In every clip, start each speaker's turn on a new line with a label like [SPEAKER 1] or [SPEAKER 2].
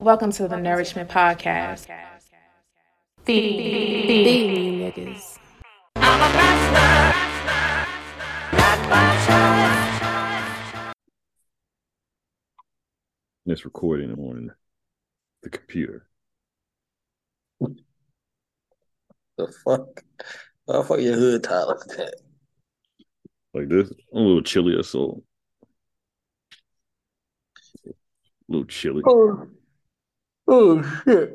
[SPEAKER 1] Welcome to the Nourishment Podcast. Feed me niggas.
[SPEAKER 2] It's recording on the computer.
[SPEAKER 3] The fuck? Why the fuck your hood tied like that?
[SPEAKER 2] Like this, a little chilly or so. A little chilly.
[SPEAKER 3] Oh, oh shit.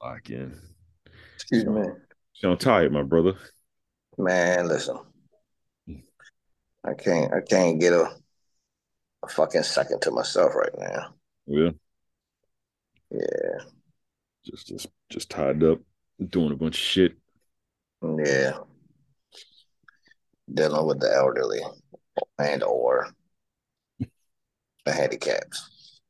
[SPEAKER 2] Lock in.
[SPEAKER 3] Excuse me.
[SPEAKER 2] Sound tired, my brother.
[SPEAKER 3] Man, listen. I can't I can't get a, a fucking second to myself right now.
[SPEAKER 2] Yeah,
[SPEAKER 3] Yeah.
[SPEAKER 2] just just just tied up, doing a bunch of shit.
[SPEAKER 3] Yeah. Dealing with the elderly and or the handicaps.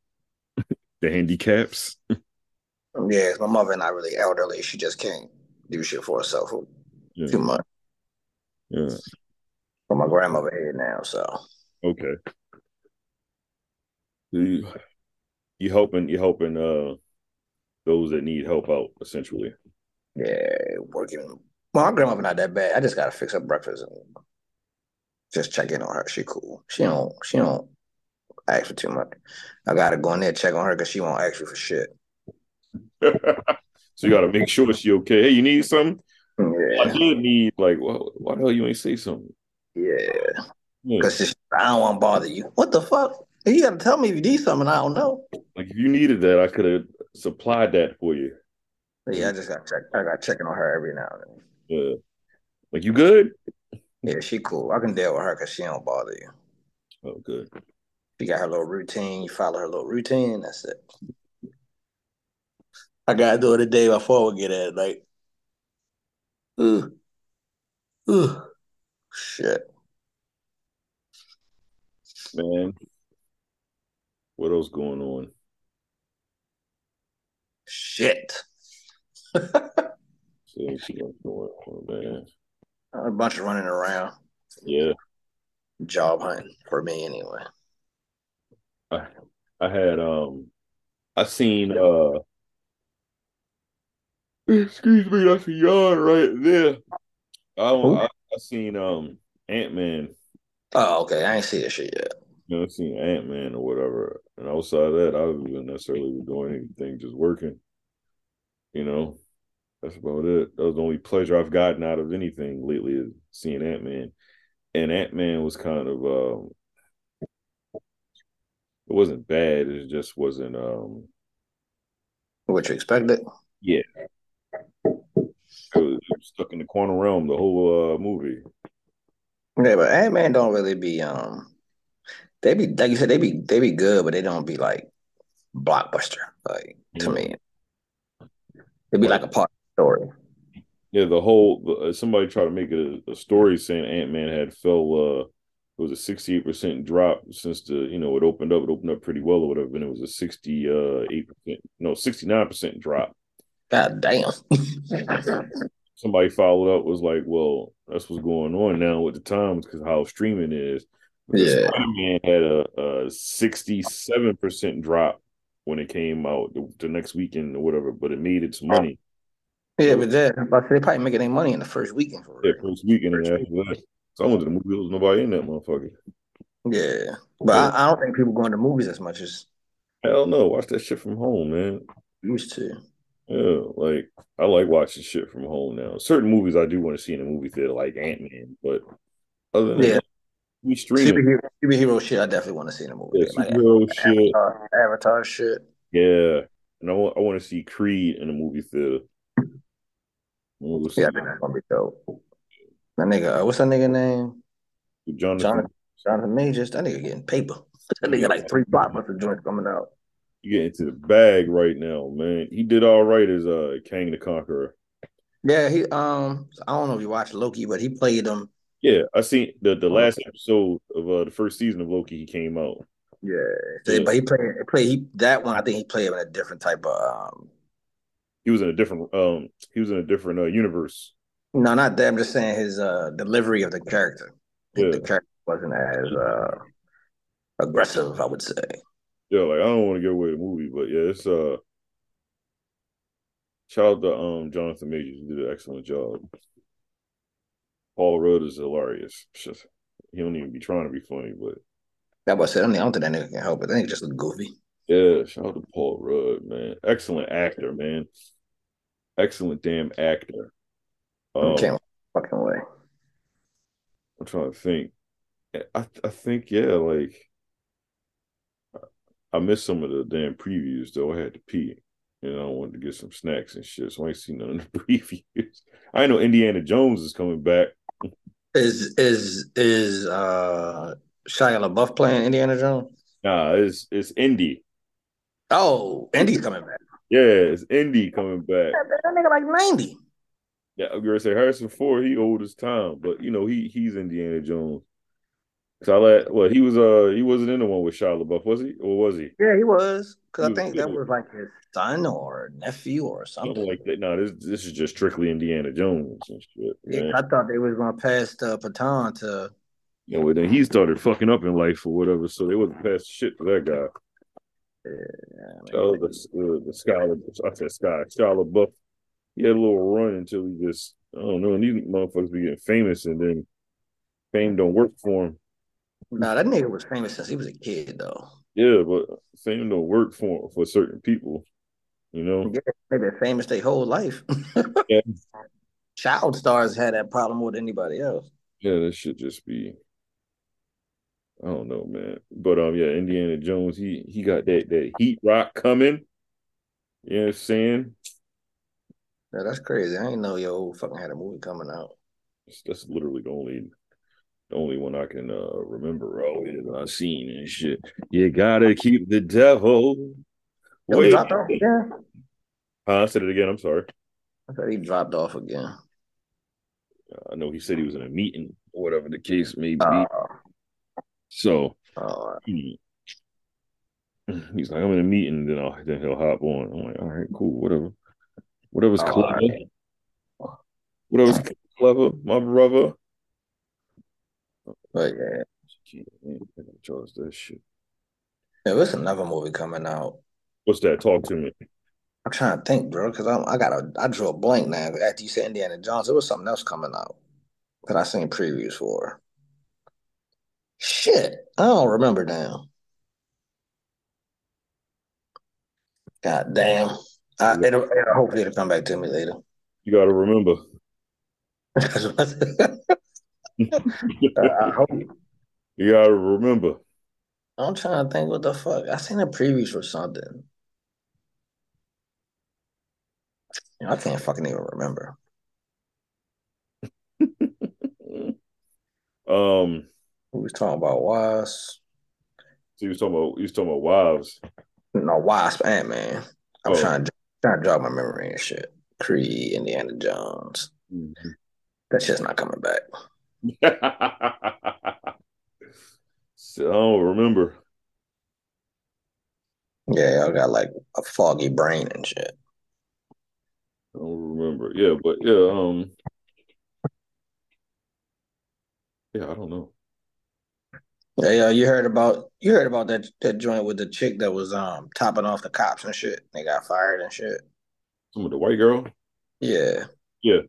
[SPEAKER 2] The handicaps.
[SPEAKER 3] Yeah, 'cause my mother not really elderly. She just can't do shit for herself for
[SPEAKER 2] Yeah.
[SPEAKER 3] too much.
[SPEAKER 2] yeah.
[SPEAKER 3] But my grandmother here now, so
[SPEAKER 2] Okay. So You you helping you helping uh those that need help out essentially.
[SPEAKER 3] Yeah, working. Well, my grandmother not that bad. I just gotta fix her breakfast and just check in on her. She cool. She don't. She don't ask for too much. I gotta go in there check on her because she won't ask you for shit.
[SPEAKER 2] so you got to make sure she okay. Hey, you need something? I
[SPEAKER 3] Yeah,
[SPEAKER 2] did need like, well, why the hell you ain't say something?
[SPEAKER 3] yeah.
[SPEAKER 2] Yeah.
[SPEAKER 3] Because she, I don't want to bother you. What the fuck? You gotta tell me if you need something. I don't know.
[SPEAKER 2] Like if you needed that, I could have supplied that for you.
[SPEAKER 3] But yeah, I just gotta check. I gotta check in on her every now and then.
[SPEAKER 2] Yeah. Like you good?
[SPEAKER 3] Yeah, she cool. I can deal with her because she don't bother you.
[SPEAKER 2] Oh, good.
[SPEAKER 3] She got her little routine. You follow her little routine. That's it. I gotta do it a day before we get at it. Like, ooh, ooh, shit.
[SPEAKER 2] Man. What else going on?
[SPEAKER 3] Shit.
[SPEAKER 2] See what's going on, man.
[SPEAKER 3] A bunch of running around,
[SPEAKER 2] Yeah.
[SPEAKER 3] job hunting for me anyway.
[SPEAKER 2] I I had um I seen uh excuse me, that's a yawn right there. I
[SPEAKER 3] Who?
[SPEAKER 2] I, I seen um Ant Man.
[SPEAKER 3] Oh, okay. I ain't see this shit yet.
[SPEAKER 2] You know, I seen Ant Man or whatever. And outside of that, I wasn't necessarily doing anything, just working. You know, that's about it. That was the only pleasure I've gotten out of anything lately is seeing Ant Man. And Ant Man was kind of um it wasn't bad, it just wasn't um
[SPEAKER 3] What you expected?
[SPEAKER 2] It was it was stuck in the corner realm the whole uh, movie.
[SPEAKER 3] Yeah, but Ant Man don't really be um. They be like you said. They be they be good, but they don't be like blockbuster. Like to me, it'd be like a part of the story.
[SPEAKER 2] Yeah, the whole uh, somebody tried to make a, a story saying Ant Man had fell. Uh, it was a sixty eight percent drop since the you know it opened up. It opened up pretty well or whatever, and it was a sixty uh, eight percent no sixty nine percent drop.
[SPEAKER 3] God damn.
[SPEAKER 2] Somebody followed up was like, well, that's what's going on now with the times because how streaming is.
[SPEAKER 3] Yeah.
[SPEAKER 2] Spider Man had a, a sixty seven percent drop when it came out the, the next weekend or whatever, but it made its money.
[SPEAKER 3] Yeah, but then but they probably making their money in the first weekend for
[SPEAKER 2] Yeah,
[SPEAKER 3] real.
[SPEAKER 2] first weekend and after that. So I went to the movie. There was nobody in that motherfucker.
[SPEAKER 3] Yeah. But I, I don't think people going to movies as much as
[SPEAKER 2] Hell no, watch that shit from home, man.
[SPEAKER 3] they used to.
[SPEAKER 2] Yeah, like I like watching shit from home now. Certain movies I do want to see in a movie theater, like Ant Man, but other than
[SPEAKER 3] Yeah.
[SPEAKER 2] that, we streaming
[SPEAKER 3] Superhero, superhero shit, I definitely want to see in a movie.
[SPEAKER 2] yeah,
[SPEAKER 3] like
[SPEAKER 2] superhero shit.
[SPEAKER 3] Avatar, Avatar shit.
[SPEAKER 2] Yeah, and I want I want to see Creed in a movie theater. I wanna go
[SPEAKER 3] Yeah, I
[SPEAKER 2] see
[SPEAKER 3] think that's gonna be dope. That nigga, uh, what's that nigga name?
[SPEAKER 2] Jonathan,
[SPEAKER 3] Jonathan. Jonathan Majors. That nigga getting paper. That nigga like three blockbuster joints coming out.
[SPEAKER 2] you get into the bag right now, man. He did all right as uh Kang the Conqueror.
[SPEAKER 3] Yeah, he um I don't know if you watched Loki, but he played him.
[SPEAKER 2] Yeah, I seen the
[SPEAKER 3] Oh,
[SPEAKER 2] the last episode of uh the first season of Loki. He came out.
[SPEAKER 3] Yeah.
[SPEAKER 2] Yeah.
[SPEAKER 3] But he played he played he, that one I think he played him in a different type of um
[SPEAKER 2] he was in a different um he was in a different uh, universe.
[SPEAKER 3] No, not that. I'm just saying his uh, delivery of the character.
[SPEAKER 2] Yeah.
[SPEAKER 3] The character wasn't as uh, aggressive, I would say.
[SPEAKER 2] Yeah, like I don't want to give away the movie, but yeah, it's uh Shout out to um Jonathan Majors. He did an excellent job. Paul Rudd is hilarious. It's just, he don't even be trying to be funny, but
[SPEAKER 3] That was it. I don't think- I don't think that nigga can help it. That nigga just look goofy.
[SPEAKER 2] yeah, shout out to Paul Rudd, man. Excellent actor, man. Excellent damn actor. Um,
[SPEAKER 3] Can't fucking way.
[SPEAKER 2] I'm trying to think. Eh, I I think yeah, like I missed some of the damn previews though. I had to pee, and I wanted to get some snacks and shit, so I ain't seen none of the previews. I know Indiana Jones is coming back.
[SPEAKER 3] Is is is uh Shia LaBeouf playing Indiana Jones?
[SPEAKER 2] Nah, it's it's Indy.
[SPEAKER 3] Oh, Indy's coming back.
[SPEAKER 2] Yeah, it's Indy coming back.
[SPEAKER 3] That, that nigga like ninety.
[SPEAKER 2] Yeah, I'm gonna say Harrison Ford. He old as time, but you know he he's Indiana Jones. So I let well he was uh he wasn't in the one with Shia LaBeouf was he or was he
[SPEAKER 3] Yeah, he was. Because
[SPEAKER 2] He
[SPEAKER 3] I
[SPEAKER 2] was
[SPEAKER 3] think that
[SPEAKER 2] good.
[SPEAKER 3] was like his son or nephew or something.
[SPEAKER 2] something like that? No, this this is just strictly Indiana Jones and shit.
[SPEAKER 3] Yeah,
[SPEAKER 2] Man.
[SPEAKER 3] I thought they was gonna pass the baton to
[SPEAKER 2] You know, but then he started fucking up in life or whatever, so they wouldn't pass shit to that guy. Oh, the uh, the scholar, I said Sky, Scholar Buff. He had a little run until he just I don't know. And these motherfuckers be getting famous, and then fame don't work for him.
[SPEAKER 3] nah, that nigga was famous since he was a kid though.
[SPEAKER 2] Yeah, but fame don't work for for certain people. You know,
[SPEAKER 3] They've been famous their whole life.
[SPEAKER 2] Yeah.
[SPEAKER 3] Child stars had that problem with anybody else.
[SPEAKER 2] yeah, that should just be. I don't know, man. But um, yeah, Indiana Jones, he he got that that heat rock coming. You know what I'm saying?
[SPEAKER 3] Yeah, that's crazy. I didn't know yo old fucking had a movie coming out.
[SPEAKER 2] That's, that's literally the only the only one I can uh, remember all year that I've seen and shit. You gotta keep the devil.
[SPEAKER 3] Yo, he
[SPEAKER 2] Wait,
[SPEAKER 3] dropped off again.
[SPEAKER 2] Huh? Uh, I said it again. I'm sorry.
[SPEAKER 3] I thought he dropped off again.
[SPEAKER 2] I know he said he was in a meeting or whatever the case may be.
[SPEAKER 3] Oh,
[SPEAKER 2] so
[SPEAKER 3] oh,
[SPEAKER 2] hmm. he's like, I'm in a meeting, then I'll then he'll hop on. I'm like, all right, cool, whatever. Whatever's
[SPEAKER 3] Oh,
[SPEAKER 2] clever. Whatever's clever, my brother.
[SPEAKER 3] but yeah.
[SPEAKER 2] Shit, man, I gotta charge that shit.
[SPEAKER 3] There was another movie coming out.
[SPEAKER 2] What's that? Talk to me.
[SPEAKER 3] I'm trying to think, bro, because I'm I got a I drew a blank now. After you said Indiana Jones, there was something else coming out that I seen previews for. Shit, I don't remember now. God damn. I, it'll, it'll- hopefully it'll come back to me later.
[SPEAKER 2] You gotta remember.
[SPEAKER 3] I hope.
[SPEAKER 2] You gotta remember.
[SPEAKER 3] I'm trying to think what the fuck. I seen a previews for something. I can't fucking even remember.
[SPEAKER 2] Um,
[SPEAKER 3] We was talking about Wasp.
[SPEAKER 2] so you was talking about you was talking about wives.
[SPEAKER 3] No, Wasp, Ant Man. I'm
[SPEAKER 2] Oh.
[SPEAKER 3] trying to trying to jog my memory and shit. Creed, Indiana Jones. That shit's not coming back.
[SPEAKER 2] so I don't remember.
[SPEAKER 3] Yeah, I got like a foggy brain and shit.
[SPEAKER 2] I don't remember. Yeah, but yeah, um, yeah, I don't know.
[SPEAKER 3] Yeah, yeah, you heard about you heard about that that joint with the chick that was um topping off the cops and shit. They got fired and shit.
[SPEAKER 2] Some of the white girl.
[SPEAKER 3] Yeah.
[SPEAKER 2] Yeah.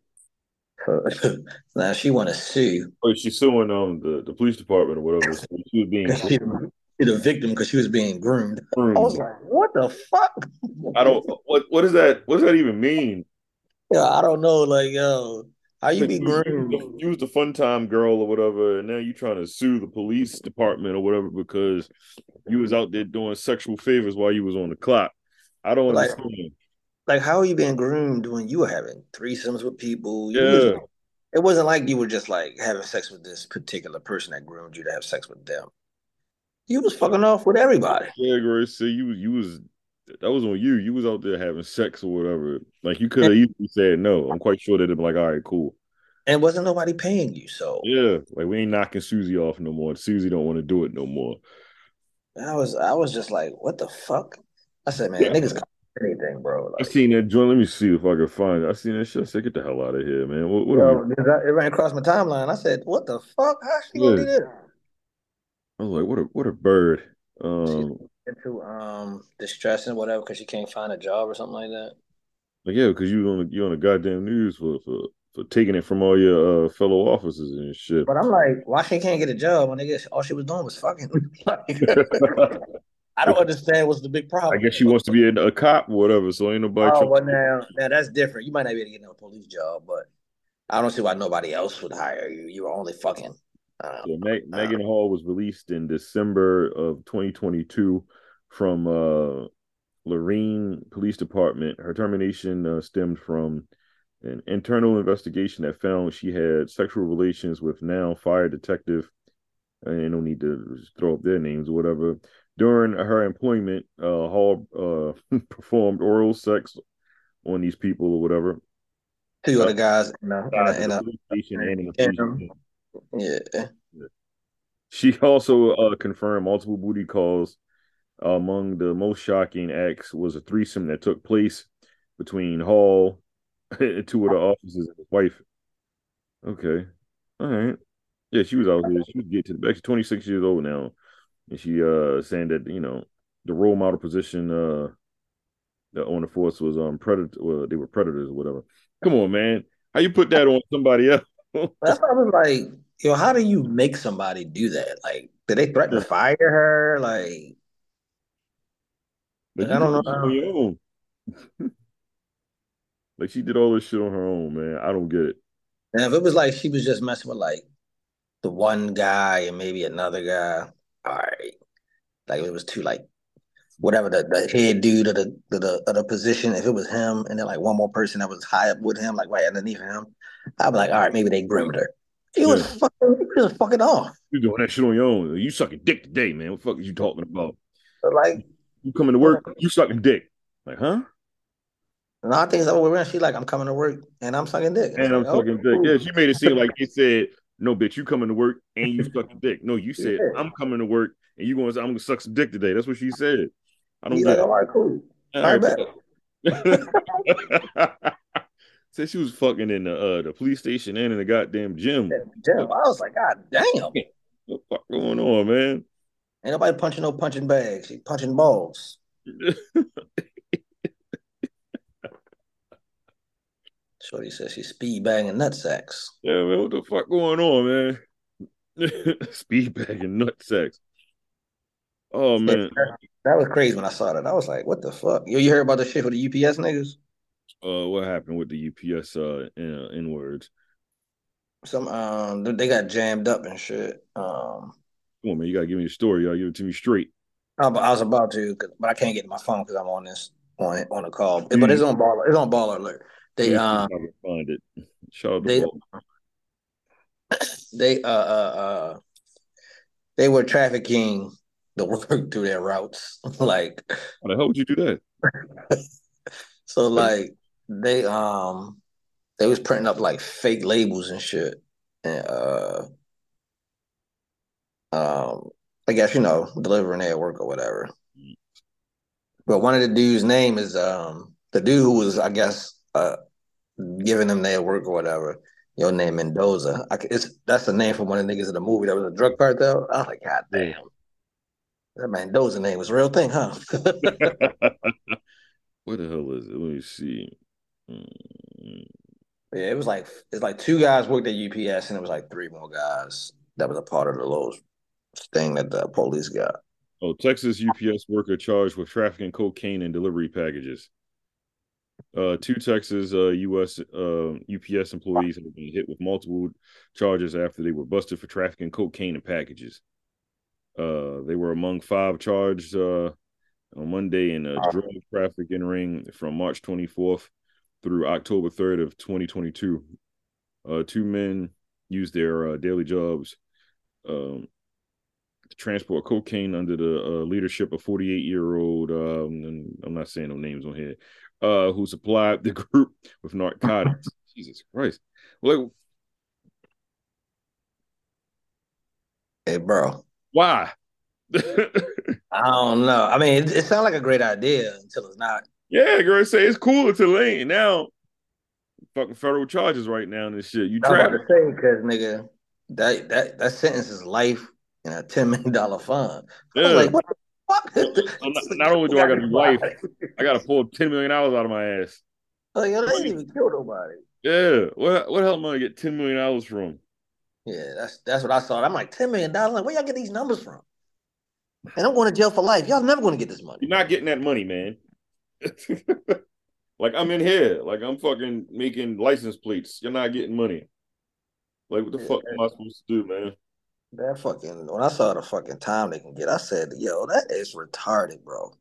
[SPEAKER 3] So, now she want to sue.
[SPEAKER 2] Oh, she's suing um the, the police department or whatever. So she was being
[SPEAKER 3] 'cause She, she the victim because she was being groomed. I
[SPEAKER 2] groomed.
[SPEAKER 3] was like, what the fuck?
[SPEAKER 2] Mm-hmm. I don't. What what is that? What does that even mean?
[SPEAKER 3] Yeah, I don't know. Like, yo, how you
[SPEAKER 2] Like,
[SPEAKER 3] be
[SPEAKER 2] you was the-
[SPEAKER 3] groomed?
[SPEAKER 2] you was the fun time girl or whatever, and now you trying to sue the police department or whatever because you was out there doing sexual favors while you was on the clock. I don't
[SPEAKER 3] Like-
[SPEAKER 2] understand.
[SPEAKER 3] Like, how are you being groomed when you were having threesomes with people? You was-
[SPEAKER 2] yeah,
[SPEAKER 3] it wasn't like you were just like having sex with this particular person that groomed you to have sex with them. You was fucking off with everybody.
[SPEAKER 2] yeah, Grace. So you you was that was on you. You was out there having sex or whatever. Like you could have easily said no. I'm quite sure they'd have been like, all right, cool.
[SPEAKER 3] And wasn't nobody paying you. So
[SPEAKER 2] Yeah, like we ain't knocking Susie off no more. Susie don't want to do it no more.
[SPEAKER 3] I was I was just like, what the fuck? I said, man,
[SPEAKER 2] Yeah.
[SPEAKER 3] niggas got anything, bro.
[SPEAKER 2] I
[SPEAKER 3] Like,
[SPEAKER 2] seen that joint. Let me see if I can find it. I seen that shit. I said, get the hell out of here, man. What, what am I
[SPEAKER 3] yo, it ran across my timeline. I said, what the fuck? How she gonna do this?
[SPEAKER 2] I was like, what a what a bird. Um,
[SPEAKER 3] Into um distress and whatever because she can't find a job or something like that.
[SPEAKER 2] Like, yeah, because you on the, you on the goddamn news for, for for taking it from all your uh, fellow officers and shit.
[SPEAKER 3] But I'm like, why she can't get a job when they get all she was doing was fucking? Like, I don't understand what's the big problem.
[SPEAKER 2] I guess she wants to be a, a cop, or whatever. So ain't nobody.
[SPEAKER 3] Oh
[SPEAKER 2] trying-
[SPEAKER 3] well, now now that's different. You might not be able to get no police job, but I don't see why nobody else would hire you. You were only fucking. Uh,
[SPEAKER 2] So Me- Megan Hall was released in December of 2022 from uh, Lorraine Police Department. Her termination uh, stemmed from an internal investigation that found she had sexual relations with now fire detective. And no need to just throw up their names or whatever. During her employment, uh, Hall uh, performed oral sex on these people or whatever.
[SPEAKER 3] two other guys in a, in a, in a
[SPEAKER 2] Police station and um, in the police
[SPEAKER 3] Yeah.
[SPEAKER 2] station.
[SPEAKER 3] yeah.
[SPEAKER 2] She also uh, confirmed multiple booty calls. uh, Among the most shocking acts was a threesome that took place between Hall, and two of the officers, and his wife. Okay, all right, yeah, she was out here. She was getting to the back. She's twenty six years old now, and she uh saying that you know the role model position uh that on the force was um predator. Well, they were predators or whatever. Come on, man, how you put that on somebody else?
[SPEAKER 3] That's why I was like, yo, how do you make somebody do that? Like, did they threaten to fire her? Like,
[SPEAKER 2] Like,
[SPEAKER 3] I
[SPEAKER 2] you did
[SPEAKER 3] don't know.
[SPEAKER 2] this shit On your own. like she did all this shit on her own, man. I don't get it.
[SPEAKER 3] and if it was like she was just messing with like the one guy and maybe another guy, all right. Like, if it was two like whatever the, the head dude of the, the the of the position. If it was him and then like one more person that was high up with him, like right underneath him, I'd be like, all right, maybe they groomed her. He was
[SPEAKER 2] Hmm.
[SPEAKER 3] fucking, he was fucking off.
[SPEAKER 2] You doing that shit on your own. You sucking dick today, man. What the fuck is you talking about?
[SPEAKER 3] But like,
[SPEAKER 2] You coming to work, you sucking dick. Like, huh?
[SPEAKER 3] no, I think it's over with. She's like, I'm coming to work and I'm sucking dick.
[SPEAKER 2] And I'm
[SPEAKER 3] Like, oh,
[SPEAKER 2] sucking dick. Yeah, she made it seem like they said, no, bitch, you coming to work and you sucking dick. No, you said,
[SPEAKER 3] Yeah.
[SPEAKER 2] I'm coming to work and you going to, I'm going to suck some dick today. That's what she said. I don't
[SPEAKER 3] He's
[SPEAKER 2] get
[SPEAKER 3] like,
[SPEAKER 2] it.
[SPEAKER 3] all right, cool. I
[SPEAKER 2] Said she was fucking in the uh, the police station and in the goddamn gym.
[SPEAKER 3] Damn, I was like, God damn.
[SPEAKER 2] What the fuck going on, man?
[SPEAKER 3] Ain't nobody punching no punching bags. She punching balls. Shorty says she's speed banging nut sacks.
[SPEAKER 2] Yeah, man, what the fuck going on, man? Speed bag and nut sex. Oh man,
[SPEAKER 3] That was crazy when I saw that. I was like, what the fuck? Yo, you heard about the shit with the UPS niggas?
[SPEAKER 2] uh, what happened with the UPS uh in words?
[SPEAKER 3] Some um they got jammed up and shit. Um
[SPEAKER 2] Come on, man, you gotta give me the story. You gotta give it to me straight.
[SPEAKER 3] I, I was about to 'cause- but I can't get to my phone because I'm on this on it on a call. But it's on baller, it's on baller alert. They um
[SPEAKER 2] I can find it. Shout out to
[SPEAKER 3] they-
[SPEAKER 2] Paul.
[SPEAKER 3] they uh uh uh they were trafficking the work through their routes. like
[SPEAKER 2] How the hell would you do that?
[SPEAKER 3] So like they um they was printing up like fake labels and shit. And uh um I guess you know, delivering their work or whatever. But one of the dude's name is um the dude who was I guess uh giving them their work or whatever. Your name Mendoza. I, c- it's that's the name for one of the niggas in the movie that was a drug cartel. I was like, God damn. That Mendoza name was a real thing, huh?
[SPEAKER 2] What the hell is it? Let me see. Mm,
[SPEAKER 3] Yeah, it was like it's like two guys worked at UPS, and it was like three more guys that was a part of the little thing that the police got.
[SPEAKER 2] Oh, Texas UPS worker charged with trafficking cocaine and delivery packages. Uh, two Texas uh, U.S. Uh, UPS employees have been hit with multiple charges after they were busted for trafficking cocaine and packages. Uh, they were among five charged uh, on Monday in a drug trafficking ring from March 24th through October 3rd of 2022. Uh, two men used their uh, daily jobs um, to transport cocaine under the uh, leadership of 48 year old, um, and I'm not saying no names on here, uh, who supplied the group with narcotics. Jesus Christ. Like,
[SPEAKER 3] Hey, bro,
[SPEAKER 2] why?
[SPEAKER 3] I don't know. I mean, it, it sounds like a great idea until it's not.
[SPEAKER 2] yeah, girl, say it's cool to lane now. Fucking federal charges right now and this shit. You
[SPEAKER 3] I'm about
[SPEAKER 2] trapped.
[SPEAKER 3] to say because nigga, that that that sentence is life and a ten million dollar fine. I
[SPEAKER 2] Yeah.
[SPEAKER 3] was like, what the fuck?
[SPEAKER 2] I'm not, not only do I got a wife, I gotta pull ten million dollars out of my ass.
[SPEAKER 3] Oh, yo, they didn't even kill nobody.
[SPEAKER 2] Yeah. What what hell am I gonna get ten million dollars from?
[SPEAKER 3] Yeah, that's that's what I saw. I'm like, ten million dollars. Like, where y'all get these numbers from? And I'm going to jail for life. Y'all never going to get this money.
[SPEAKER 2] You're not getting that money, man. like I'm in here. Like I'm fucking making license plates. You're not getting money. Like what the
[SPEAKER 3] Yeah.
[SPEAKER 2] fuck am I supposed to do, man?
[SPEAKER 3] That fucking when I saw the fucking time they can get, I said, "Yo, that is retarded, bro."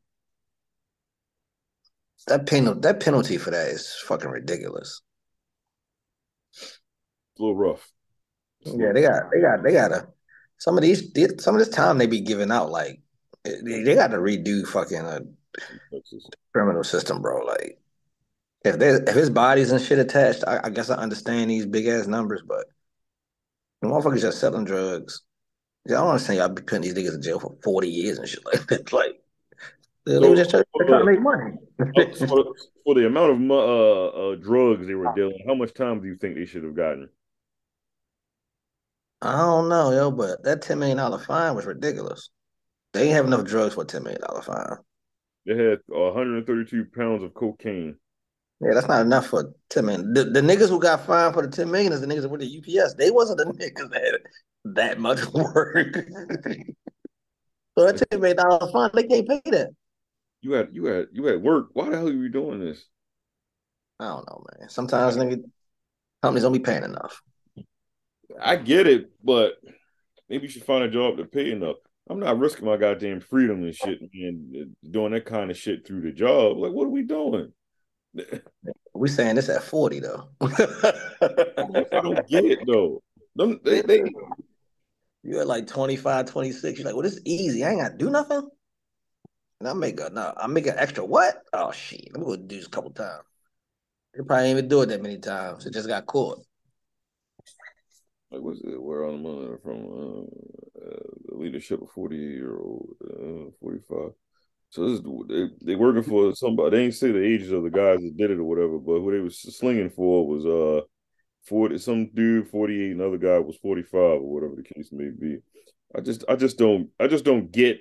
[SPEAKER 3] That penalty, that penalty for that is fucking ridiculous.
[SPEAKER 2] It's a little rough. It's a
[SPEAKER 3] Yeah,
[SPEAKER 2] little-
[SPEAKER 3] they got, they got, they gotta. Some of these, some of this time they be giving out, like they, they got to redo fucking a criminal system, bro. Like if they, if his body's and shit attached, I, I guess I understand these big ass numbers, but the motherfuckers just selling drugs. Yeah, I don't understand y'all be putting these niggas in jail for forty years and shit like that. Like they were just trying, they're trying to make money.
[SPEAKER 2] Oh, so for, for the amount of mu- uh, uh, drugs they were dealing, how much time do you think they should have gotten?
[SPEAKER 3] I don't know, yo, but that ten million dollar fine was ridiculous. They ain't have enough drugs for a ten million dollar fine.
[SPEAKER 2] They had 132 pounds of cocaine.
[SPEAKER 3] Yeah, that's not enough for ten million. The, the niggas who got fined for the ten million is the niggas that went to UPS. They wasn't the niggas that had that much work. so that ten million dollar fine, they can't pay that.
[SPEAKER 2] You had you had you at work. Why the hell are you doing this?
[SPEAKER 3] I don't know, man. Sometimes nigga companies don't be paying enough.
[SPEAKER 2] I get it, but maybe you should find a job to pay enough. I'm not risking my goddamn freedom and shit and doing that kind of shit through the job. Like, what are we doing?
[SPEAKER 3] We saying this at forty though.
[SPEAKER 2] I don't get it though. Them, they, they,
[SPEAKER 3] You're at like 25, 26. You're like, well, this is easy. I ain't gotta do nothing. And I make a no, I make an extra what? Oh shit. Let me go do this a couple times. They probably ain't even do it that many times. It just got caught.
[SPEAKER 2] like what's it? Where on the money from? Uh, uh, the leadership of forty year old, uh, forty five. So this is, they they working for somebody. They ain't say the ages of the guys that did it or whatever, but who they was slinging for was uh forty some dude forty eight, another guy was forty five or whatever the case may be. I just I just don't I just don't get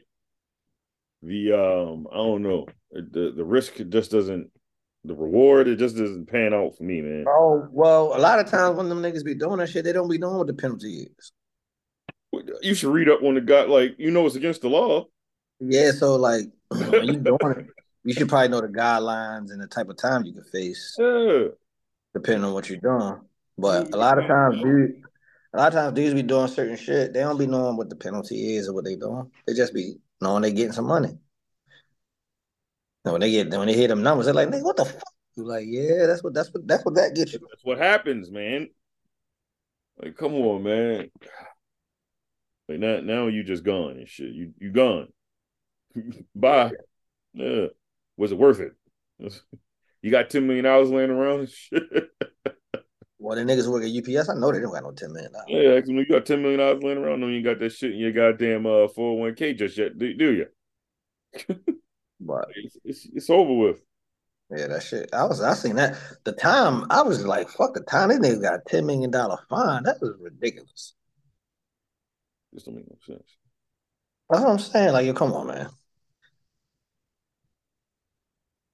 [SPEAKER 2] the um I don't know the the risk it just doesn't the reward it just doesn't pan out for me, man.
[SPEAKER 3] Oh, well, a lot of times when them niggas be doing that shit, they don't be knowing what the penalty is.
[SPEAKER 2] You should read up on the guy like you know it's against the law.
[SPEAKER 3] Yeah, so like when you doing it, you should probably know the guidelines and the type of time you can face.
[SPEAKER 2] Yeah.
[SPEAKER 3] depending on what you're doing. But a lot of times, dude, a lot of times dudes be doing certain shit. They don't be knowing what the penalty is or what they doing. They just be knowing they getting some money. And when they get when they hear them numbers, they're like, "Nigga, what the fuck?" You like, yeah, that's what that's what that's what that gets you.
[SPEAKER 2] That's what happens, man. Like, come on, man. Like now, now you just gone and shit. You you gone. Bye. Yeah. Was it worth it? You got ten million dollars laying around and shit.
[SPEAKER 3] Well, the niggas who work at UPS, I know they don't got no ten million dollars.
[SPEAKER 2] Yeah, ask them, you got ten million dollars laying around. No, you ain't got that shit in your goddamn uh four hundred one k just yet, do, do you?
[SPEAKER 3] But
[SPEAKER 2] It's, it's it's over with.
[SPEAKER 3] yeah, that shit. I was I seen that the time I was like, "Fuck the time." These niggas got a ten million dollar fine. That was ridiculous.
[SPEAKER 2] This don't make no sense.
[SPEAKER 3] That's what I'm saying. Like, yo, come on, man.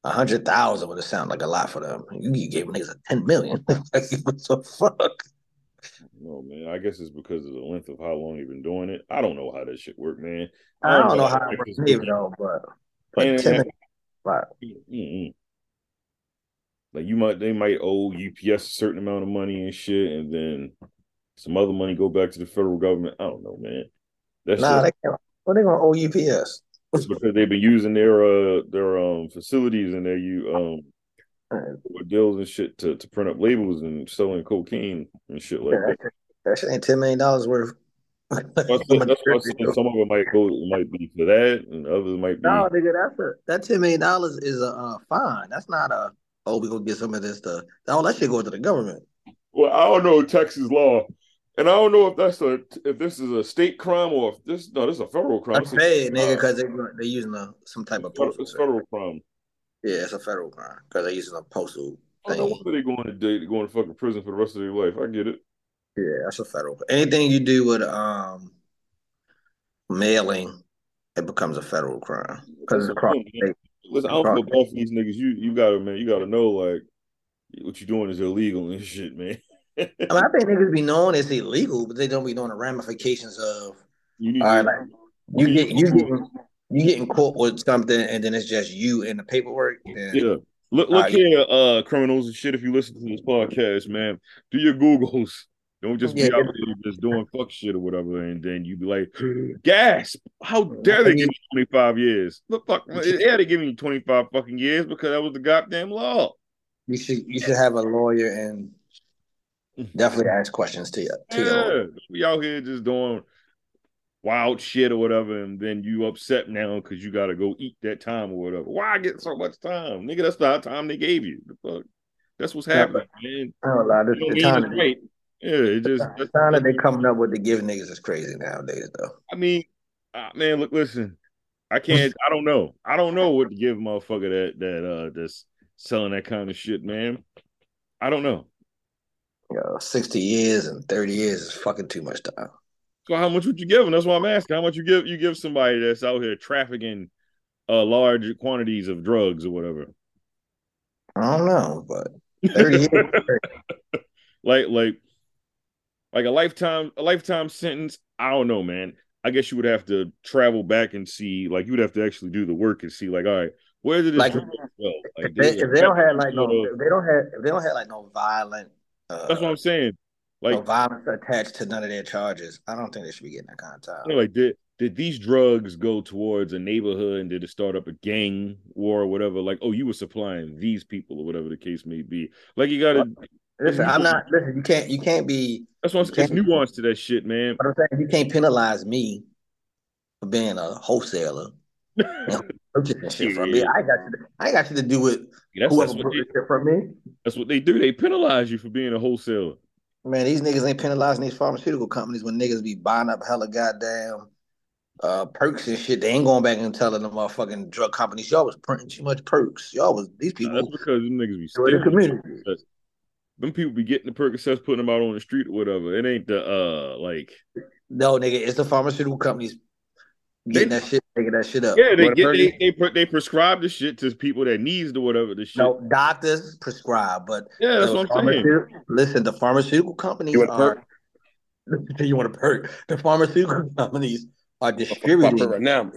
[SPEAKER 3] A hundred thousand would have sounded like a lot for them. You, you gave niggas a ten million. like, what the fuck?
[SPEAKER 2] No, man. I guess it's because of the length of how long you've been doing it. I don't know how that shit work, man.
[SPEAKER 3] I don't know how
[SPEAKER 2] I
[SPEAKER 3] it
[SPEAKER 2] think
[SPEAKER 3] was
[SPEAKER 2] it's-
[SPEAKER 3] even though, but but
[SPEAKER 2] And-
[SPEAKER 3] ten million, like,
[SPEAKER 2] Mm-mm. Like you might, they might owe UPS a certain amount of money and shit, and then some other money go back to the federal government. I don't know, man. That's
[SPEAKER 3] nah,
[SPEAKER 2] just
[SPEAKER 3] they can't. What they gonna owe UPS?
[SPEAKER 2] because they've been using their uh their um facilities and their you um deals and shit to, to print up labels and selling cocaine and shit like that.
[SPEAKER 3] That shit- that shit ain't ten million dollars worth.
[SPEAKER 2] That's, what- that's what I said. Some of it might go, it might be for that, and others might be.
[SPEAKER 3] No, nigga, that's a that ten million dollars is a uh, fine. That's not a oh we gonna get some of this stuff. All that shit goes to the government.
[SPEAKER 2] Well, I don't know Texas law, and I don't know if that's a if this is a state crime or if this no, this is a federal crime.
[SPEAKER 3] That's
[SPEAKER 2] This is-
[SPEAKER 3] bad, nigga, because they they're using a some type of postal.
[SPEAKER 2] It's federal crime.
[SPEAKER 3] Yeah, it's a federal crime because they're using a postal
[SPEAKER 2] Oh, no
[SPEAKER 3] thing.
[SPEAKER 2] wonder they going to date, going to fucking prison for the rest of their life. I get it.
[SPEAKER 3] Yeah, that's a federal. Anything you do with um mailing, it becomes a federal crime because it's across the state.
[SPEAKER 2] Listen, I don't feel bad for these niggas. You you gotta man, you gotta know like what you doing is illegal and shit, man.
[SPEAKER 3] I, mean, I think niggas be knowing it's illegal, but they don't be knowing the ramifications of.
[SPEAKER 2] You need
[SPEAKER 3] All right,
[SPEAKER 2] to-
[SPEAKER 3] like you
[SPEAKER 2] need
[SPEAKER 3] get
[SPEAKER 2] to-
[SPEAKER 3] you getting you getting caught with something, and then it's just you and the paperwork. then-
[SPEAKER 2] Yeah. Look,
[SPEAKER 3] All
[SPEAKER 2] look
[SPEAKER 3] right.
[SPEAKER 2] here, uh, criminals and shit. If you listen to this podcast, man, do your googles. Don't just
[SPEAKER 3] Yeah.
[SPEAKER 2] be out there just doing fuck shit or whatever, and then you be like, "Gasp! How dare they give me twenty five years? The fuck, yeah, they give me twenty five fucking years because that was the goddamn law."
[SPEAKER 3] You should you should have a lawyer and definitely ask questions to your to your lawyer.
[SPEAKER 2] Mm-hmm. Yeah, we out here just doing wild shit or whatever, and then you upset now because you got to go eat that time or whatever. Why I get so much time, nigga? That's the time they gave you. The fuck, that's what's
[SPEAKER 3] Yeah,
[SPEAKER 2] happening,
[SPEAKER 3] but-
[SPEAKER 2] man.
[SPEAKER 3] I don't
[SPEAKER 2] You
[SPEAKER 3] know.
[SPEAKER 2] know
[SPEAKER 3] The,
[SPEAKER 2] what
[SPEAKER 3] the
[SPEAKER 2] I
[SPEAKER 3] time
[SPEAKER 2] mean? It's right. Yeah, it just.
[SPEAKER 3] the time that they coming up with to give niggas is crazy nowadays though.
[SPEAKER 2] I mean, uh, man, look, listen. I can't. I don't know. I don't know what to give motherfucker that that uh that's selling that kind of shit, man. I don't know.
[SPEAKER 3] You know, sixty years and thirty years is fucking too much time.
[SPEAKER 2] So how much would you give them? That's why I'm asking. How much you give you give somebody that's out here trafficking uh large quantities of drugs or whatever?
[SPEAKER 3] I don't know, but thirty years.
[SPEAKER 2] Like like like a lifetime a lifetime sentence. I don't know, man. I guess you would have to travel back and see. Like you would have to actually do the work and see. Like, all right, where did this
[SPEAKER 3] Like-
[SPEAKER 2] drug go? Like,
[SPEAKER 3] If they,
[SPEAKER 2] did it
[SPEAKER 3] if they don't have like no,
[SPEAKER 2] sort of-
[SPEAKER 3] if they don't have if they don't have like no violent, uh,
[SPEAKER 2] That's what I'm saying. Like,
[SPEAKER 3] no violence attached to none of their charges, I don't think they should be getting that kind of time.
[SPEAKER 2] you know, like did did these drugs go towards a neighborhood and did it start up a gang war or whatever? Like, oh, you were supplying these people or whatever the case may be. Like, you gotta.
[SPEAKER 3] Listen, I'm not. Listen, you can't. You can't be.
[SPEAKER 2] That's what I'm saying. It's nuance to that shit, man.
[SPEAKER 3] What I'm saying, you can't penalize me for being a wholesaler and purchasing shit from me. I got you. To, I got you to do with
[SPEAKER 2] That's,
[SPEAKER 3] whoever
[SPEAKER 2] that's, what
[SPEAKER 3] purchased
[SPEAKER 2] they,
[SPEAKER 3] it from me.
[SPEAKER 2] that's what they do. They penalize you for being a wholesaler.
[SPEAKER 3] Man, these niggas ain't penalizing these pharmaceutical companies when niggas be buying up hella goddamn uh, perks and shit. They ain't going back and telling the motherfucking drug companies, y'all was printing too much perks. Y'all was these
[SPEAKER 2] Nah, That's
[SPEAKER 3] people
[SPEAKER 2] because them niggas be
[SPEAKER 3] were in the
[SPEAKER 2] stealing.
[SPEAKER 3] community.
[SPEAKER 2] Them people be getting the Percocets, putting them out on the street or whatever. It ain't the uh like
[SPEAKER 3] No, nigga, it's the pharmaceutical companies getting
[SPEAKER 2] They-
[SPEAKER 3] that shit, taking that shit up.
[SPEAKER 2] yeah they
[SPEAKER 3] Where
[SPEAKER 2] get
[SPEAKER 3] the-
[SPEAKER 2] they they, pre- they prescribe the shit to people that needs the whatever the shit.
[SPEAKER 3] no doctors prescribe, but
[SPEAKER 2] Yeah, that's
[SPEAKER 3] the
[SPEAKER 2] what I'm saying.
[SPEAKER 3] pharmaceutical- Listen, the pharmaceutical companies
[SPEAKER 2] You want a
[SPEAKER 3] are. you want a perk? The pharmaceutical companies are distributing
[SPEAKER 4] now.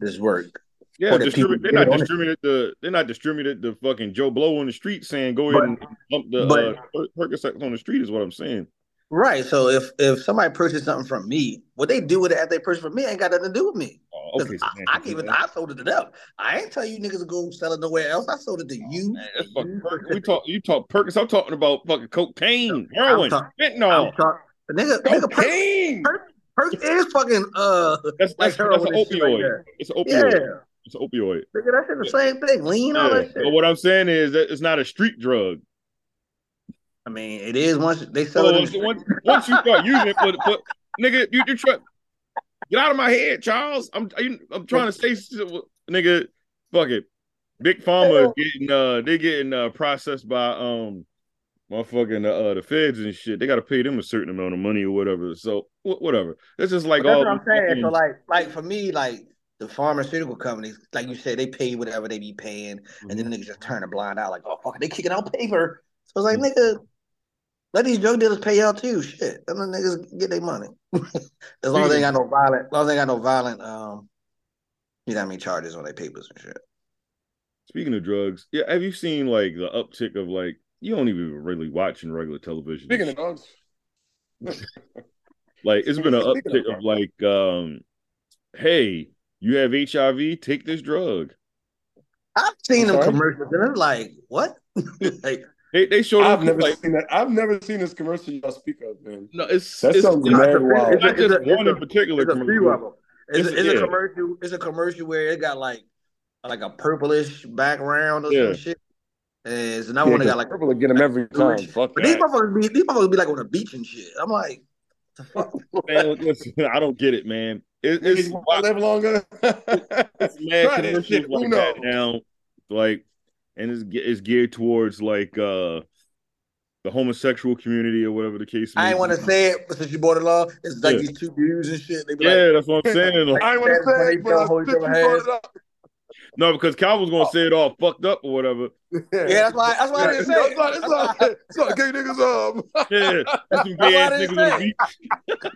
[SPEAKER 3] this work.
[SPEAKER 2] Yeah,
[SPEAKER 3] for the
[SPEAKER 2] distribute,
[SPEAKER 3] people
[SPEAKER 2] they're
[SPEAKER 3] that
[SPEAKER 2] not
[SPEAKER 3] own it.
[SPEAKER 2] distributed the they're not distributed the fucking Joe Blow on the street saying go ahead
[SPEAKER 3] But-
[SPEAKER 2] and dump the
[SPEAKER 3] but-
[SPEAKER 2] uh, Per- Percocets on the street is what I'm saying.
[SPEAKER 3] Right. So if if somebody purchased something from me, what they do with it after they purchase from me ain't got nothing to do with me.
[SPEAKER 2] Oh,
[SPEAKER 3] 'Cause
[SPEAKER 2] okay,
[SPEAKER 3] I,
[SPEAKER 2] Samantha,
[SPEAKER 3] I gave it.
[SPEAKER 2] man.
[SPEAKER 3] I sold it to them. I ain't tell you niggas to go sell it nowhere else. I sold it to you.
[SPEAKER 2] Oh, Man,
[SPEAKER 3] Mm-hmm.
[SPEAKER 2] that's fucking Perkins. We talk. You talk Perkins. I'm talking about fucking cocaine,
[SPEAKER 3] I'm
[SPEAKER 2] heroin,
[SPEAKER 3] talk- I'm
[SPEAKER 2] fentanyl.
[SPEAKER 3] talking, nigga, nigga, perk, perk is fucking uh
[SPEAKER 2] That's that's,
[SPEAKER 3] like heroin
[SPEAKER 2] that's an
[SPEAKER 3] and shit like
[SPEAKER 2] opioid.
[SPEAKER 3] that.
[SPEAKER 2] It's an opioid.
[SPEAKER 3] Yeah,
[SPEAKER 2] It's an opioid.
[SPEAKER 3] nigga, that's the same thing. Lean all
[SPEAKER 2] Yeah.
[SPEAKER 3] that
[SPEAKER 2] But
[SPEAKER 3] shit.
[SPEAKER 2] what I'm saying is that it's not a street drug.
[SPEAKER 3] I mean, it is once they sell
[SPEAKER 2] So
[SPEAKER 3] it. in the
[SPEAKER 2] once,
[SPEAKER 3] street.
[SPEAKER 2] once, once you start using it, but, but nigga, you you try, get out of my head, Charles. I'm you, I'm trying to say, s- nigga, fuck it. Big Pharma is getting uh they getting uh processed by um motherfucking uh, the feds and shit. They got to pay them a certain amount of money or whatever. So wh- whatever. It's just like
[SPEAKER 3] But that's
[SPEAKER 2] all
[SPEAKER 3] what I'm
[SPEAKER 2] these
[SPEAKER 3] saying. So
[SPEAKER 2] fucking-
[SPEAKER 3] like, like for me, like the pharmaceutical companies, like you said, they pay whatever they be paying, and then niggas just turn a blind eye, like, oh fuck, they kicking out paper. So it's like, nigga, let these drug dealers pay y'all too. Shit, and the niggas get their money. as long as they ain't got no violent, as long as they ain't got no violent, um, you know what I mean, charges on their papers and shit.
[SPEAKER 2] Speaking of drugs, yeah, have you seen like the uptick of like you don't even really watching regular television?
[SPEAKER 4] Speaking of dogs,
[SPEAKER 2] like it's been an
[SPEAKER 4] Speaking of
[SPEAKER 2] uptick of like um hey, you have HIV, take this drug.
[SPEAKER 3] I've seen
[SPEAKER 4] I'm
[SPEAKER 3] them
[SPEAKER 4] sorry?
[SPEAKER 3] commercials, and I'm like, what? like,
[SPEAKER 2] They they showed
[SPEAKER 4] I've never
[SPEAKER 2] like
[SPEAKER 4] seen that. I've never seen this commercial y'all speak of, man.
[SPEAKER 2] no, it's
[SPEAKER 4] That
[SPEAKER 2] it's,
[SPEAKER 4] sounds
[SPEAKER 2] it's
[SPEAKER 4] mad
[SPEAKER 3] it's a-
[SPEAKER 4] wild.
[SPEAKER 3] it's a-
[SPEAKER 2] not just
[SPEAKER 3] it's a-
[SPEAKER 2] one in
[SPEAKER 3] it's a-
[SPEAKER 2] particular.
[SPEAKER 3] It's a few of
[SPEAKER 2] commercial.
[SPEAKER 3] them. It's,
[SPEAKER 2] It's-
[SPEAKER 3] a, it's
[SPEAKER 2] yeah.
[SPEAKER 3] a commercial. It's a commercial where it got like like a purplish background or
[SPEAKER 2] Yeah.
[SPEAKER 3] some shit. And it's another one that got like.
[SPEAKER 4] purple to get them every
[SPEAKER 3] blue
[SPEAKER 4] time.
[SPEAKER 3] shit.
[SPEAKER 4] Fuck
[SPEAKER 3] But these
[SPEAKER 4] that.
[SPEAKER 3] motherfuckers be these motherfuckers be like on the beach and shit. I'm like, the fuck.
[SPEAKER 2] Man, look, listen, I don't get it, man. It,
[SPEAKER 4] Niggas
[SPEAKER 2] it's
[SPEAKER 4] want to live longer.
[SPEAKER 2] it's mad
[SPEAKER 4] Try that
[SPEAKER 2] commercials
[SPEAKER 4] shit. Who
[SPEAKER 2] like that now,
[SPEAKER 4] knows?
[SPEAKER 2] like, and it's ge- it's geared towards like uh the homosexual community or whatever the case.
[SPEAKER 3] I
[SPEAKER 2] may
[SPEAKER 3] ain't want
[SPEAKER 2] be.
[SPEAKER 3] to say it, but since you brought it up, it's like
[SPEAKER 2] Yeah.
[SPEAKER 3] these two dudes and shit. They be
[SPEAKER 2] Yeah, that's what I'm saying.
[SPEAKER 3] like,
[SPEAKER 4] I ain't want to say it, but
[SPEAKER 3] Hold
[SPEAKER 4] since you
[SPEAKER 3] your
[SPEAKER 4] brought
[SPEAKER 3] hands.
[SPEAKER 4] it up,
[SPEAKER 2] No, because Calvin's gonna say it all fucked up or whatever.
[SPEAKER 3] Yeah, that's why. That's why I didn't say.
[SPEAKER 4] That's
[SPEAKER 3] it.
[SPEAKER 4] not, that's not, that's not gay niggas um, up.
[SPEAKER 2] Yeah, there's some
[SPEAKER 3] That's
[SPEAKER 2] gay
[SPEAKER 3] what I
[SPEAKER 2] ass niggas
[SPEAKER 3] didn't
[SPEAKER 2] on the
[SPEAKER 3] say.
[SPEAKER 2] beach.
[SPEAKER 4] Yeah,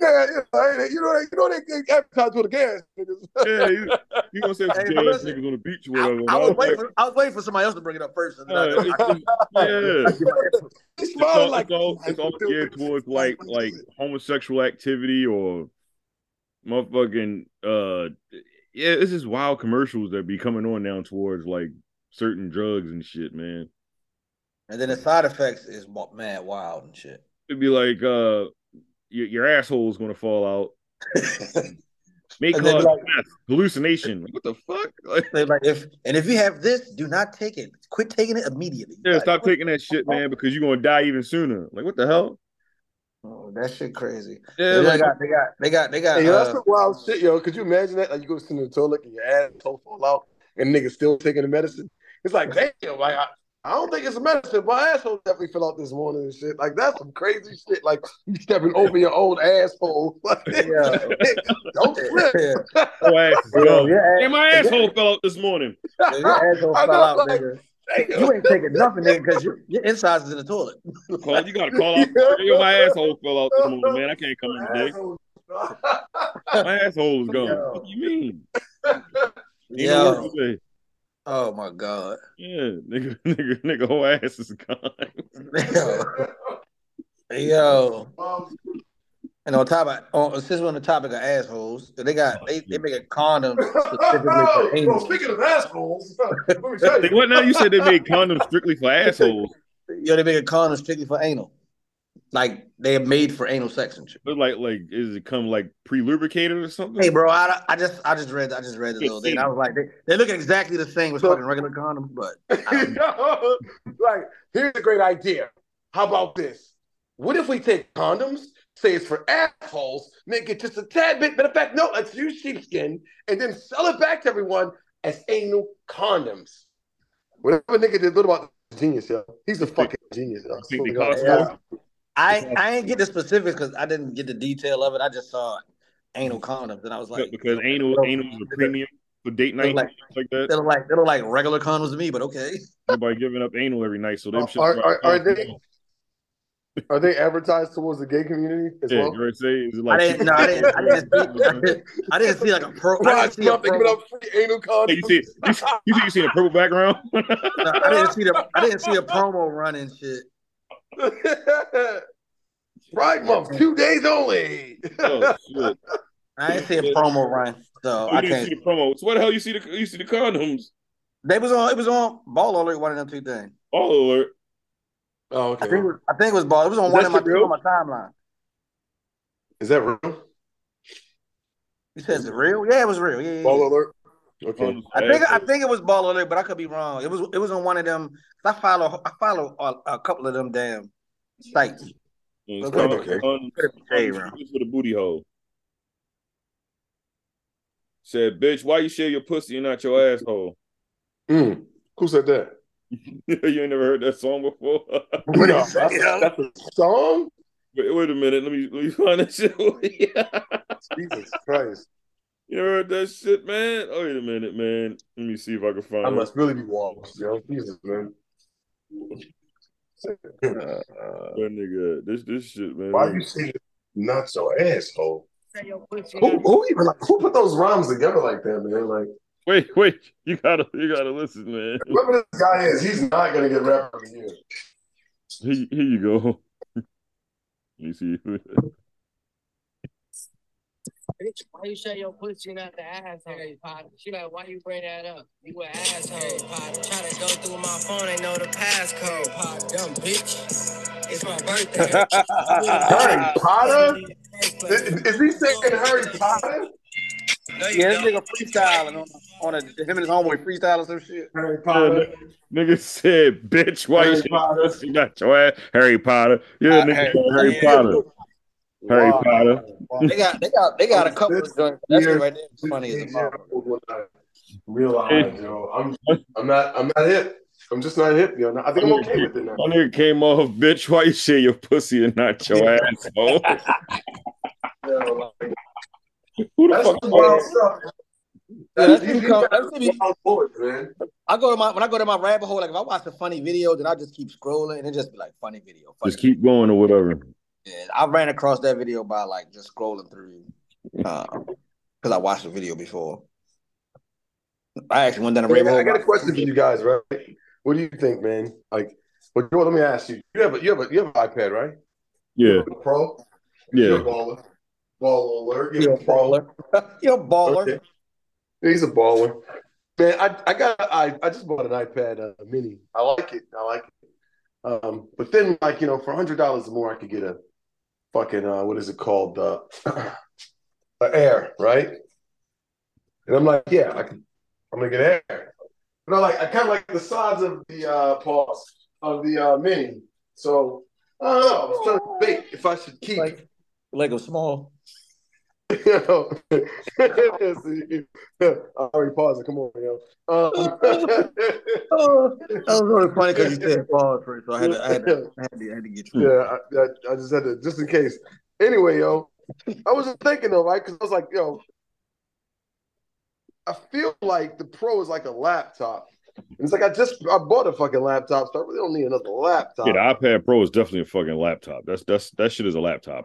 [SPEAKER 4] yeah, you know, you know, they, you know, they advertise with the gas niggas.
[SPEAKER 2] Yeah, you, you gonna say some
[SPEAKER 3] Hey,
[SPEAKER 2] gay ass
[SPEAKER 3] listen.
[SPEAKER 2] niggas on the beach or
[SPEAKER 3] I,
[SPEAKER 2] whatever.
[SPEAKER 3] I was
[SPEAKER 2] And
[SPEAKER 3] waiting. For, I was waiting for somebody else to bring it up first. and then
[SPEAKER 2] I was
[SPEAKER 3] I-
[SPEAKER 2] like, uh, it's- yeah.
[SPEAKER 4] They
[SPEAKER 2] It's all,
[SPEAKER 4] smile like
[SPEAKER 2] it's all, it's all geared towards like like homosexual activity or motherfucking uh yeah, it's just wild commercials that be coming on now towards like certain drugs and shit, man.
[SPEAKER 3] and then the side effects is wa- mad wild and shit.
[SPEAKER 2] It'd be like uh your, your asshole is gonna fall out. May
[SPEAKER 3] And then,
[SPEAKER 2] cause
[SPEAKER 3] like-
[SPEAKER 2] death, hallucination. Like, what the fuck? Like,
[SPEAKER 3] They're like, if and if you have this, do not take it. Quit taking it immediately.
[SPEAKER 2] yeah,
[SPEAKER 3] Like,
[SPEAKER 2] stop taking that shit, man, because you're gonna die even sooner. Like what the hell?
[SPEAKER 3] oh, that shit crazy.
[SPEAKER 2] Yeah,
[SPEAKER 3] they,
[SPEAKER 2] like,
[SPEAKER 3] got, they got, they got, they got.
[SPEAKER 4] Hey, yo, that's
[SPEAKER 3] uh,
[SPEAKER 4] some wild shit, yo. Could you imagine that? Like you go sit in the toilet and your asshole fall out, and niggas still taking the medicine. It's like, damn, like I, I don't think it's a medicine. My asshole definitely fell out this morning and shit. Like that's some crazy shit. Like you stepping over your own asshole. Like,
[SPEAKER 3] Yeah.
[SPEAKER 4] don't slip.
[SPEAKER 3] yeah.
[SPEAKER 2] your ass is
[SPEAKER 3] Yo,
[SPEAKER 2] gone.
[SPEAKER 3] your ass-
[SPEAKER 2] Hey, my asshole fell out this morning.
[SPEAKER 3] yo, your asshole
[SPEAKER 4] I
[SPEAKER 3] fell
[SPEAKER 4] know,
[SPEAKER 3] out,
[SPEAKER 4] like,
[SPEAKER 3] nigga.
[SPEAKER 4] Damn.
[SPEAKER 3] You ain't taking nothing, nigga, because your, your insides is in the toilet.
[SPEAKER 2] Call, you gotta call out. Yo, my asshole fell out this morning, man. I can't come in today. My asshole is gone.
[SPEAKER 3] Yo.
[SPEAKER 2] What do you mean? Ain't no
[SPEAKER 3] Yo,
[SPEAKER 2] work today.
[SPEAKER 3] oh my god.
[SPEAKER 2] Yeah, nigga, nigga, nigga, whole ass is gone.
[SPEAKER 3] Yo, yo. And on top of on, since we're on the topic of assholes, they got they, they make a condom specifically for
[SPEAKER 4] Well,
[SPEAKER 3] anal.
[SPEAKER 4] speaking of assholes, let me tell
[SPEAKER 2] Like,
[SPEAKER 4] you.
[SPEAKER 2] what now? You said they made condoms strictly for assholes.
[SPEAKER 3] Yo, they make a condom strictly for anal. Like they are made for anal sex and shit.
[SPEAKER 2] But like, like, is it come like pre-lubricated or something?
[SPEAKER 3] Hey, bro, I, I just I just read I just read the little thing. I was like, they, they look exactly the same as fucking regular condoms, but
[SPEAKER 4] Yo, like, here's a great idea. How about this? What if we take condoms, say it's for assholes, make it just a tad bit, matter of fact, no, let's use sheepskin, and then sell it back to everyone as anal condoms. Whatever nigga did, what about genius, yo? He's a fucking genius. Yo.
[SPEAKER 2] think they cost
[SPEAKER 3] more? I I ain't get the specifics because I didn't get the detail of it. I just saw anal condoms and I was like,
[SPEAKER 2] because anal, anal is a premium for date night
[SPEAKER 3] like-
[SPEAKER 2] like, like that.
[SPEAKER 3] they look like they look like regular condoms to me, but okay.
[SPEAKER 2] Nobody giving up anal every night, so them shits
[SPEAKER 4] Are- are- are
[SPEAKER 2] probably-
[SPEAKER 4] they- Are they advertised towards the gay community as
[SPEAKER 2] Yeah,
[SPEAKER 4] well?
[SPEAKER 2] you know what I'm saying? Is it
[SPEAKER 3] I
[SPEAKER 2] like
[SPEAKER 3] didn't. No, I didn't. I didn't see. I didn't, I didn't see like a pro. I
[SPEAKER 4] Pride
[SPEAKER 3] didn't see a
[SPEAKER 4] Month, they giving
[SPEAKER 3] pro.
[SPEAKER 4] out free anal condoms.
[SPEAKER 2] Hey, you see, you see, you see, you see the purple background.
[SPEAKER 3] No, I didn't see the. I didn't see a promo run and shit.
[SPEAKER 4] Pride Month, two days only.
[SPEAKER 2] oh shit!
[SPEAKER 3] I didn't see a promo run,
[SPEAKER 4] Oh,
[SPEAKER 3] so
[SPEAKER 2] you
[SPEAKER 3] I
[SPEAKER 2] didn't see
[SPEAKER 3] can't.
[SPEAKER 2] the promos. What the hell? You see the you see the condoms?
[SPEAKER 3] They was on. It was on Ball Alert. One of them two things.
[SPEAKER 2] All alert.
[SPEAKER 4] Oh,
[SPEAKER 3] I
[SPEAKER 4] okay.
[SPEAKER 3] think. It was, I think it was Ball. It was on
[SPEAKER 4] Is
[SPEAKER 3] one
[SPEAKER 4] that
[SPEAKER 3] of my
[SPEAKER 4] shit real?
[SPEAKER 3] on my timeline.
[SPEAKER 4] Is that real?
[SPEAKER 3] You said it's real? Yeah, it was real. Yeah, yeah,
[SPEAKER 4] Ball
[SPEAKER 3] yeah.
[SPEAKER 4] alert. Um, Okay.
[SPEAKER 3] I think. I think it was Ball Alert, but I could be wrong. It was. It was on one of them. I follow. I follow a, a couple of them damn sites.
[SPEAKER 2] Yeah, it's
[SPEAKER 4] Okay,
[SPEAKER 2] called-
[SPEAKER 4] okay.
[SPEAKER 2] condoms-
[SPEAKER 3] Put it in the shade
[SPEAKER 2] condoms
[SPEAKER 3] room.
[SPEAKER 2] used for the booty hole. Said, bitch, why you share your pussy and not your asshole?
[SPEAKER 4] Mm. Who said that?
[SPEAKER 2] you ain't never heard that song before.
[SPEAKER 4] No, that's, that's a song.
[SPEAKER 2] wait, wait a minute, let me let me find that shit.
[SPEAKER 4] Jesus Christ!
[SPEAKER 2] you never heard that shit, man? Oh, wait a minute, man. Let me see if I can find
[SPEAKER 4] I
[SPEAKER 2] it.
[SPEAKER 4] must really be washed, yo. Jesus, man. Uh,
[SPEAKER 2] that nigga. This this shit, man.
[SPEAKER 4] Why you say not so asshole? Who,
[SPEAKER 1] Who-
[SPEAKER 4] who even like who put those rhymes together like that, man? Like
[SPEAKER 2] Wait, wait. You gotta you gotta listen, man.
[SPEAKER 4] whoever this guy is, he's not gonna get rapper of the year.
[SPEAKER 2] Here, here you go. Let me see.
[SPEAKER 5] Bitch, why you shut your pussy and not the asshole, Potter? She like, why you bring that up? You an asshole, Potter. Try to go through my phone, ain't know the passcode, Potter. Dumb bitch. It's my birthday.
[SPEAKER 4] Harry Potter? Is,
[SPEAKER 5] Potter?
[SPEAKER 4] is he saying Harry Potter?
[SPEAKER 3] Yeah, this nigga freestyling on, on a, him and his homeboy freestyling some shit.
[SPEAKER 4] Harry
[SPEAKER 2] Potter. Nigga said, bitch, why you
[SPEAKER 4] Harry
[SPEAKER 2] shit
[SPEAKER 4] Potter.
[SPEAKER 2] pussy not your ass? Harry Potter. Yeah,
[SPEAKER 3] Uh,
[SPEAKER 2] nigga
[SPEAKER 3] Harry-
[SPEAKER 2] said Harry
[SPEAKER 3] yeah.
[SPEAKER 2] Potter. Harry Potter.
[SPEAKER 3] They got, they got, they got a couple of joints. That shit right there is funny as a motherfucker.
[SPEAKER 4] Realize, yo, I'm, I'm not, I'm not hip. I'm just not hip, yo. I think I'm okay with it now.
[SPEAKER 2] My nigga came off, bitch, why you share your pussy and not your asshole?
[SPEAKER 4] Yo, like,
[SPEAKER 2] Who the
[SPEAKER 4] that's
[SPEAKER 2] fuck
[SPEAKER 4] some wild stuff. That's
[SPEAKER 3] that's if you come- that's if you-
[SPEAKER 4] on board, man.
[SPEAKER 3] I go to my when I go to my rabbit hole, like if I watch a funny video, then I just keep scrolling and it just be like funny video. Funny
[SPEAKER 2] Just keep going or whatever.
[SPEAKER 3] video. And I ran across that video by like just scrolling through because I watched the video before. I actually went down the
[SPEAKER 4] I
[SPEAKER 3] rabbit
[SPEAKER 4] got,
[SPEAKER 3] hole.
[SPEAKER 4] I got a question for you guys, right? What do you think, man? Like, but Joel, let me ask you. You have a you have a you have an iPad, right?
[SPEAKER 2] Yeah,
[SPEAKER 4] A Pro. You're
[SPEAKER 2] yeah.
[SPEAKER 4] a baller. Baller alert.
[SPEAKER 3] You're a baller. You're a baller.
[SPEAKER 4] Okay. He's a baller. Man, I, I got I, I just bought an iPad uh, mini. I like it. I like it. Um, but then like, you know, for hundred dollars more I could get a fucking uh what is it called? Uh a air, right? And I'm like, yeah, I can, I'm gonna get air. But I like I kinda like the size of the uh pause of the uh mini. So I don't know, I was trying to debate if I should keep
[SPEAKER 3] Like like a small.
[SPEAKER 4] yo. See, I already paused it. Come on, yo. Um,
[SPEAKER 3] Oh, that was really funny because you said pause first, so I had to, I had to, I had to, I had to get you.
[SPEAKER 4] yeah, I, I, I just had to, just in case. Anyway, yo, I was just thinking though, right? Because I was like, yo, I feel like the Pro is like a laptop. And it's like I just I bought a fucking laptop, so I really don't need another laptop.
[SPEAKER 2] Yeah, the iPad Pro is definitely a fucking laptop. That's that's that shit is a laptop.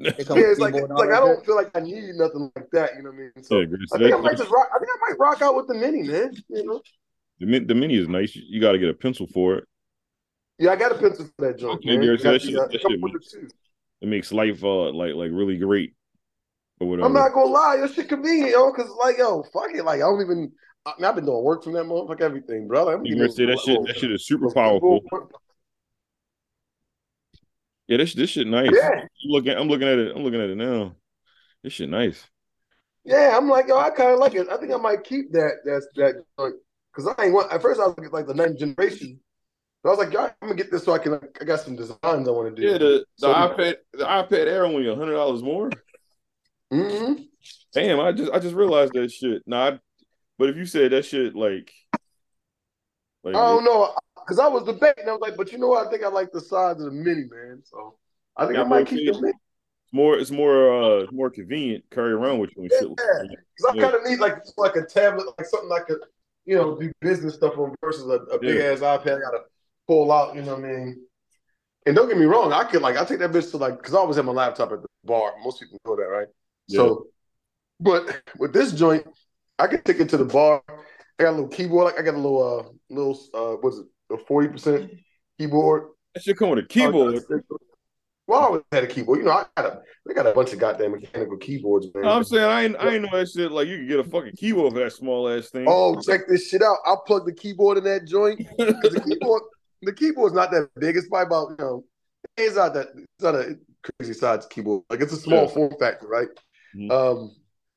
[SPEAKER 3] Here comes
[SPEAKER 4] Yeah, it's like, it's
[SPEAKER 3] keyboard and all
[SPEAKER 4] like I
[SPEAKER 3] that
[SPEAKER 4] don't feel like I need nothing like that. You know what I mean? So
[SPEAKER 2] Yeah, Grace,
[SPEAKER 4] I think I
[SPEAKER 2] that-
[SPEAKER 4] might just rock. I think I might rock out with the mini, man. You know?
[SPEAKER 2] the, min- the mini is nice. You got to get a pencil for it.
[SPEAKER 4] Yeah, I got a pencil for that joint,
[SPEAKER 2] Okay,
[SPEAKER 4] man.
[SPEAKER 2] Gary, so
[SPEAKER 4] Got
[SPEAKER 2] that
[SPEAKER 4] the,
[SPEAKER 2] shit-
[SPEAKER 4] uh,
[SPEAKER 2] that
[SPEAKER 4] come
[SPEAKER 2] shit
[SPEAKER 4] with
[SPEAKER 2] makes-
[SPEAKER 4] the two.
[SPEAKER 2] It makes life uh like like really great or whatever.
[SPEAKER 4] I'm not gonna lie, your shit convenient, yo, cause like yo, fuck it, like I don't even. I mean, I've been doing work from that motherfucker, everything, bro. Like, I'm
[SPEAKER 2] you gonna say that shit? That shit is super powerful. Yeah, this this shit nice.
[SPEAKER 4] Yeah,
[SPEAKER 2] I'm looking, I'm looking at it. I'm looking at it now. This shit nice.
[SPEAKER 4] yeah. I'm like, yo, I kind of like it. I think I might keep that. That's that, joint. cause I ain't want. At first, I was looking at, like the ninth generation. But I was like, yo, I'm gonna get this so I can. Like, I got some designs I want to do.
[SPEAKER 2] Yeah, the, the
[SPEAKER 4] So-
[SPEAKER 2] iPad the iPad Air only a hundred dollars more.
[SPEAKER 4] Mhm.
[SPEAKER 2] Damn, I just I just realized that shit. Nah, I, but if you said that shit like, like
[SPEAKER 4] I don't know, cause I was debating. I was like, but you know what? I think I like the size of the mini, man. So I think I
[SPEAKER 2] Yeah,
[SPEAKER 4] might
[SPEAKER 2] okay.
[SPEAKER 4] keep the mini.
[SPEAKER 2] it's more it's more uh more convenient carry around with you and shit.
[SPEAKER 4] Yeah. Because I
[SPEAKER 2] Yeah.
[SPEAKER 4] kind of need like like a tablet, like something I could, you know, do business stuff on versus a, a big
[SPEAKER 2] Yeah.
[SPEAKER 4] ass iPad. I gotta pull out, you know what I mean? And don't get me wrong, I could like I take that bitch to like because I always have my laptop at the bar. Most people know that, right? So, but with this joint, I could take it to the bar. I got a little keyboard. Like I got a little uh little uh what's it a forty percent keyboard
[SPEAKER 2] That should come with a keyboard.
[SPEAKER 4] Well, I always had a keyboard. You know, I got a we got a bunch of goddamn mechanical keyboards, man.
[SPEAKER 2] No, Oh, I'm saying I ain't I ain't know that shit. Like you can get a fucking keyboard for that small ass thing.
[SPEAKER 4] Oh, check this shit out. I'll plug the keyboard in that joint. 'Cause The keyboard, the keyboard's not that big. It's probably about, you know, it's not that it's not a crazy size keyboard. Like it's a small
[SPEAKER 2] Yeah.
[SPEAKER 4] form factor, right?
[SPEAKER 2] Mhm.
[SPEAKER 4] Um,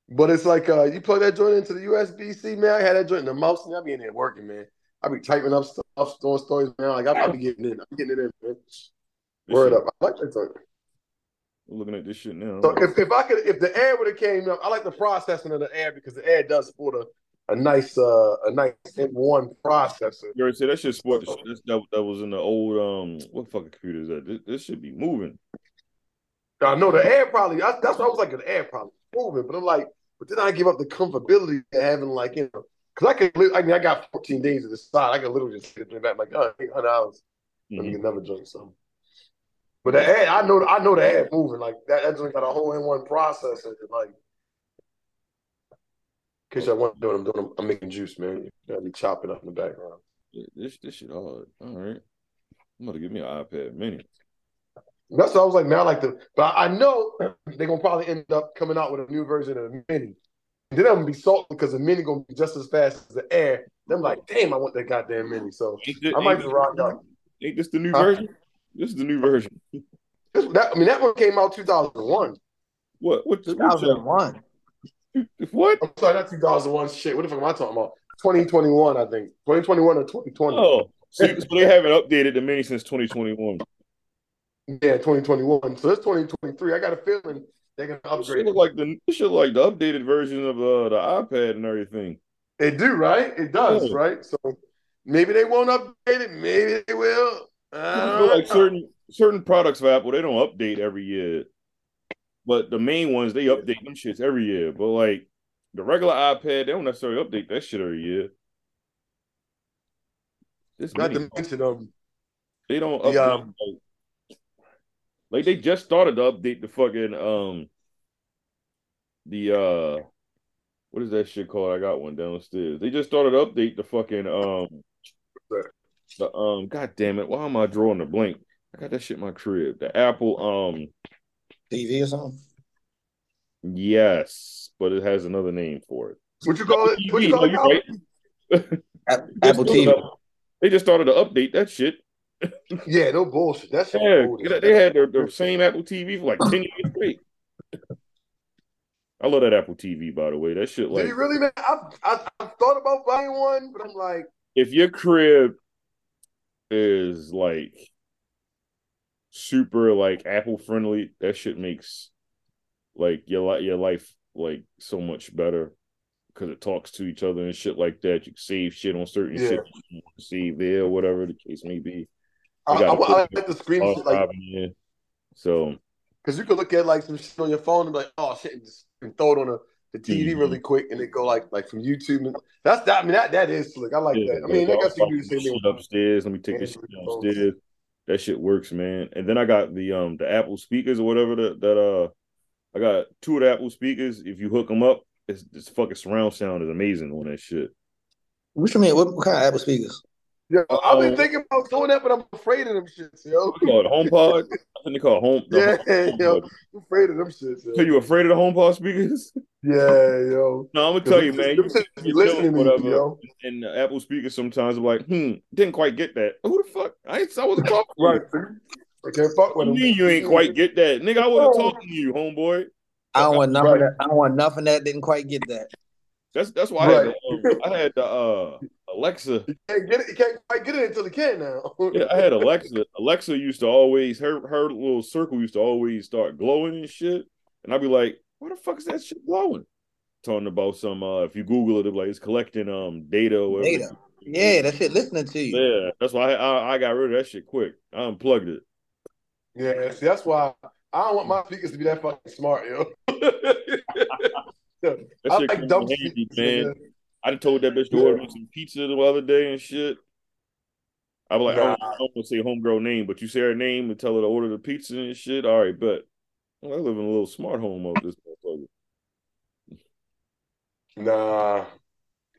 [SPEAKER 4] but it's like uh you plug that joint into the USB C, man. I had that joint in the mouse, and I be in there working, man. I be typing up stuff, doing stories, man. Like I probably getting in. I'm getting in there, man.
[SPEAKER 2] This
[SPEAKER 4] Word
[SPEAKER 2] shit-
[SPEAKER 4] up. I like that joint.
[SPEAKER 2] I'm looking at this shit now.
[SPEAKER 4] So if, if I could, if the air would have came up, I like the processing of the air because the air does support a, a nice, uh, a nice M1 processor.
[SPEAKER 2] You already said that shit sport. This, that, that was in the old um. What fucking computer is that? This, this should be moving.
[SPEAKER 4] I know the air probably. I, that's what I was like. The air probably moving, but I'm like, but then I give up the comfortability to having like you know, because I can. li- I mean, I got 14 days to decide. I can literally just sit back like, oh, eight hundred dollars. Let me
[SPEAKER 2] Mhm.
[SPEAKER 4] get another joint. So, but the ad, I know, I know the ad moving like that. That joint got a whole M1 processor. Like, in case y'all want to know what I'm doing, I'm, I'm making juice, man. Gotta be chopping up in the background.
[SPEAKER 2] This this shit hard. All right, I'm gonna give me an iPad Mini.
[SPEAKER 4] That's what I was like. Man, I like the, but I I know they're gonna probably end up coming out with a new version of the mini. And then I'm gonna be salty because the mini gonna be just as fast as the air. Then I'm like, damn, I want that goddamn mini. So
[SPEAKER 2] Ain't thi-
[SPEAKER 4] I might
[SPEAKER 2] ain't
[SPEAKER 4] just rock out.
[SPEAKER 2] thi- Ain't this the new
[SPEAKER 4] Huh?
[SPEAKER 2] version? This is the new version.
[SPEAKER 4] This, that, I mean, that one came out 2001.
[SPEAKER 2] What what what-
[SPEAKER 3] 2001.
[SPEAKER 2] what?
[SPEAKER 4] I'm sorry, not 2001. Shit, what the fuck am I talking about? 2021, I think. 2021 or 2020.
[SPEAKER 2] Oh, so, so they haven't updated the Mini since 2021.
[SPEAKER 4] Yeah, 2021. So it's 2023. I got a feeling they're gonna
[SPEAKER 2] This shit
[SPEAKER 4] upgrade.
[SPEAKER 2] look like the this shit like the updated version of uh, the iPad and everything.
[SPEAKER 4] They do, right? It does,
[SPEAKER 2] Yeah.
[SPEAKER 4] right? So maybe they won't update it. Maybe they will.
[SPEAKER 3] Uh,
[SPEAKER 4] I
[SPEAKER 2] I
[SPEAKER 4] don't
[SPEAKER 2] feel like
[SPEAKER 4] know.
[SPEAKER 2] certain certain products for Apple they don't update every year, but the main ones they update them shits every year. But like the regular iPad, they don't necessarily update that shit every year. This
[SPEAKER 4] Not
[SPEAKER 2] many-
[SPEAKER 4] to mention um,
[SPEAKER 2] they don't
[SPEAKER 4] the,
[SPEAKER 2] update
[SPEAKER 4] um,
[SPEAKER 2] like, like, they just started to update the fucking um the uh what is that shit called? I got one downstairs. They just started to update the fucking um the um god damn it, why am I drawing a blank? I got that shit in my crib. The Apple um
[SPEAKER 3] TV or something.
[SPEAKER 2] yes, but it has another name for it.
[SPEAKER 4] what you call it? What
[SPEAKER 2] TV,
[SPEAKER 4] you call it?
[SPEAKER 2] no,
[SPEAKER 4] Now?
[SPEAKER 2] you're right.
[SPEAKER 3] App-
[SPEAKER 2] They
[SPEAKER 3] Apple
[SPEAKER 2] started
[SPEAKER 3] TV.
[SPEAKER 2] to- They just started to update that shit.
[SPEAKER 4] Yeah, no bullshit. That's
[SPEAKER 2] Yeah, they had their, their same Apple TV for like ten years straight. I love that Apple TV, by the way. That shit,
[SPEAKER 4] Do
[SPEAKER 2] like,
[SPEAKER 4] you really, man? I, I, I thought about buying one, but I'm like,
[SPEAKER 2] if your crib is like super like Apple friendly, that shit makes like your li- your life like so much better because it talks to each other and shit like that. You can save shit on certain
[SPEAKER 4] Yeah.
[SPEAKER 2] shit you want to save there, whatever the case may be.
[SPEAKER 4] I,
[SPEAKER 2] You
[SPEAKER 4] I,
[SPEAKER 2] gotta
[SPEAKER 4] I
[SPEAKER 2] put
[SPEAKER 4] like the screen shit, like,
[SPEAKER 2] Archiving it. So
[SPEAKER 4] because you could look at like some shit on your phone and be like, oh shit, and, just, and throw it on a, the TV
[SPEAKER 2] Mhm.
[SPEAKER 4] really quick, and it go like, like from YouTube. And, that's that. I mean, that that is slick. I like
[SPEAKER 2] Yeah,
[SPEAKER 4] that. I mean,
[SPEAKER 2] yeah,
[SPEAKER 4] I guess you
[SPEAKER 2] I'll
[SPEAKER 4] can do the
[SPEAKER 2] pop
[SPEAKER 4] same thing.
[SPEAKER 2] shit upstairs. Let me take this shit
[SPEAKER 4] Android phones.
[SPEAKER 2] downstairs. That shit works, man. And then I got the um the Apple speakers or whatever that that uh I got two of the Apple speakers. If you hook them up, it's this fucking surround sound is amazing on that shit.
[SPEAKER 3] What you mean? What, what kind of Apple speakers?
[SPEAKER 4] Yo, I've been
[SPEAKER 2] Uh-oh.
[SPEAKER 4] thinking about doing that, but I'm afraid of them shits, yo.
[SPEAKER 2] What they call it HomePod? I think they call it home. the
[SPEAKER 4] Yeah,
[SPEAKER 2] HomePod.
[SPEAKER 4] yo. I'm afraid of them shits.
[SPEAKER 2] So
[SPEAKER 4] Yo.
[SPEAKER 2] you afraid of the HomePod speakers?
[SPEAKER 4] Yeah, yo.
[SPEAKER 2] No, I'm gonna tell you, man. You
[SPEAKER 4] Them shits
[SPEAKER 2] you
[SPEAKER 4] be
[SPEAKER 2] chill,
[SPEAKER 4] listening to
[SPEAKER 2] whatever.
[SPEAKER 4] me, yo.
[SPEAKER 2] and the Apple speakers sometimes are like, hmm, didn't quite get that. Who the fuck? I ain't, I wasn't talking. to you.
[SPEAKER 4] Right. I can't fuck
[SPEAKER 2] What
[SPEAKER 4] with
[SPEAKER 2] do you
[SPEAKER 4] them.
[SPEAKER 2] mean you ain't quite get that, nigga? I wasn't
[SPEAKER 4] Oh.
[SPEAKER 2] talking to you, homeboy.
[SPEAKER 3] I don't want nothing.
[SPEAKER 4] Right.
[SPEAKER 3] That, I don't want nothing that didn't quite get that.
[SPEAKER 2] That's that's why I,
[SPEAKER 4] Right.
[SPEAKER 2] had the, um, I had the uh, Alexa.
[SPEAKER 4] Can't get it. You can't quite get it until you can now.
[SPEAKER 2] Yeah, I had Alexa. Alexa used to always her her little circle used to always start glowing and shit, and I'd be like, "Why the fuck is that shit glowing?" Talking about some uh, if you Google it, it'll be like it's collecting um data or whatever.
[SPEAKER 3] Data. Yeah, that shit listening to you.
[SPEAKER 2] Yeah, that's why I, I I got rid of that shit quick. I unplugged it.
[SPEAKER 4] Yeah, see, that's why I don't want my speakers to be that fucking smart, yo.
[SPEAKER 2] That
[SPEAKER 4] I
[SPEAKER 2] shit
[SPEAKER 4] like
[SPEAKER 2] came
[SPEAKER 4] dumb
[SPEAKER 2] in handy,
[SPEAKER 4] speakers,
[SPEAKER 2] man.
[SPEAKER 4] man.
[SPEAKER 2] I done told that bitch to
[SPEAKER 4] Yeah.
[SPEAKER 2] order me some pizza the other day and shit. I was like, I don't,
[SPEAKER 4] Nah.
[SPEAKER 2] I don't want to say homegirl name, but you say her name and tell her to order the pizza and shit. All right, but well, I live in a little smart home of this motherfucker.
[SPEAKER 4] Nah,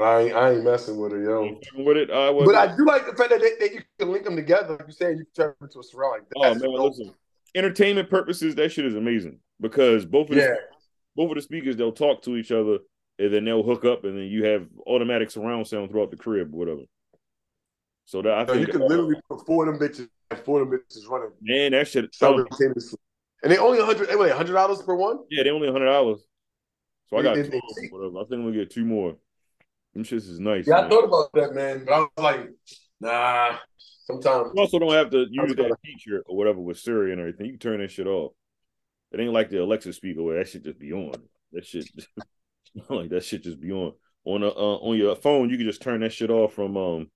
[SPEAKER 4] I ain't, I ain't messing with her,
[SPEAKER 2] You
[SPEAKER 4] yo.
[SPEAKER 2] ain't fucking With it, I was.
[SPEAKER 4] Oh. But I do like the fact that, they, that you can link them together. Like you saying, you can turn them into a surround. Like,
[SPEAKER 2] oh
[SPEAKER 4] that's
[SPEAKER 2] man,
[SPEAKER 4] dope.
[SPEAKER 2] listen. Entertainment purposes, that shit is amazing because both of the,
[SPEAKER 4] Yeah,
[SPEAKER 2] both of the speakers they'll talk to each other and then they'll hook up and then you have automatic surround sound throughout the crib, whatever. So that I
[SPEAKER 4] yo,
[SPEAKER 2] think uh,
[SPEAKER 4] you can literally put four of them bitches, like, four of them bitches running
[SPEAKER 2] man, that shit. Um,
[SPEAKER 4] simultaneously. And they only 100 wait, $100 per one?
[SPEAKER 2] yeah, they only hundred dollars. So I got two
[SPEAKER 4] It-
[SPEAKER 2] of
[SPEAKER 4] it-
[SPEAKER 2] them, whatever. I think I'm gonna get two more. Them shits is nice.
[SPEAKER 4] Yeah, I
[SPEAKER 2] man.
[SPEAKER 4] thought about that, man. But I was like, nah, sometimes.
[SPEAKER 2] You also don't have to
[SPEAKER 4] I was
[SPEAKER 2] use that feature or whatever with Siri and everything. You can turn that shit off. It ain't like the Alexa speaker where that shit just be on. That shit, like that shit just be on on a uh, on your phone. You can just turn that shit off from. um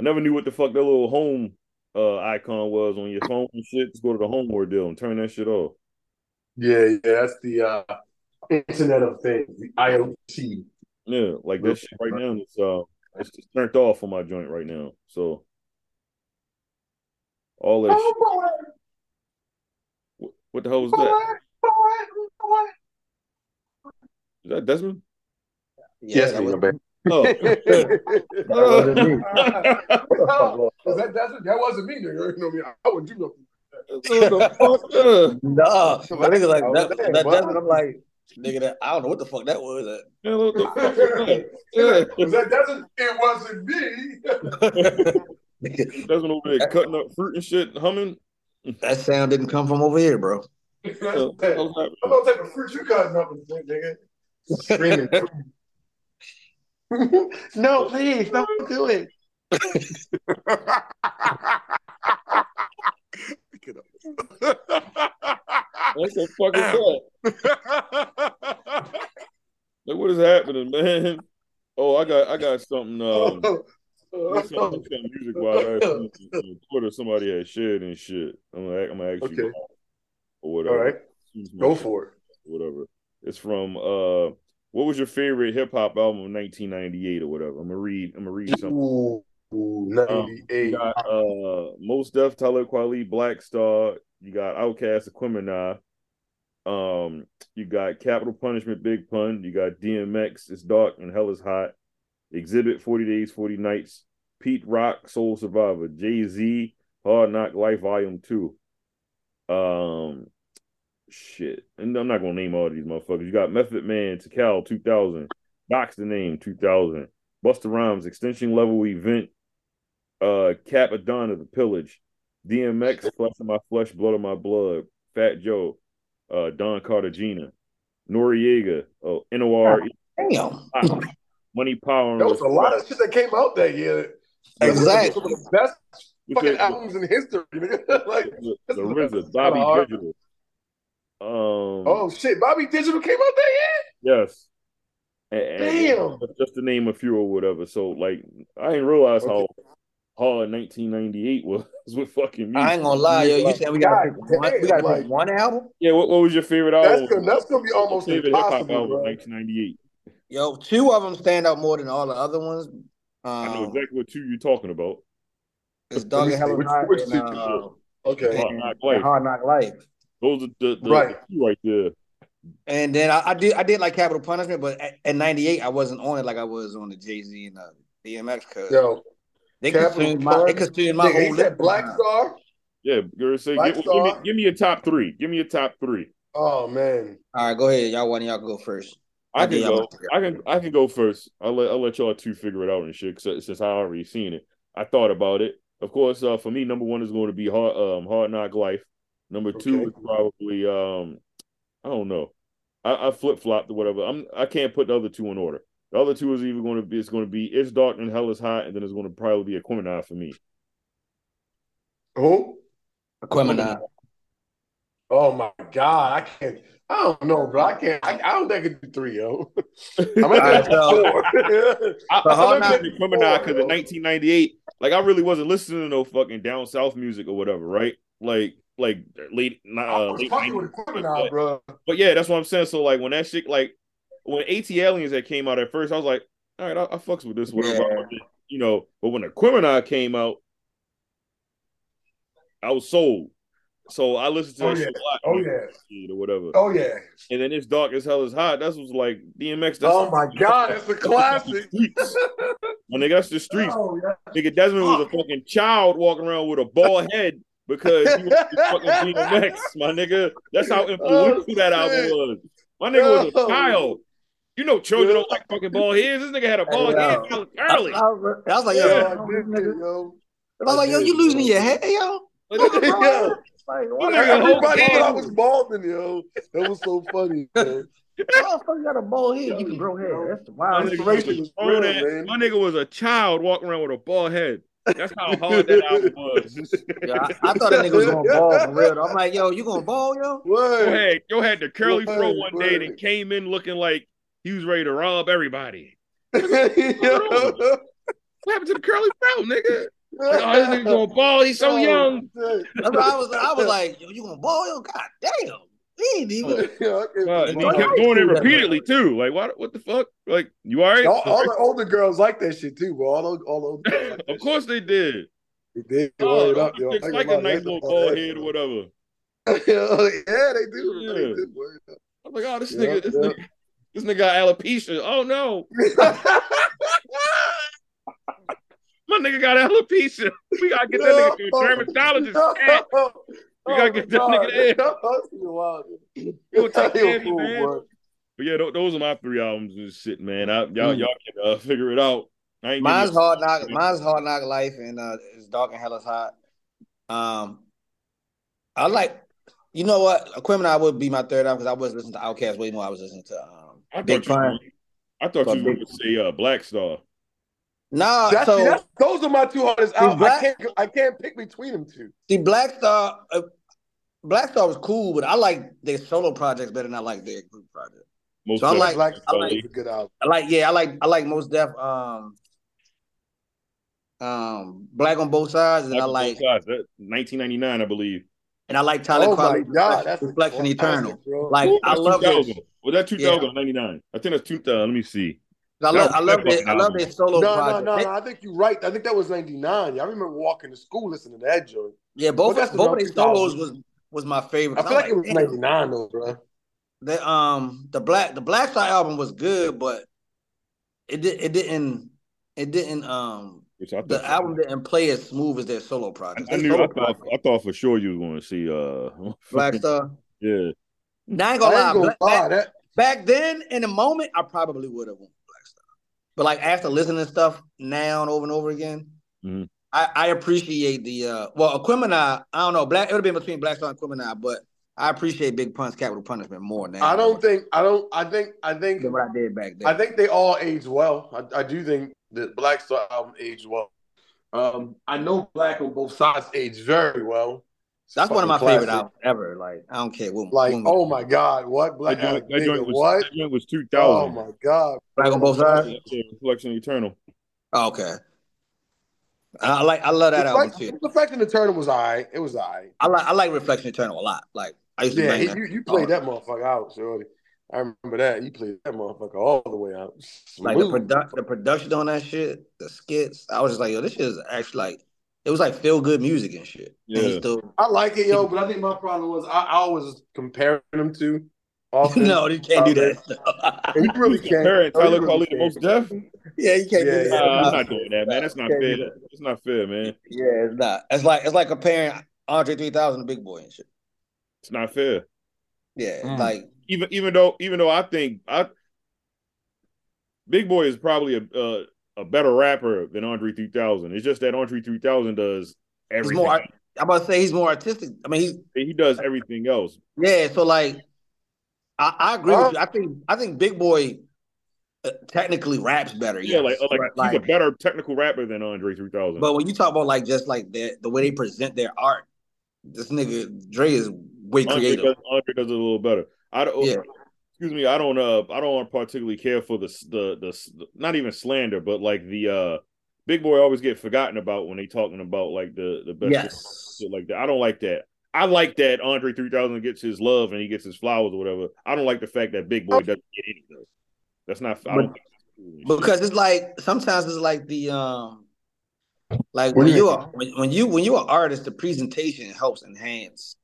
[SPEAKER 2] I never knew what the fuck that little home uh icon was on your phone and shit. Just go to the home ordeal and turn that shit off.
[SPEAKER 4] Yeah, yeah, that's the uh, Internet of Things, the IoT.
[SPEAKER 2] Yeah, like that shit right now. It's uh, it's just turned off on my joint right now. So all that. shit. What, what the hell was that? Is that Desmond?
[SPEAKER 3] Yeah,
[SPEAKER 4] yes,
[SPEAKER 3] that
[SPEAKER 4] me,
[SPEAKER 3] was-
[SPEAKER 4] my bad.
[SPEAKER 2] Oh.
[SPEAKER 3] wasn't me.
[SPEAKER 4] No, is that, that's, that wasn't me, nigga. You know me. I wouldn't do nothing.
[SPEAKER 2] Man,
[SPEAKER 3] Nah, that nigga like
[SPEAKER 4] I was
[SPEAKER 3] that.
[SPEAKER 4] like,
[SPEAKER 3] that
[SPEAKER 4] what?
[SPEAKER 3] Desmond, I'm like, nigga, that I don't know what the fuck that was. Uh,
[SPEAKER 2] what the fuck is that?
[SPEAKER 4] Is that doesn't it wasn't me.
[SPEAKER 3] Nigga,
[SPEAKER 2] That's one over there cutting up fruit and shit, humming.
[SPEAKER 3] that sound didn't come from over here, bro.
[SPEAKER 2] Uh, I was like,
[SPEAKER 4] I'm gonna take the fruit you cutting up and drink, nigga. Screaming. no, please, don't do it. Get up.
[SPEAKER 2] What the fuck is that? Like, what is happening, man? Oh, I got, I got something. Um, something, music wise, on Twitter somebody had shared and shit. I'm gonna, I'm gonna ask you
[SPEAKER 4] Okay.
[SPEAKER 2] or whatever.
[SPEAKER 4] All right,
[SPEAKER 2] Excuse my
[SPEAKER 4] go
[SPEAKER 2] shit,
[SPEAKER 4] for it.
[SPEAKER 2] Whatever. It's from uh, What was your favorite hip hop album of 1998 or whatever? I'm gonna read. I'm gonna read something.
[SPEAKER 4] Ooh,
[SPEAKER 2] Um, you
[SPEAKER 4] 98.
[SPEAKER 2] got uh, Most Def, Talib Kweli, Black Star. You got Outkast, Equimini. Um, you got Capital Punishment, Big Pun. You got DMX, It's Dark and Hell Is Hot. Exhibit, 40 Days, 40 Nights. Pete Rock, Soul Survivor. Jay Z, Hard Knock Life Volume 2. Um, shit. And I'm not gonna name all these motherfuckers. You got Method Man, Tikal, 2000. Box the name, 2000. Buster Rhymes, Extension Level Event uh Capadonna the Pillage, DMX Flesh of My Flesh, Blood of My Blood, Fat Joe, uh Don Cartagena, Noriega, oh, NOR,
[SPEAKER 3] Damn.
[SPEAKER 2] Money Power. and
[SPEAKER 4] There was a lot of shit that came out that year. Like, this is
[SPEAKER 3] Exactly.
[SPEAKER 4] Some of the best
[SPEAKER 2] Respect.
[SPEAKER 4] fucking albums in history, nigga. like,
[SPEAKER 2] the,
[SPEAKER 4] this
[SPEAKER 2] the
[SPEAKER 4] is-
[SPEAKER 2] RZA,
[SPEAKER 4] kinda hard.
[SPEAKER 2] Bobby Digital. Um
[SPEAKER 4] oh shit, Bobby Digital came out that year.
[SPEAKER 2] yes. And- and-
[SPEAKER 4] Damn.
[SPEAKER 2] just- just to name a few or whatever. So like I didn't realize how hard 1998 was with fucking music.
[SPEAKER 3] I ain't gonna lie, yo. You
[SPEAKER 4] Like,
[SPEAKER 3] said we gotta
[SPEAKER 4] God
[SPEAKER 3] pick one. We gotta
[SPEAKER 4] damn, like-
[SPEAKER 3] pick one album.
[SPEAKER 2] yeah, what, what was your favorite album?
[SPEAKER 4] That's gonna, that's gonna be almost
[SPEAKER 2] favorite Oh, hip hop
[SPEAKER 4] impossible,
[SPEAKER 2] album,
[SPEAKER 4] bro.
[SPEAKER 2] 1998.
[SPEAKER 3] Yo, two of them stand out more than all the other ones. Um,
[SPEAKER 2] I
[SPEAKER 4] Uh,
[SPEAKER 2] know exactly what two you're talking about.
[SPEAKER 3] It's Dog and Hell
[SPEAKER 4] Which-
[SPEAKER 3] and Hot
[SPEAKER 4] which
[SPEAKER 3] and,
[SPEAKER 4] secret?
[SPEAKER 3] uh,
[SPEAKER 4] Okay.
[SPEAKER 2] Hard
[SPEAKER 3] and-
[SPEAKER 2] Knock
[SPEAKER 3] and
[SPEAKER 2] Life.
[SPEAKER 3] Hard Knock Life.
[SPEAKER 2] Those are the, the
[SPEAKER 4] Right.
[SPEAKER 2] the two right there.
[SPEAKER 3] And then I, I did I did like Capital Punishment, but at, at 98 I wasn't on it like I was on the Jay Z and uh, DMX because
[SPEAKER 4] Yo,
[SPEAKER 3] they
[SPEAKER 4] Capital
[SPEAKER 3] consumed my
[SPEAKER 4] Pun-
[SPEAKER 3] they consumed my
[SPEAKER 4] nigga, he
[SPEAKER 3] whole
[SPEAKER 4] said
[SPEAKER 3] list.
[SPEAKER 4] Black Star.
[SPEAKER 2] Yeah, girl, say
[SPEAKER 4] Black
[SPEAKER 2] give, give me
[SPEAKER 4] Star.
[SPEAKER 2] give me a top three. Give me a top three.
[SPEAKER 4] Oh man,
[SPEAKER 3] All right, go ahead, y'all. One of y'all go first.
[SPEAKER 2] I,
[SPEAKER 3] I
[SPEAKER 2] can
[SPEAKER 3] did
[SPEAKER 2] go.
[SPEAKER 3] y'all-
[SPEAKER 2] I can I can go first. I'll let I'll let y'all two figure it out and shit. 'cause since I already seen it, I thought about it. Of course, uh, for me, number one is going to be hard um hard knock life. Number two
[SPEAKER 4] Okay.
[SPEAKER 2] is probably um I don't know. I, I flip flopped or whatever. I'm I can't put the other two in order. The other two is either going to be it's going to be it's dark and hell is hot, and then it's going to probably be a Quemini for me.
[SPEAKER 4] who?
[SPEAKER 3] Aquemini.
[SPEAKER 4] Oh my god, I can't. I don't know, bro. I can't. I, I don't think I could do three, yo. I might
[SPEAKER 3] Alright,
[SPEAKER 4] have
[SPEAKER 3] so-
[SPEAKER 4] four.
[SPEAKER 2] I,
[SPEAKER 3] But
[SPEAKER 2] I
[SPEAKER 3] Hard
[SPEAKER 2] remember
[SPEAKER 3] Knock-
[SPEAKER 2] the Criminal because in
[SPEAKER 4] Yo.
[SPEAKER 2] 1998, like I really wasn't listening to no fucking down south music or whatever, right? Like, like late,
[SPEAKER 4] I
[SPEAKER 2] nah, uh,
[SPEAKER 4] was
[SPEAKER 2] late
[SPEAKER 4] fucking with
[SPEAKER 2] 90s.
[SPEAKER 4] equipment now, bro.
[SPEAKER 2] But yeah, that's what I'm saying. So like when that shit, like when AT Aliens that came out at first, I was like, all right, I, I fucks with this, whatever,
[SPEAKER 3] Yeah.
[SPEAKER 2] you know. But when the Criminal came out, I was sold. So I listened to that
[SPEAKER 4] Oh,
[SPEAKER 2] shit a lot. when I
[SPEAKER 4] yeah. Oh, yeah.
[SPEAKER 2] was a kid Or whatever.
[SPEAKER 4] Oh yeah.
[SPEAKER 2] And then it's dark as hell is hot. That's what's like DMX. That's
[SPEAKER 4] oh my god, it's a classic.
[SPEAKER 2] Streets. My nigga, that's the streets.
[SPEAKER 4] Oh, yeah.
[SPEAKER 2] Nigga Desmond was a
[SPEAKER 4] Fuck.
[SPEAKER 2] fucking child walking around with a bald head because he was fucking DMX, my nigga. That's how influential
[SPEAKER 4] Oh,
[SPEAKER 2] that album
[SPEAKER 4] shit. Oh.
[SPEAKER 2] was. My nigga was
[SPEAKER 4] Yo.
[SPEAKER 2] a child. You know children
[SPEAKER 4] Yo.
[SPEAKER 2] don't like fucking bald heads. This nigga had a bald
[SPEAKER 3] Hey,
[SPEAKER 2] head
[SPEAKER 3] yo.
[SPEAKER 2] early.
[SPEAKER 3] I, I was, I was like, yo,
[SPEAKER 4] Yo,
[SPEAKER 2] Yeah.
[SPEAKER 3] yeah.
[SPEAKER 4] I did it, yo.
[SPEAKER 3] I was like, yo, you losing your head, yo?
[SPEAKER 2] Like,
[SPEAKER 3] What's
[SPEAKER 2] nigga,
[SPEAKER 3] wrong?
[SPEAKER 4] Yeah.
[SPEAKER 3] Like, what?
[SPEAKER 2] Like,
[SPEAKER 3] the-
[SPEAKER 4] Everybody
[SPEAKER 2] whole
[SPEAKER 4] thought I
[SPEAKER 2] game.
[SPEAKER 4] was balding, yo. That was so funny. Man.
[SPEAKER 3] How the fuck you got a bald head? You can grow hair. That's
[SPEAKER 2] my,
[SPEAKER 3] wild.
[SPEAKER 2] nigga
[SPEAKER 4] inspiration
[SPEAKER 2] was
[SPEAKER 4] was
[SPEAKER 2] a
[SPEAKER 4] real,
[SPEAKER 2] grown-ass-
[SPEAKER 4] man.
[SPEAKER 2] my nigga was a child walking around with a bald head. That's how hard that album was.
[SPEAKER 3] Yo, I, I thought that nigga was going bald for real. though. I'm like, yo, you going bald, yo?
[SPEAKER 2] Yo
[SPEAKER 4] Word.
[SPEAKER 2] had, yo had the curly fro
[SPEAKER 4] Word,
[SPEAKER 2] one day and
[SPEAKER 4] word.
[SPEAKER 2] came in looking like he was ready to rob everybody.
[SPEAKER 4] Yo.
[SPEAKER 2] What happened to the curly fro, nigga? Like, oh, this nigga going bald. He's so
[SPEAKER 4] Oh,
[SPEAKER 2] young.
[SPEAKER 4] shit.
[SPEAKER 3] That's why I was, I was like, yo, you going bald, yo? God damn. He ain't even.
[SPEAKER 4] Yo, I can't
[SPEAKER 2] Uh, and
[SPEAKER 4] be
[SPEAKER 2] he
[SPEAKER 3] Why
[SPEAKER 4] bald.
[SPEAKER 2] kept
[SPEAKER 3] you
[SPEAKER 2] doing it
[SPEAKER 3] do that,
[SPEAKER 2] repeatedly too. Like, what? What the fuck? Like, you all right?
[SPEAKER 4] all, all the older girls like that shit too, bro. All those, all those girls like that
[SPEAKER 2] of course they did.
[SPEAKER 4] shit. they did.
[SPEAKER 2] Oh,
[SPEAKER 4] Word up, yo.
[SPEAKER 2] it's
[SPEAKER 4] I
[SPEAKER 2] like
[SPEAKER 4] ain't
[SPEAKER 2] a
[SPEAKER 4] gonna lie,
[SPEAKER 2] nice
[SPEAKER 4] that's
[SPEAKER 2] little
[SPEAKER 4] all
[SPEAKER 2] bald
[SPEAKER 4] that,
[SPEAKER 2] head or
[SPEAKER 4] bro.
[SPEAKER 2] whatever.
[SPEAKER 4] Yo, yeah, they do. They
[SPEAKER 2] Yeah.
[SPEAKER 4] did word up.
[SPEAKER 2] I'm like, oh, this
[SPEAKER 4] Yeah,
[SPEAKER 2] nigga, this
[SPEAKER 4] yeah.
[SPEAKER 2] nigga, this nigga got alopecia. Oh no, my nigga got alopecia. We gotta get that nigga to a dermatologist. Cat. We gotta get
[SPEAKER 4] Oh,
[SPEAKER 2] that nigga there. Go take care of me, man. But yeah, tho- those are my three albums and shit, man. I, y'all,
[SPEAKER 3] Mm.
[SPEAKER 2] y'all can uh, figure it out. I ain't
[SPEAKER 3] Mine's
[SPEAKER 2] giving
[SPEAKER 3] hard knock. Mine's hard knock life, and uh, it's dark and hell is hot. Um, I like. You know what? Equimini would be my third album because I was listening to Outkast way more. I was listening to
[SPEAKER 2] I
[SPEAKER 3] um,
[SPEAKER 2] thought
[SPEAKER 3] Big
[SPEAKER 2] you
[SPEAKER 3] Pun.
[SPEAKER 2] I thought
[SPEAKER 3] But
[SPEAKER 2] you was gonna say uh, Black Star.
[SPEAKER 3] Nah,
[SPEAKER 4] That's,
[SPEAKER 3] Uh, so
[SPEAKER 4] that's, those are my two hardest albums. I
[SPEAKER 3] Black-
[SPEAKER 4] can't, I can't pick between them two.
[SPEAKER 3] see, Black Star, uh, Black Star was cool, but I like their solo projects better than I like their group project.
[SPEAKER 2] Most
[SPEAKER 3] So I
[SPEAKER 2] definitely.
[SPEAKER 3] like-
[SPEAKER 4] Black
[SPEAKER 3] I
[SPEAKER 4] Star
[SPEAKER 3] like-
[SPEAKER 4] is a good album.
[SPEAKER 3] I like, yeah, I like, I like most def, um, um, Black on both sides, and I
[SPEAKER 2] Michael
[SPEAKER 3] like,
[SPEAKER 2] Bowsides, that 1999, I believe.
[SPEAKER 3] and I like Tyler
[SPEAKER 4] Oh my
[SPEAKER 3] Kweli,
[SPEAKER 4] god, that's a
[SPEAKER 3] Reflection
[SPEAKER 4] classic,
[SPEAKER 3] Eternal.
[SPEAKER 4] bro.
[SPEAKER 3] Like, I
[SPEAKER 2] That's
[SPEAKER 3] love
[SPEAKER 2] 2000.
[SPEAKER 3] this.
[SPEAKER 2] Was that two thousand ninety nine? I think that's two thousand. Let me see.
[SPEAKER 3] I
[SPEAKER 2] That
[SPEAKER 3] love, I
[SPEAKER 2] was
[SPEAKER 3] love it. I
[SPEAKER 2] phenomenal.
[SPEAKER 3] love their
[SPEAKER 4] No,
[SPEAKER 3] solo
[SPEAKER 4] no,
[SPEAKER 3] project.
[SPEAKER 4] no,
[SPEAKER 3] They-
[SPEAKER 4] no. I think you're right. I think that was '99. Yeah, I remember walking to school listening to that joint.
[SPEAKER 3] Yeah,
[SPEAKER 4] Well,
[SPEAKER 3] both
[SPEAKER 4] that's
[SPEAKER 3] both
[SPEAKER 4] about
[SPEAKER 3] of their
[SPEAKER 4] 2000.
[SPEAKER 3] solos was was my favorite.
[SPEAKER 4] I feel like, it was
[SPEAKER 3] damn.
[SPEAKER 4] '99 though, bro.
[SPEAKER 3] the um the black the Black Star album was good, but it did it didn't it didn't um
[SPEAKER 2] Which I
[SPEAKER 3] the
[SPEAKER 2] thought-
[SPEAKER 3] album didn't play as smooth as their solo projects.
[SPEAKER 2] I, I
[SPEAKER 3] Their
[SPEAKER 2] knew.
[SPEAKER 3] solo
[SPEAKER 2] I thought.
[SPEAKER 3] projects,
[SPEAKER 2] I thought for sure you was going to see. Uh,
[SPEAKER 3] Black Star.
[SPEAKER 2] yeah.
[SPEAKER 3] Now I ain't
[SPEAKER 4] I
[SPEAKER 3] gonna lie,
[SPEAKER 4] ain't gonna
[SPEAKER 3] Black- back,
[SPEAKER 4] lie. That
[SPEAKER 3] back then in the moment I probably would have won Black Star, but like after listening to stuff now and over and over again.
[SPEAKER 2] Mhm.
[SPEAKER 3] I, I appreciate the uh well Aquemini, I don't know, black it would have been between Black Star and Aquemini, but I appreciate Big Pun's Capital Punishment more now.
[SPEAKER 4] I don't think. I don't. I think. I think.
[SPEAKER 3] than what I did back then.
[SPEAKER 4] I think they all aged well. I, I do think the Black Star album aged well. Um, I know Black on both sides aged very well. It's
[SPEAKER 3] That's one of my
[SPEAKER 4] fucking
[SPEAKER 3] favorite
[SPEAKER 4] classic.
[SPEAKER 3] albums ever. Like I don't care. What,
[SPEAKER 4] Like,
[SPEAKER 3] what-
[SPEAKER 4] oh my God, what
[SPEAKER 2] That
[SPEAKER 4] Black?
[SPEAKER 2] joint, that
[SPEAKER 4] nigga,
[SPEAKER 2] joint was.
[SPEAKER 4] what?
[SPEAKER 2] That joint was two
[SPEAKER 4] Oh
[SPEAKER 2] thousand.
[SPEAKER 4] my God,
[SPEAKER 3] Black on both sides.
[SPEAKER 2] yeah, Reflection Eternal.
[SPEAKER 3] Oh, okay. I I like. I love that album
[SPEAKER 4] Reflect,
[SPEAKER 3] too.
[SPEAKER 4] Reflection Eternal was alright. It was alright.
[SPEAKER 3] I like. I like Reflection Eternal a lot. Like I used to
[SPEAKER 4] Yeah,
[SPEAKER 3] bang
[SPEAKER 4] he,
[SPEAKER 3] that.
[SPEAKER 4] you, you played that motherfucker out, shorty. I remember that. You played that motherfucker all the way out.
[SPEAKER 3] Like the
[SPEAKER 4] Smooth.
[SPEAKER 3] produ- the production on that shit, the skits. I was just like, yo, this shit is actually like. It was like feel good music and shit. And he
[SPEAKER 2] Yeah.
[SPEAKER 3] still.
[SPEAKER 4] I like it, yo, but I think my problem was I, I always comparing them to. Often.
[SPEAKER 3] no, you can't do
[SPEAKER 4] And
[SPEAKER 3] that.
[SPEAKER 4] you really
[SPEAKER 2] He's
[SPEAKER 4] can't.
[SPEAKER 2] comparing
[SPEAKER 4] No, you
[SPEAKER 2] Tyler Kweli to
[SPEAKER 4] really can't.
[SPEAKER 2] Most Def.
[SPEAKER 3] yeah, you can't
[SPEAKER 4] Yeah,
[SPEAKER 3] do
[SPEAKER 4] yeah.
[SPEAKER 3] that.
[SPEAKER 2] Nah, I'm
[SPEAKER 3] Nah.
[SPEAKER 2] not doing that, man. That's not
[SPEAKER 3] Can't do
[SPEAKER 2] fair. It's not fair, man.
[SPEAKER 3] Yeah, it's not. It's like it's like comparing Andre three thousand to Big Boy and shit.
[SPEAKER 2] It's not fair.
[SPEAKER 3] Yeah,
[SPEAKER 4] Mm.
[SPEAKER 3] like
[SPEAKER 2] even even though even though I think I Big Boy is probably a uh, a better rapper than Andre 3000. It's just that Andre 3000 does
[SPEAKER 3] he's
[SPEAKER 2] everything.
[SPEAKER 3] more. art- I'm about to say he's more artistic. I mean, he's
[SPEAKER 2] he does everything else.
[SPEAKER 3] Yeah, so like I, I agree
[SPEAKER 4] Huh?
[SPEAKER 3] with you. I think I think Big Boy uh, technically raps better.
[SPEAKER 2] Yeah,
[SPEAKER 3] yes.
[SPEAKER 2] like like,
[SPEAKER 3] but,
[SPEAKER 2] he's a better technical rapper than Andre 3000.
[SPEAKER 3] but when you talk about like just like the the way they present their art, this nigga Dre is way
[SPEAKER 2] Andre
[SPEAKER 3] creative.
[SPEAKER 2] does, Andre does it a little better. I don't.
[SPEAKER 3] Yeah.
[SPEAKER 2] Excuse me. I don't. Uh, I don't particularly care for the the the not even slander, but like the uh, Big Boy always get forgotten about when they talking about like the the best
[SPEAKER 3] Yes.
[SPEAKER 2] shit like that. I don't like that. I like that Andre 3000 gets his love and he gets his flowers or whatever. I don't like the fact that Big Boy doesn't get any of those. That's not. I don't
[SPEAKER 3] Oh. But-
[SPEAKER 2] think that's cool and shit.
[SPEAKER 3] Because it's like sometimes it's like the um like
[SPEAKER 4] What
[SPEAKER 3] when
[SPEAKER 4] do you
[SPEAKER 3] you are when, when you when you're an artist, the presentation helps enhance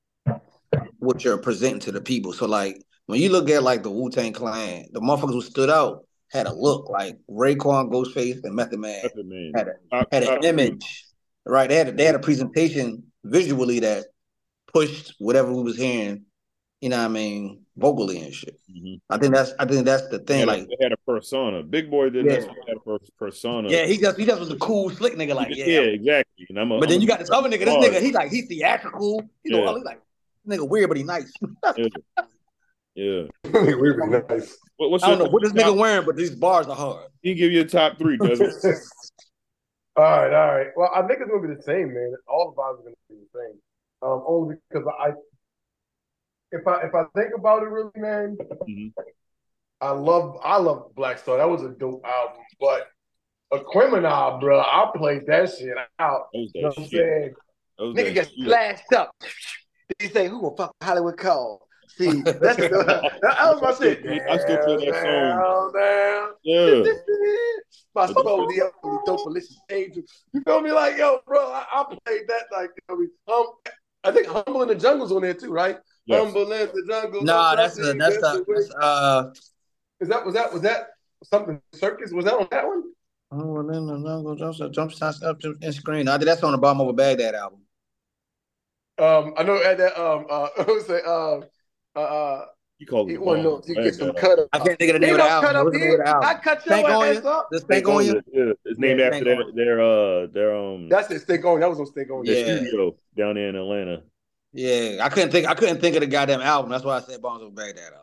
[SPEAKER 3] what you're presenting to the people. So like when you look at like the Wu Tang Clan, the motherfuckers who stood out had a look like Raekwon, Ghostface, and Method Man.
[SPEAKER 2] That's it, man.
[SPEAKER 3] had a-
[SPEAKER 2] Top-
[SPEAKER 3] had
[SPEAKER 2] top
[SPEAKER 3] an
[SPEAKER 2] two.
[SPEAKER 3] image, right? They had a, they had a presentation visually that pushed whatever we was hearing. You know what I mean? Vocally and shit.
[SPEAKER 2] Mhm.
[SPEAKER 3] I think that's I think that's the
[SPEAKER 2] They
[SPEAKER 3] thing.
[SPEAKER 2] had,
[SPEAKER 3] Like,
[SPEAKER 2] a, they had a persona. Big Boy didn't
[SPEAKER 3] Yeah.
[SPEAKER 2] necessarily have a per- persona.
[SPEAKER 3] yeah, he just he just was a cool slick nigga. Like, yeah.
[SPEAKER 2] exactly. And I'm a,
[SPEAKER 3] But
[SPEAKER 2] I'm
[SPEAKER 3] then
[SPEAKER 2] a-
[SPEAKER 3] you got this other nigga. This
[SPEAKER 2] Bars.
[SPEAKER 3] nigga, he like he theatrical. He do
[SPEAKER 2] Yeah.
[SPEAKER 3] all he like nigga weird, but he nice.
[SPEAKER 2] yeah. yeah.
[SPEAKER 4] We're really nice.
[SPEAKER 2] What, what's
[SPEAKER 3] I don't know
[SPEAKER 2] your,
[SPEAKER 3] what this nigga wearing, but these bars are hard.
[SPEAKER 2] He can give you a top three, does
[SPEAKER 4] all
[SPEAKER 2] it?
[SPEAKER 4] right, all right. Well, I think it's gonna be the same, man. All the vibes are gonna be the same. Um, only because I, if I if I think about it really, man,
[SPEAKER 2] Mhm.
[SPEAKER 4] I love I love Black Star. That was a dope album, but Aquemini, bro, I played that shit out.
[SPEAKER 2] That was
[SPEAKER 4] You
[SPEAKER 2] that
[SPEAKER 4] know what I'm
[SPEAKER 2] shit.
[SPEAKER 4] saying?
[SPEAKER 2] That was
[SPEAKER 4] Nigga
[SPEAKER 2] that
[SPEAKER 4] gets
[SPEAKER 2] shit.
[SPEAKER 4] slashed up. They say, "Who gonna fuck Hollywood Cole?" See, that's that was my shit.
[SPEAKER 2] I still play that song.
[SPEAKER 4] Down, down.
[SPEAKER 2] Yeah.
[SPEAKER 4] My soul, the only dope malicious angel. You feel me? Like, yo, bro, I, I played that like I mean, um, I think Humble in the Jungle's on there too, right?
[SPEAKER 2] Yes.
[SPEAKER 4] Humble in the Jungle.
[SPEAKER 3] Nah,
[SPEAKER 4] no
[SPEAKER 3] that's a,
[SPEAKER 4] nothing,
[SPEAKER 3] that's
[SPEAKER 4] that's
[SPEAKER 3] a,
[SPEAKER 4] way-
[SPEAKER 3] that's uh.
[SPEAKER 4] Is that was that was that something circus? Was that on that one?
[SPEAKER 3] Oh, well, then the jungle jumps up, jumps jumps up to- and screen. I did that's on the bottom of a Baghdad album.
[SPEAKER 4] Um, I know at that um uh who's that um uh uh
[SPEAKER 2] You call it.
[SPEAKER 4] it wasn't
[SPEAKER 2] Bars.
[SPEAKER 4] no you get some
[SPEAKER 2] Bad,
[SPEAKER 4] cut up.
[SPEAKER 3] I can't think of
[SPEAKER 4] They
[SPEAKER 3] the name
[SPEAKER 4] don't
[SPEAKER 3] of the album.
[SPEAKER 4] cut up
[SPEAKER 3] What's the name of
[SPEAKER 4] here.
[SPEAKER 3] the album?
[SPEAKER 4] I cut your
[SPEAKER 3] Stank on
[SPEAKER 4] ass
[SPEAKER 3] you.
[SPEAKER 4] up.
[SPEAKER 3] The stank
[SPEAKER 2] Think
[SPEAKER 3] on
[SPEAKER 2] on
[SPEAKER 3] you.
[SPEAKER 2] it. Yeah. It's named
[SPEAKER 3] Yeah,
[SPEAKER 2] after
[SPEAKER 3] Think
[SPEAKER 2] their,
[SPEAKER 3] on
[SPEAKER 2] their uh their um
[SPEAKER 4] That's it, stink on. you. That was on stink on. you.
[SPEAKER 2] their
[SPEAKER 3] Yeah.
[SPEAKER 2] studio down there in Atlanta.
[SPEAKER 3] Yeah, I couldn't think. I couldn't think of the goddamn album. That's why I said Bones of Baghdad album.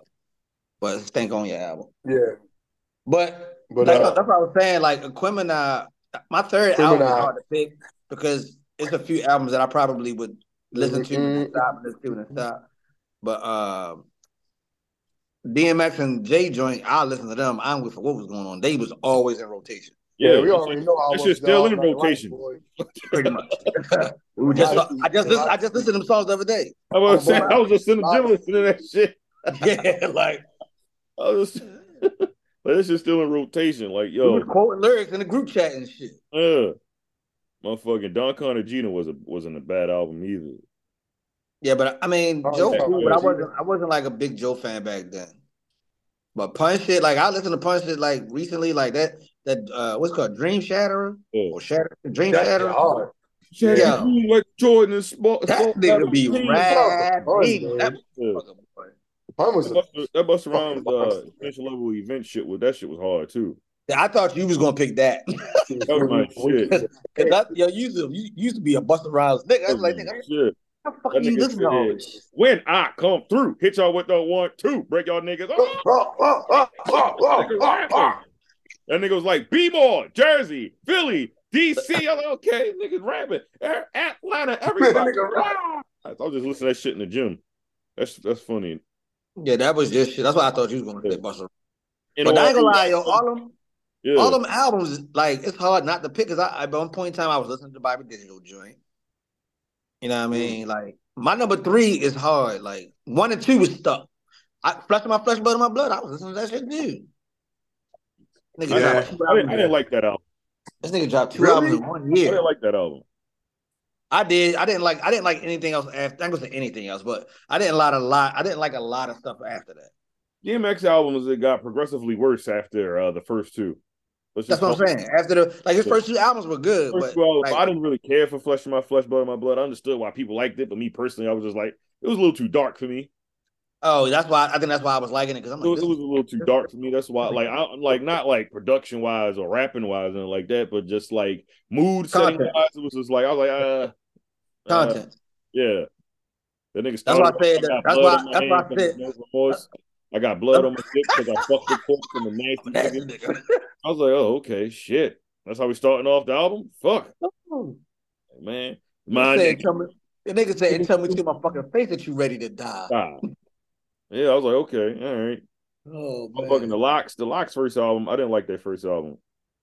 [SPEAKER 3] But it's Stank on your album.
[SPEAKER 4] Yeah.
[SPEAKER 3] But
[SPEAKER 4] But
[SPEAKER 3] that's,
[SPEAKER 4] uh,
[SPEAKER 3] what, that's what I was saying. Like Aquemini, my third album is
[SPEAKER 4] Aquemini.
[SPEAKER 3] hard to pick because it's a few albums that I probably would listen to and
[SPEAKER 4] Mm-mm.
[SPEAKER 3] stop and listen to and stop. But um, DMX and J Joint, I listen to them. I don't give a fuck what was going on. They was always in rotation,
[SPEAKER 4] Yeah,
[SPEAKER 2] Yeah.
[SPEAKER 4] we already know how
[SPEAKER 2] that
[SPEAKER 4] I
[SPEAKER 2] shit's
[SPEAKER 4] was
[SPEAKER 2] still
[SPEAKER 4] down
[SPEAKER 2] in
[SPEAKER 4] like a light
[SPEAKER 2] rotation.
[SPEAKER 4] boy.
[SPEAKER 3] pretty much. We just-
[SPEAKER 4] Lots
[SPEAKER 3] I just listened, I
[SPEAKER 4] lots
[SPEAKER 3] just listened to them songs the other day.
[SPEAKER 2] I was
[SPEAKER 3] I'm a
[SPEAKER 2] saying
[SPEAKER 3] boy.
[SPEAKER 2] I was just in the gym listening to that shit.
[SPEAKER 3] Yeah, like
[SPEAKER 2] I was just, but it's just still in rotation. Like,
[SPEAKER 3] He was
[SPEAKER 2] yo,
[SPEAKER 3] quoting lyrics in the group chat and shit.
[SPEAKER 2] yeah. Uh, Motherfucking Don Carnagina was a, wasn't a bad album either. Uh,
[SPEAKER 3] Yeah, but I mean,
[SPEAKER 5] Oh,
[SPEAKER 3] Joe
[SPEAKER 2] yeah.
[SPEAKER 3] cool, but I wasn't I wasn't like a big Joe fan back then. But Punch It, like I listened to Punch It like recently, like that that uh what's it called Dream Shatterer
[SPEAKER 2] Yeah.
[SPEAKER 3] or Shatter Dream
[SPEAKER 4] That shit
[SPEAKER 3] Shatterer.
[SPEAKER 4] hard.
[SPEAKER 2] Yeah.
[SPEAKER 3] Yeah.
[SPEAKER 2] Like Jordan and Sp-
[SPEAKER 3] That nigga be
[SPEAKER 4] That was
[SPEAKER 3] rapping.
[SPEAKER 4] fun,
[SPEAKER 3] That
[SPEAKER 2] Yeah.
[SPEAKER 3] motherfucker, boy.
[SPEAKER 4] Pun was a,
[SPEAKER 2] uh, That Busta Rhymes uh,
[SPEAKER 4] Fucking-
[SPEAKER 2] initial level event shit was that shit was hard too.
[SPEAKER 3] I thought you was gonna pick that.
[SPEAKER 2] That was my shit.
[SPEAKER 3] Cause I, yo, you used to you used to be a Busta Rhymes nigga. I
[SPEAKER 2] That
[SPEAKER 3] was
[SPEAKER 2] was
[SPEAKER 3] like,
[SPEAKER 2] my
[SPEAKER 3] nigga,
[SPEAKER 2] shit.
[SPEAKER 3] how the fuck
[SPEAKER 2] That
[SPEAKER 3] you
[SPEAKER 2] nigga
[SPEAKER 3] listen to all
[SPEAKER 2] said,
[SPEAKER 3] this shit?
[SPEAKER 2] When I come through, hit y'all with the one two, break y'all niggas.
[SPEAKER 4] Oh,
[SPEAKER 2] Oh,
[SPEAKER 4] oh, oh, oh, oh, oh,
[SPEAKER 2] nigga
[SPEAKER 4] oh, oh.
[SPEAKER 2] rapping. That nigga was like B more Jersey, Philly, DC. I'm like, okay, niggas rapping. Er- Atlanta, everybody.
[SPEAKER 4] oh. Nigga
[SPEAKER 2] I was just listening to that shit in the gym. That's that's funny.
[SPEAKER 3] Yeah, that was just shit. That's why I thought you was gonna
[SPEAKER 2] Yeah.
[SPEAKER 3] say Busta. Rhymes.
[SPEAKER 2] And
[SPEAKER 3] But I ain't gonna
[SPEAKER 2] all-
[SPEAKER 3] lie, yo, all them
[SPEAKER 2] yeah.
[SPEAKER 3] All them albums, like it's hard not to pick. Cause I, at one point in time, I was listening to Bible Digital joint. You know what I
[SPEAKER 2] Mm-hmm.
[SPEAKER 3] mean? Like my number three is hard. Like one and two was stuck. I flesh of my flesh, blood of my blood. I was listening to that shit too. Nigga
[SPEAKER 2] I,
[SPEAKER 4] Yeah.
[SPEAKER 2] didn't, I,
[SPEAKER 3] dropped two
[SPEAKER 2] didn't, I
[SPEAKER 3] albums.
[SPEAKER 2] didn't like that album.
[SPEAKER 3] This nigga dropped two
[SPEAKER 4] Really?
[SPEAKER 3] albums in one
[SPEAKER 2] I
[SPEAKER 3] year.
[SPEAKER 2] didn't like that album.
[SPEAKER 3] I did. I didn't like. I didn't like anything else after. I ain't gonna say anything else, but I didn't like a lot. I didn't like a lot of stuff after that.
[SPEAKER 2] DMX albums it got progressively worse after uh, the first two. Let's just
[SPEAKER 3] That's what I'm
[SPEAKER 2] call-
[SPEAKER 3] saying. After the like, his
[SPEAKER 2] Yeah.
[SPEAKER 3] first two albums were good,
[SPEAKER 2] First
[SPEAKER 3] but
[SPEAKER 2] of all,
[SPEAKER 3] like,
[SPEAKER 2] I didn't really care for Flesh of My Flesh, Blood of My Blood. I understood why people liked it, but me personally, I was just like, it was a little too dark for me.
[SPEAKER 3] oh, that's why. I think that's why I was liking it because I'm
[SPEAKER 2] It
[SPEAKER 3] like,
[SPEAKER 2] was,
[SPEAKER 3] this
[SPEAKER 2] it was a little too dark for me. That's why, like, I- I'm like not like production wise or rapping wise and like that, but just like mood setting
[SPEAKER 3] Content.
[SPEAKER 2] wise. It was just like I was like, uh, uh,
[SPEAKER 3] content.
[SPEAKER 2] yeah. That nigga
[SPEAKER 3] That's
[SPEAKER 2] started.
[SPEAKER 3] why I said that.
[SPEAKER 2] got
[SPEAKER 3] That's
[SPEAKER 2] blood
[SPEAKER 3] why.
[SPEAKER 2] on my
[SPEAKER 3] That's why
[SPEAKER 2] hand
[SPEAKER 3] I
[SPEAKER 2] from
[SPEAKER 3] said.
[SPEAKER 2] no remorse. I got blood on my dick because I fucked the corpse from a nasty
[SPEAKER 3] That's
[SPEAKER 2] nigga. I was like, oh, okay, shit. That's how we starting off the album. Fuck, man. My
[SPEAKER 3] said,
[SPEAKER 2] nigga.
[SPEAKER 3] tell me, the nigga said, "Tell me to my fucking face that you ready to die."
[SPEAKER 2] Ah. Yeah, I was like, okay, all right.
[SPEAKER 3] Oh
[SPEAKER 2] Fucking the
[SPEAKER 3] man,
[SPEAKER 2] locks, the locks first album. I didn't like their first album,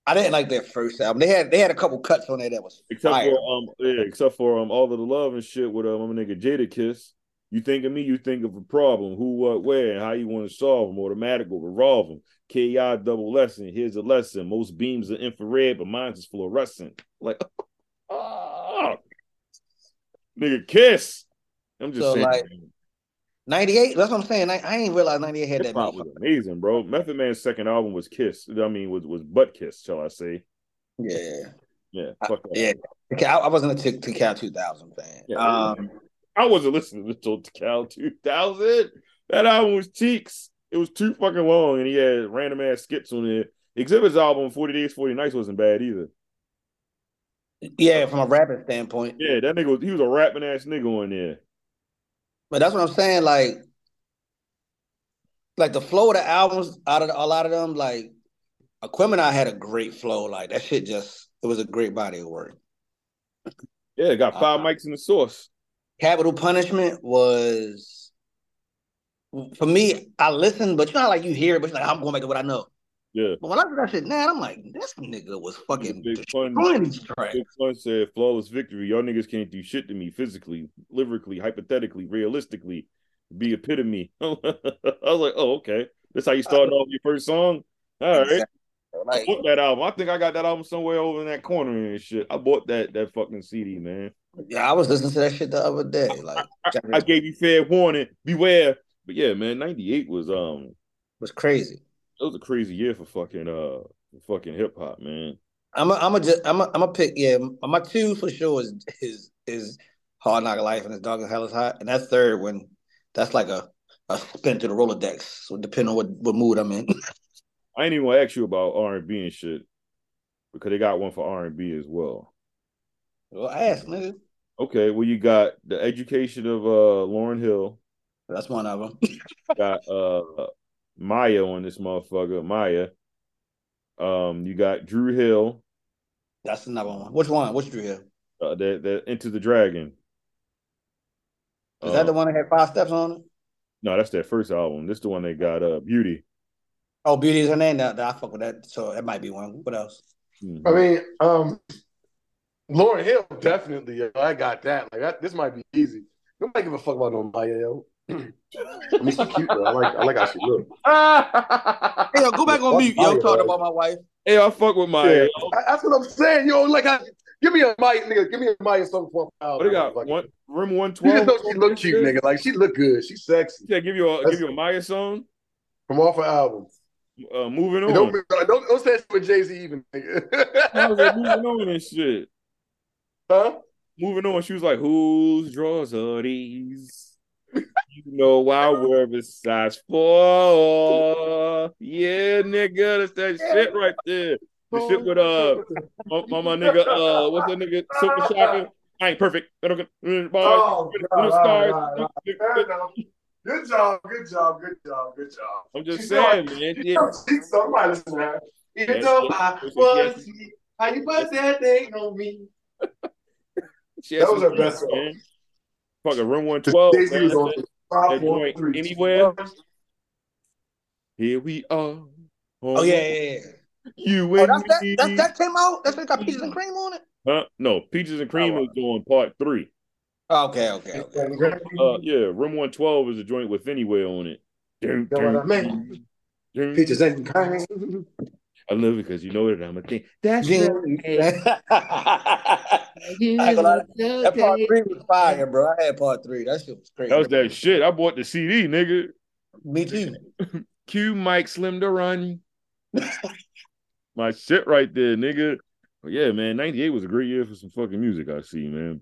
[SPEAKER 3] I didn't like their first album. They had they had a couple cuts on there that was
[SPEAKER 2] except
[SPEAKER 3] fire.
[SPEAKER 2] for um, yeah, except for um, all of the love and shit with um, my nigga Jada Kiss. You think of me, you think of a problem. Who, what, where, and how you want to solve them. Automatic or revolve them. Ki double lesson. Here's a lesson. Most beams are infrared, but mine's is fluorescent. Like, oh, nigga, kiss. I'm just
[SPEAKER 3] So,
[SPEAKER 2] saying.
[SPEAKER 3] like, Ninety eight. That's what I'm saying. I, I ain't realize ninety eight had
[SPEAKER 2] Hip
[SPEAKER 3] that
[SPEAKER 2] hop
[SPEAKER 3] many.
[SPEAKER 2] was amazing, bro. Method Man's second album was Kiss. I mean, was was Butt Kiss, shall I say?
[SPEAKER 3] Yeah,
[SPEAKER 2] Yeah,
[SPEAKER 3] I-
[SPEAKER 2] fuck that.
[SPEAKER 3] yeah. Okay, I, I wasn't a Tick to Cal two thousand fan.
[SPEAKER 2] Yeah.
[SPEAKER 3] um,
[SPEAKER 2] I wasn't listening to Cal 2000. That album was cheeks. It was too fucking long, and he had random ass skips on it. Exhibit's album, 40 Days, 40 Nights, wasn't bad either.
[SPEAKER 3] yeah, from a rapping standpoint.
[SPEAKER 2] Yeah, that nigga was, he was a rapping ass nigga on there.
[SPEAKER 3] But that's what I'm saying. Like, like the flow of the albums out of the- a lot of them, like Aquemini had a great flow. Like that shit just it was a great body of work.
[SPEAKER 2] Yeah, got five
[SPEAKER 3] Uh,
[SPEAKER 2] mics in the source.
[SPEAKER 3] Capital Punishment was for me, I listened, but you know how like you hear it, but you're like, I'm going back to what I know.
[SPEAKER 2] Yeah.
[SPEAKER 3] But when I heard that shit now, I'm like, this nigga was fucking
[SPEAKER 2] Big Pun,
[SPEAKER 3] destroying these tracks.
[SPEAKER 2] Big Pun said, flawless victory. Y'all niggas can't do shit to me physically, lyrically, hypothetically, realistically. Be epitome. I was like, oh, okay. That's how you starting off your first song? All right. I
[SPEAKER 3] Like
[SPEAKER 2] bought that album. I think I got that album somewhere over in that corner and shit. I bought that that fucking CD, man.
[SPEAKER 3] yeah, I was listening to that shit the other day. Like it
[SPEAKER 2] I gave you fair warning. Beware. But yeah, man, '98 was um,
[SPEAKER 3] was crazy.
[SPEAKER 2] it was a crazy year for fucking uh, fucking hip hop, man.
[SPEAKER 3] I'm a, I'm a, ju- I'm a, I'm a pick. Yeah, my two for sure is is is Hard Knock Life and His Dog and Hell is Hot, and that third one, that's like a a spin through the Rolodex. So depending on what what mood I'm in.
[SPEAKER 2] I ain't even gonna ask you about R and B and shit because they got one for R and B as well.
[SPEAKER 3] well, ass nigga,
[SPEAKER 2] Okay, well you got the education of uh Lauren Hill,
[SPEAKER 3] that's one of them.
[SPEAKER 2] got uh Maya on this motherfucker, Maya. Um, you got Drew Hill,
[SPEAKER 3] That's another one. Which one? Which Drew Hill?
[SPEAKER 2] uh, that that Into the Dragon.
[SPEAKER 3] Is that
[SPEAKER 2] Uh,
[SPEAKER 3] the one that had five steps on it?
[SPEAKER 2] No, that's their first album. This the one they got uh Beauty.
[SPEAKER 3] Oh, Beauty is her name. Now, I fuck with that. So that might be one. What else?
[SPEAKER 2] Mhm.
[SPEAKER 4] I mean, um, Lauren Hill definitely. yo, I got that. Like, that, this might be easy. Nobody give a fuck about no Maya, yo. I mean, she's cute though. I like I like how she look.
[SPEAKER 3] Hey, yo, go back on mute. Yo,
[SPEAKER 4] Maya,
[SPEAKER 3] talking
[SPEAKER 4] right?
[SPEAKER 3] about my wife.
[SPEAKER 2] Hey, I fuck with my.
[SPEAKER 4] Yeah. I- that's what I'm saying. Yo, like, I, give me a Maya, nigga. Give me a Maya song for a
[SPEAKER 2] What they got? One room one
[SPEAKER 4] You just
[SPEAKER 2] twelve.
[SPEAKER 4] know she look cute, nigga. Like, she look good. She sexy.
[SPEAKER 2] Yeah, give you a
[SPEAKER 4] That's-
[SPEAKER 2] give you a Maya song.
[SPEAKER 4] From off her album.
[SPEAKER 2] Uh, moving
[SPEAKER 4] And
[SPEAKER 2] on.
[SPEAKER 4] Don't, don't, don't say shit with Jay Z even,
[SPEAKER 2] I was
[SPEAKER 4] nigga.
[SPEAKER 2] like, moving on and shit.
[SPEAKER 4] huh?
[SPEAKER 2] Moving on, she was like, "Whose drawers are these?" You know I wear a size four. Yeah, nigga, that's that shit right there. The shit with uh, my, my, my nigga, uh, what's that nigga? Super shopping. I ain't perfect. I don't get mm, bars.
[SPEAKER 4] Oh,
[SPEAKER 2] Little stars.
[SPEAKER 4] Fair enough. Good job, good job, good job, good job.
[SPEAKER 2] I'm just
[SPEAKER 4] She know
[SPEAKER 2] saying, man. Yeah.
[SPEAKER 4] I- she- Somebody listen to her. Even
[SPEAKER 2] Yeah,
[SPEAKER 4] though
[SPEAKER 2] she-
[SPEAKER 4] I
[SPEAKER 2] she-
[SPEAKER 4] was,
[SPEAKER 2] she-
[SPEAKER 4] you, how you bust that thing on me?
[SPEAKER 2] She had
[SPEAKER 4] That was
[SPEAKER 2] some
[SPEAKER 4] her
[SPEAKER 2] hits,
[SPEAKER 4] best song.
[SPEAKER 2] man. Fucking room one twelve.
[SPEAKER 4] Jay-Z was on
[SPEAKER 2] that
[SPEAKER 4] five, four,
[SPEAKER 2] joint
[SPEAKER 4] three.
[SPEAKER 2] anywhere. Here we are.
[SPEAKER 3] Oh yeah, yeah, yeah.
[SPEAKER 2] you
[SPEAKER 3] Oh,
[SPEAKER 2] and
[SPEAKER 3] that's that,
[SPEAKER 2] me.
[SPEAKER 3] that. That came out. That's what got peaches and cream on it.
[SPEAKER 2] Huh? No, peaches and cream
[SPEAKER 3] Oh,
[SPEAKER 2] is on part three.
[SPEAKER 3] Okay, okay, okay.
[SPEAKER 2] Uh, yeah, room one twelve is a joint with anyway on it. Dun,
[SPEAKER 4] You know what I
[SPEAKER 2] dun,
[SPEAKER 4] mean?
[SPEAKER 2] dun.
[SPEAKER 4] Peaches and cream.
[SPEAKER 2] I love it because you know that I'm a thing. That's
[SPEAKER 3] Yeah.
[SPEAKER 2] right.
[SPEAKER 3] I ain't gonna lie. That part three was fire, bro. I had part three. That shit was crazy.
[SPEAKER 2] That was that shit. I bought the CD, nigga.
[SPEAKER 3] Me too.
[SPEAKER 2] Q Mike Slim to run. My shit right there, nigga. But yeah, man, 98 was a great year for some fucking music, I see, man.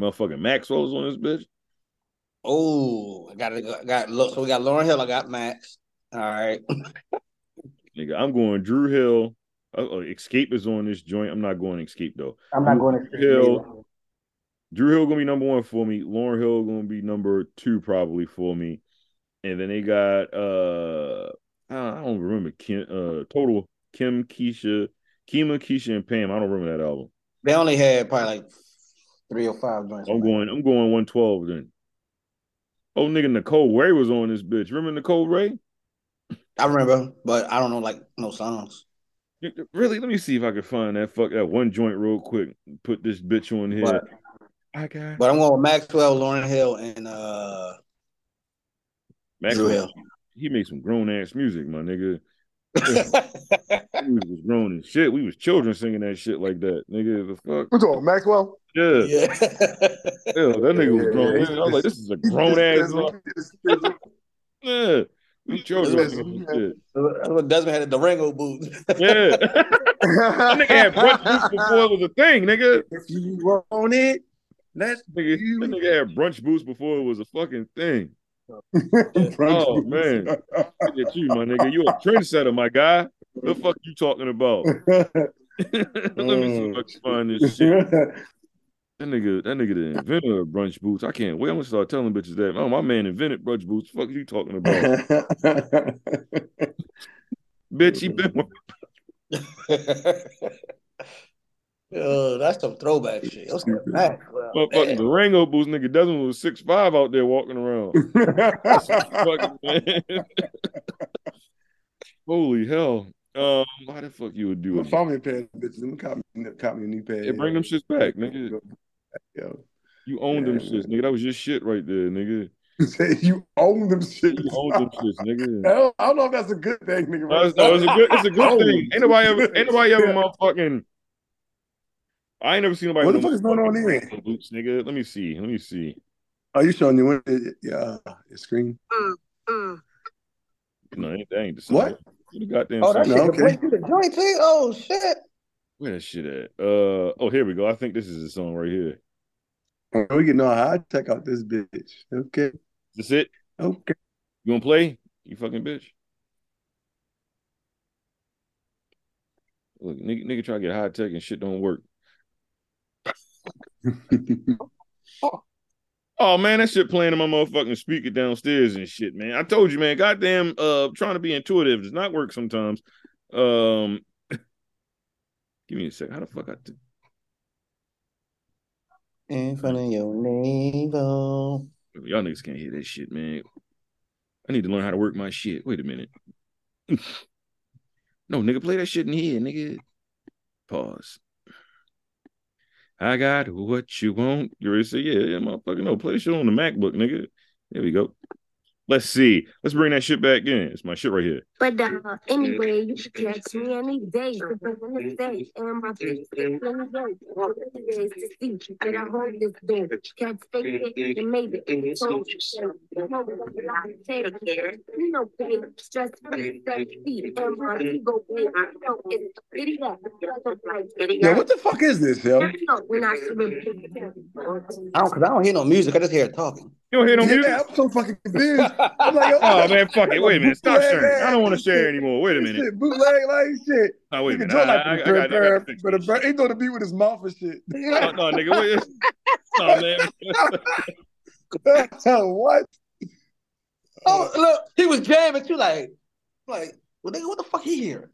[SPEAKER 2] Motherfucking Maxwell's on this bitch.
[SPEAKER 3] Oh, I got I got look. So we got Lauren Hill. I got Max. All right.
[SPEAKER 2] Nigga, I'm going Drew Hill. Uh, uh, Escape is on this joint. I'm not going Escape though.
[SPEAKER 3] I'm
[SPEAKER 2] not
[SPEAKER 3] going
[SPEAKER 2] to- Hill. Drew Hill gonna be number one for me. Lauren Hill gonna be number two probably for me. And then they got uh I don't, I don't remember Kim uh total Kim Keisha Kima Keisha and Pam. I don't remember that album.
[SPEAKER 3] They only had probably like three or five joints.
[SPEAKER 2] I'm going I'm going 112 then. Oh nigga Nicole Ray was on this bitch. Remember Nicole Ray?
[SPEAKER 3] I remember, but I don't know like no songs.
[SPEAKER 2] Really? Let me see if I can find that fuck that one joint real quick. Put this bitch on here.
[SPEAKER 3] But
[SPEAKER 2] I got
[SPEAKER 3] but I'm going with Maxwell, Lauren Hill, and uh Drew
[SPEAKER 2] Maxwell.
[SPEAKER 3] Hill.
[SPEAKER 2] he made some grown ass music, my nigga. That music was grown as shit. We was children singing that shit like that, nigga. The fuck,
[SPEAKER 4] What's on, Maxwell?
[SPEAKER 2] yeah,
[SPEAKER 3] yeah.
[SPEAKER 2] yeah. That nigga was
[SPEAKER 4] Yeah,
[SPEAKER 2] grown.
[SPEAKER 4] yeah,
[SPEAKER 2] I was like, this is a grown ass, song. yeah. We children singing that shit.
[SPEAKER 3] That's what Desmond had the Durango boot.
[SPEAKER 2] Yeah, that nigga had brunch boots before it was a thing, nigga.
[SPEAKER 4] If you want it, let's
[SPEAKER 2] Nigga, that nigga had brunch boots before it was a fucking thing. Oh, man. Look at you, my nigga. You a trendsetter, my guy. The fuck you talking about? Let me see if I can find this
[SPEAKER 4] Mm.
[SPEAKER 2] shit. That nigga, that nigga the inventor of brunch boots. I can't wait. I'm gonna start telling bitches that. Oh, my man invented brunch boots. Fuck you talking about, bitch. He been
[SPEAKER 3] Yo, that's some throwback shit. That's some Maxwell.
[SPEAKER 2] motherfucking
[SPEAKER 3] Damn.
[SPEAKER 2] Durango boots. Nigga Desmond was six five out there walking around. fucking man. Holy hell. Um, how the fuck you would do it?
[SPEAKER 4] Find me a pair of bitches. Let me cop me, cop me a new pair.
[SPEAKER 2] Yeah, bring them shits back, nigga.
[SPEAKER 4] Yo.
[SPEAKER 2] You owned them
[SPEAKER 4] Yeah,
[SPEAKER 2] shits, nigga. That was your shit right there, nigga.
[SPEAKER 4] Say you own them shit.
[SPEAKER 2] You owned them shits, nigga.
[SPEAKER 4] I don't, I don't know if that's a good thing, nigga.
[SPEAKER 2] No, it's, no, it's a good, it's a
[SPEAKER 4] Oh.
[SPEAKER 2] good thing. Ain't nobody ever, ain't nobody ever motherfucking. I ain't never seen nobody.
[SPEAKER 4] What the
[SPEAKER 2] with
[SPEAKER 4] fuck is going on
[SPEAKER 2] motherfucking
[SPEAKER 4] here?
[SPEAKER 2] Boots, nigga. Let me see. Let me see.
[SPEAKER 4] Are you showing your window? Yeah, your screen.
[SPEAKER 6] Uh,
[SPEAKER 2] No, ain't- that ain't the same.
[SPEAKER 4] What?
[SPEAKER 2] Where the goddamn?
[SPEAKER 3] Oh, that
[SPEAKER 2] song-
[SPEAKER 4] No,
[SPEAKER 3] shit
[SPEAKER 4] okay.
[SPEAKER 3] okay. the joint too. Oh shit.
[SPEAKER 2] Where that shit at? Uh, oh, here we go. I think this is the song right here.
[SPEAKER 4] We getting all high tech out this bitch. Okay,
[SPEAKER 2] This it?
[SPEAKER 4] okay.
[SPEAKER 2] You gonna play? You fucking bitch. Look, nigga, nigga try to get high tech and shit don't work. Oh man, that shit playing in my motherfucking speaker downstairs and shit, man. I told you, man. Goddamn, uh, trying to be intuitive does not work sometimes. Um, give me a sec. How the fuck I? did-
[SPEAKER 3] In front of your navel.
[SPEAKER 2] Y'all niggas can't hear that shit, man. I need to learn how to work my shit. Wait a minute. no, nigga, play that shit in here, nigga. Pause. I got what you want. You ready to say, yeah, yeah, motherfucker. No, play that shit on the MacBook, nigga. There we go. Let's see. Let's bring that shit back in. It's my shit right here.
[SPEAKER 7] But uh, anyway, you can catch me any day, any day, and my face any day, any day to see that I hold this bed. Cats fake it and made it. So, you know, a lot of take care. You know, babe, stress free, sexy, and my ego, babe, I know it's pretty bad.
[SPEAKER 4] Yeah, what the fuck is this, yo?
[SPEAKER 7] I know when I should be.
[SPEAKER 3] I don't, cause I don't hear no music. I just hear her talking.
[SPEAKER 2] You don't hear no music?
[SPEAKER 4] Yeah, I'm so fucking confused. I'm like,
[SPEAKER 2] Oh man, fuck it. Wait a minute. Stop
[SPEAKER 4] Yeah,
[SPEAKER 2] sharing. I don't want to
[SPEAKER 4] yeah.
[SPEAKER 2] share anymore. Wait a
[SPEAKER 4] This
[SPEAKER 2] minute.
[SPEAKER 4] shit, bootleg like shit.
[SPEAKER 2] Oh, wait a
[SPEAKER 4] Nigga
[SPEAKER 2] minute.
[SPEAKER 4] Joe
[SPEAKER 2] I,
[SPEAKER 4] like
[SPEAKER 2] I, I,
[SPEAKER 4] the
[SPEAKER 2] got, I got to
[SPEAKER 4] bird,
[SPEAKER 2] fix
[SPEAKER 4] but a
[SPEAKER 2] this.
[SPEAKER 4] bird ain't gonna be with his mouth and shit.
[SPEAKER 2] No, no, nigga. Wait. No, man.
[SPEAKER 4] what?
[SPEAKER 3] Oh look, he was jamming too. Like, like, well, nigga, what the fuck he hear?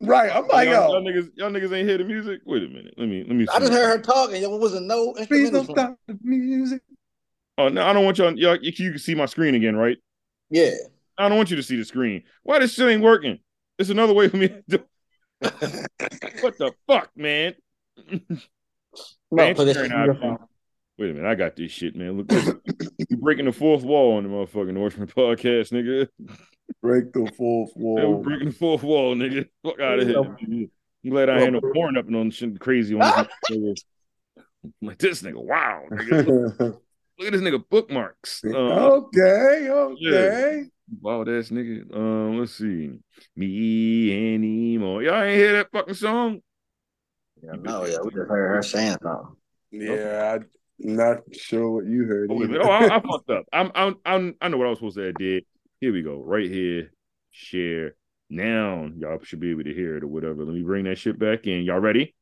[SPEAKER 4] Right. I'm like,
[SPEAKER 2] Y'all, y'all
[SPEAKER 4] yo,
[SPEAKER 2] niggas, y'all niggas ain't hear the music. Wait a minute. Let me, let me.
[SPEAKER 3] I just
[SPEAKER 2] see.
[SPEAKER 3] heard her talking. There wasn't no
[SPEAKER 4] please
[SPEAKER 3] instrumental.
[SPEAKER 4] don't
[SPEAKER 3] song.
[SPEAKER 4] stop the music.
[SPEAKER 2] Oh no, I don't want y'all. Y'all, you, you can see my screen again, right?
[SPEAKER 3] Yeah.
[SPEAKER 2] I don't want you to see the screen. Why this shit ain't working? It's another way for me. To do- what the fuck, man?
[SPEAKER 3] No, play this
[SPEAKER 2] turn
[SPEAKER 3] shit
[SPEAKER 2] out,
[SPEAKER 3] from your
[SPEAKER 2] man.
[SPEAKER 3] phone.
[SPEAKER 2] Wait a minute, I got this shit, man. Look, look. you breaking the fourth wall on the motherfucking Norseman podcast, nigga.
[SPEAKER 4] Break the fourth
[SPEAKER 2] Man, we
[SPEAKER 4] wall.
[SPEAKER 2] breaking the fourth wall, nigga. Fuck out of here. I'm glad I ain't no porn up and on shit crazy on this like this nigga. Wow, nigga. Look,
[SPEAKER 4] okay,
[SPEAKER 2] look at this nigga bookmarks. Um,
[SPEAKER 4] okay.
[SPEAKER 2] Wild ass nigga. Um, let's see. Me anymore. Y'all ain't hear that fucking song?
[SPEAKER 3] Yeah, no, Oh, yeah, we just heard her saying something.
[SPEAKER 4] Yeah, I'm not sure what you heard.
[SPEAKER 2] Oh, wait a minute.
[SPEAKER 4] either.
[SPEAKER 2] Oh, I, I fucked up. I'm, I'm, I'm, I know what I was supposed to have did. Here we go. Right here. Share now. Y'all should be able to hear it or whatever. Let me bring that shit back in. Y'all ready?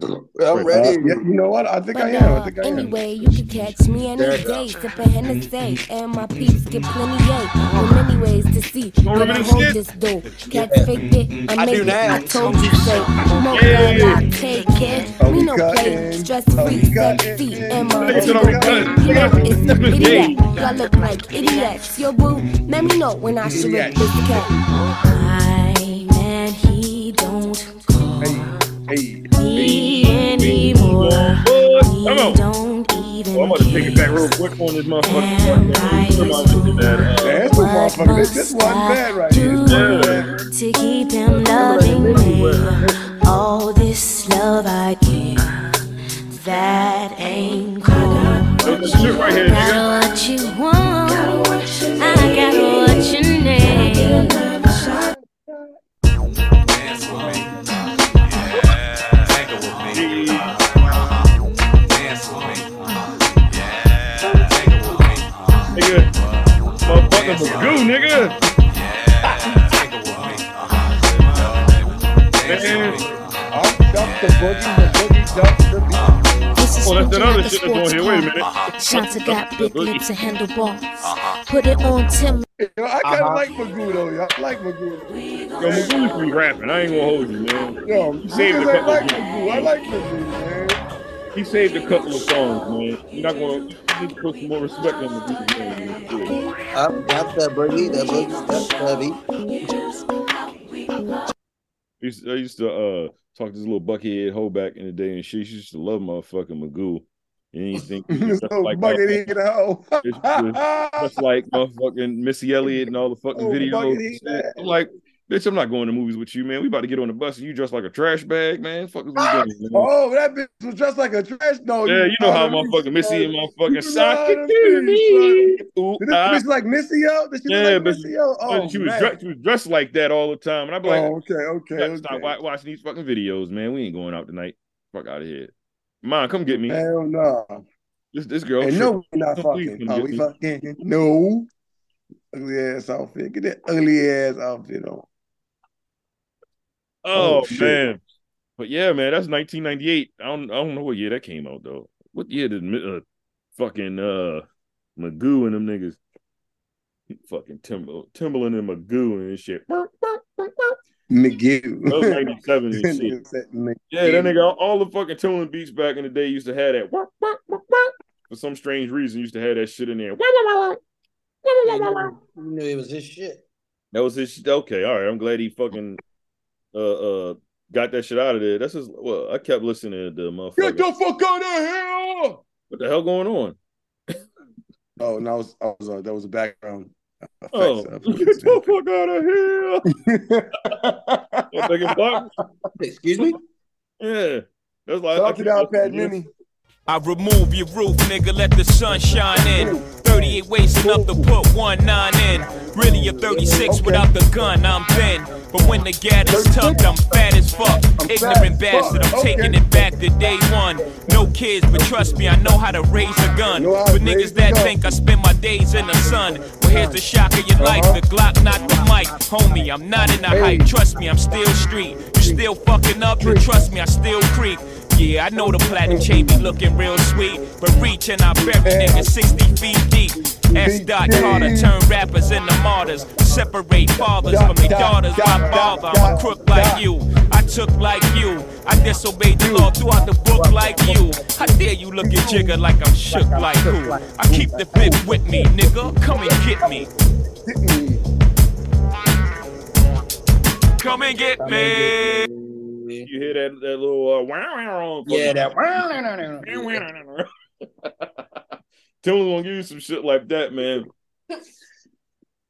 [SPEAKER 3] I'm
[SPEAKER 4] Uh,
[SPEAKER 3] ready.
[SPEAKER 4] yeah, you know what? I think I
[SPEAKER 7] But
[SPEAKER 4] am. I
[SPEAKER 7] uh,
[SPEAKER 4] think I am.
[SPEAKER 7] anyway, you can catch me any
[SPEAKER 3] There it
[SPEAKER 7] day, sipping Hennessy, and my peeps get plenty eight. With many ways to see that I
[SPEAKER 2] remember
[SPEAKER 7] hold
[SPEAKER 2] shit?
[SPEAKER 7] this dough. Cats
[SPEAKER 3] Yeah.
[SPEAKER 7] fake it, I
[SPEAKER 3] I
[SPEAKER 7] make
[SPEAKER 3] do
[SPEAKER 7] it.
[SPEAKER 3] now.
[SPEAKER 7] I told you so. Smoke
[SPEAKER 2] Yeah.
[SPEAKER 7] yeah. I take
[SPEAKER 4] Are
[SPEAKER 7] it.
[SPEAKER 4] Oh, we
[SPEAKER 7] We no play,
[SPEAKER 4] cutting?
[SPEAKER 7] stress
[SPEAKER 4] Are
[SPEAKER 7] free,
[SPEAKER 4] we
[SPEAKER 7] sexy,
[SPEAKER 4] cutting?
[SPEAKER 7] and my
[SPEAKER 2] Nigga said,
[SPEAKER 7] ego
[SPEAKER 2] "Are we
[SPEAKER 7] paid.
[SPEAKER 2] cutting?"
[SPEAKER 7] You know it's
[SPEAKER 2] That's
[SPEAKER 7] the
[SPEAKER 2] my
[SPEAKER 7] idiot.
[SPEAKER 2] day.
[SPEAKER 7] Y'all look like idiots. Yo boo, let me know when I should rip this cat.
[SPEAKER 8] Why, man, he don't call
[SPEAKER 4] Hey, hey, hey.
[SPEAKER 8] me anymore.
[SPEAKER 2] What? Come
[SPEAKER 8] He
[SPEAKER 2] on.
[SPEAKER 8] don't even
[SPEAKER 2] Well, I'm about to take it back real
[SPEAKER 8] care.
[SPEAKER 2] quick on this motherfucking
[SPEAKER 8] Am I
[SPEAKER 2] podcast. Come on, listen to that.
[SPEAKER 4] Man,
[SPEAKER 2] Uh,
[SPEAKER 4] this is
[SPEAKER 8] What
[SPEAKER 4] motherfucker. This this
[SPEAKER 8] must
[SPEAKER 4] one
[SPEAKER 8] I
[SPEAKER 4] bad right here. This one bad.
[SPEAKER 8] do to keep him loving me? All this love I give, that ain't cool.
[SPEAKER 2] yo, this shit right here, nigga.
[SPEAKER 8] Got what you want, I got what you need.
[SPEAKER 9] Dance with me. Yeah. Tango with me. Dance with me. Yeah. Tango with me.
[SPEAKER 2] Nigga, motherfucker, Magoo, nigga.
[SPEAKER 9] Yeah. Tango with me. Uh-huh. Dance
[SPEAKER 2] Man.
[SPEAKER 9] with me.
[SPEAKER 4] Up, up the boogie, the boogie, dump the beat.
[SPEAKER 8] This is
[SPEAKER 2] Oh, that's that
[SPEAKER 8] smoking
[SPEAKER 2] other
[SPEAKER 8] like a
[SPEAKER 2] shit that's on
[SPEAKER 8] sports
[SPEAKER 2] here. Wait a
[SPEAKER 8] car.
[SPEAKER 2] minute.
[SPEAKER 8] Shanta got
[SPEAKER 2] The
[SPEAKER 8] big
[SPEAKER 2] boogie.
[SPEAKER 8] lips and handlebars. Put it on Tim.
[SPEAKER 4] You know, I kind of
[SPEAKER 3] Uh-huh.
[SPEAKER 4] like Magoo though. Yo. I like Magoo.
[SPEAKER 2] Yo, Magoo used to be rapping. I ain't gonna hold you, man.
[SPEAKER 4] Yo,
[SPEAKER 2] He saved a
[SPEAKER 4] niggas ain't
[SPEAKER 2] couple of
[SPEAKER 4] like
[SPEAKER 2] hits.
[SPEAKER 4] Magoo. I like Magoo, man.
[SPEAKER 2] He saved a couple of songs, man. You're not gonna. You need to put some more respect on Magoo's name, man. For real.
[SPEAKER 3] Up, up that boogie, that boogie, that boogie.
[SPEAKER 2] I used, I used to uh talk to this little buckhead hoe back in the day, and she, she used to love motherfucking Magoo. And you think he was
[SPEAKER 4] this
[SPEAKER 2] just
[SPEAKER 4] little
[SPEAKER 2] like
[SPEAKER 4] bucket
[SPEAKER 2] motherfucking,
[SPEAKER 4] head hoe.
[SPEAKER 2] just, just- just like motherfucking Missy Elliott and all the fucking
[SPEAKER 4] oh,
[SPEAKER 2] videos.
[SPEAKER 4] bucket
[SPEAKER 2] and
[SPEAKER 4] head
[SPEAKER 2] shit. I'm like, bitch, I'm not going to movies with you, man. We about to get on the bus, and you dressed like a trash bag, man. Fuck is we doing, man?
[SPEAKER 4] Oh, that bitch was dressed like a trash dog.
[SPEAKER 2] Yeah, you know how
[SPEAKER 4] out of me,
[SPEAKER 2] motherfucking Missy and
[SPEAKER 4] son. Oh, You
[SPEAKER 2] motherfucking
[SPEAKER 4] was
[SPEAKER 2] Sasha
[SPEAKER 4] out of
[SPEAKER 2] do
[SPEAKER 4] me, son.
[SPEAKER 2] me. Ooh,
[SPEAKER 4] Did this
[SPEAKER 2] ah.
[SPEAKER 4] bitch like Missy out? Did she look
[SPEAKER 2] Yeah,
[SPEAKER 4] like
[SPEAKER 2] but
[SPEAKER 4] Missy out?
[SPEAKER 2] but
[SPEAKER 4] Oh,
[SPEAKER 2] she was
[SPEAKER 4] man.
[SPEAKER 2] dressed, she was dressed like that all the time, and I'd be like,
[SPEAKER 4] Oh, okay, okay,
[SPEAKER 2] you got to stop
[SPEAKER 4] okay.
[SPEAKER 2] wa- watching these fucking videos, man. We ain't going out tonight. Fuck out of here, mom. Come get me.
[SPEAKER 4] Hell no.
[SPEAKER 2] This this girl
[SPEAKER 4] And
[SPEAKER 2] tripping.
[SPEAKER 4] no, we're not
[SPEAKER 2] Come please
[SPEAKER 4] fucking.
[SPEAKER 2] come
[SPEAKER 4] Are
[SPEAKER 2] get
[SPEAKER 4] we
[SPEAKER 2] me.
[SPEAKER 4] fucking? No. Ugly ass outfit. Get that ugly ass outfit on. Oh
[SPEAKER 2] Oh
[SPEAKER 4] shit.
[SPEAKER 2] man, but yeah, man, that's 1998. I don't I don't know what year that came out though. What year did Mi- uh, fucking uh Magoo and them niggas fucking Timber Timberland and Magoo and shit. That
[SPEAKER 4] McGill.
[SPEAKER 2] was 97 and shit.
[SPEAKER 4] Nigga said McGill.
[SPEAKER 2] Yeah, that nigga, all- all the fucking Timberland beats back in the day used to have that. wah, wah, wah, wah. For some strange reason, used to have that shit in there. Wah, wah, wah, wah. Wah, wah,
[SPEAKER 3] You
[SPEAKER 2] wah, wah, wah.
[SPEAKER 3] knew, you knew it was his shit.
[SPEAKER 2] That was his. Shit. Okay, all right. I'm glad he fucking uh uh got that shit out of there. That's his. Well, I kept listening to the
[SPEAKER 4] Get
[SPEAKER 2] motherfucker.
[SPEAKER 4] the fuck out of here!
[SPEAKER 2] What the hell going on?
[SPEAKER 4] Oh, and I was, I was, uh, that was a background. effects.
[SPEAKER 2] Oh,
[SPEAKER 4] I
[SPEAKER 2] get
[SPEAKER 4] forgot to do.
[SPEAKER 2] the fuck out of here! That nigga Buck?
[SPEAKER 3] Excuse me?
[SPEAKER 2] Yeah, that's like
[SPEAKER 4] Talk it out, Pat
[SPEAKER 2] Mini.
[SPEAKER 4] Mini.
[SPEAKER 10] I remove your roof, nigga, let the sun shine in. 38 ways enough to put one nine in. Really a 36
[SPEAKER 4] Okay.
[SPEAKER 10] without the gun, I'm thin. But when the gat is tucked, I'm fat as fuck. Ignorant
[SPEAKER 4] fat as fuck.
[SPEAKER 10] bastard, I'm
[SPEAKER 4] Okay.
[SPEAKER 10] taking it back to day one. No kids, but trust me, I know how to raise a gun.
[SPEAKER 4] Know how to
[SPEAKER 10] But
[SPEAKER 4] raise
[SPEAKER 10] niggas
[SPEAKER 4] a
[SPEAKER 10] that
[SPEAKER 4] gun.
[SPEAKER 10] think I spend my days in the sun. Well, here's the shock of your life. The Glock, not the mic. Homie, I'm not in the
[SPEAKER 4] Hey.
[SPEAKER 10] hype. Trust me, I'm still street. You still fucking up, then trust me, I still creep. Yeah, I know the platinum chain be looking real sweet, but reach and I bury niggas 60 feet deep. S. Dot Carter turn rappers into martyrs, separate fathers from their daughters. My father, I'm a crook like you. I took like you. I disobeyed the law throughout the book like you. How dare you look at Jigga like I'm shook like who? I keep the bit with me, nigga. Come and get me. Come and get me.
[SPEAKER 2] You hear that that little uh, wow wow on
[SPEAKER 3] Yeah, that.
[SPEAKER 2] Tim's gonna give you some shit like that, man.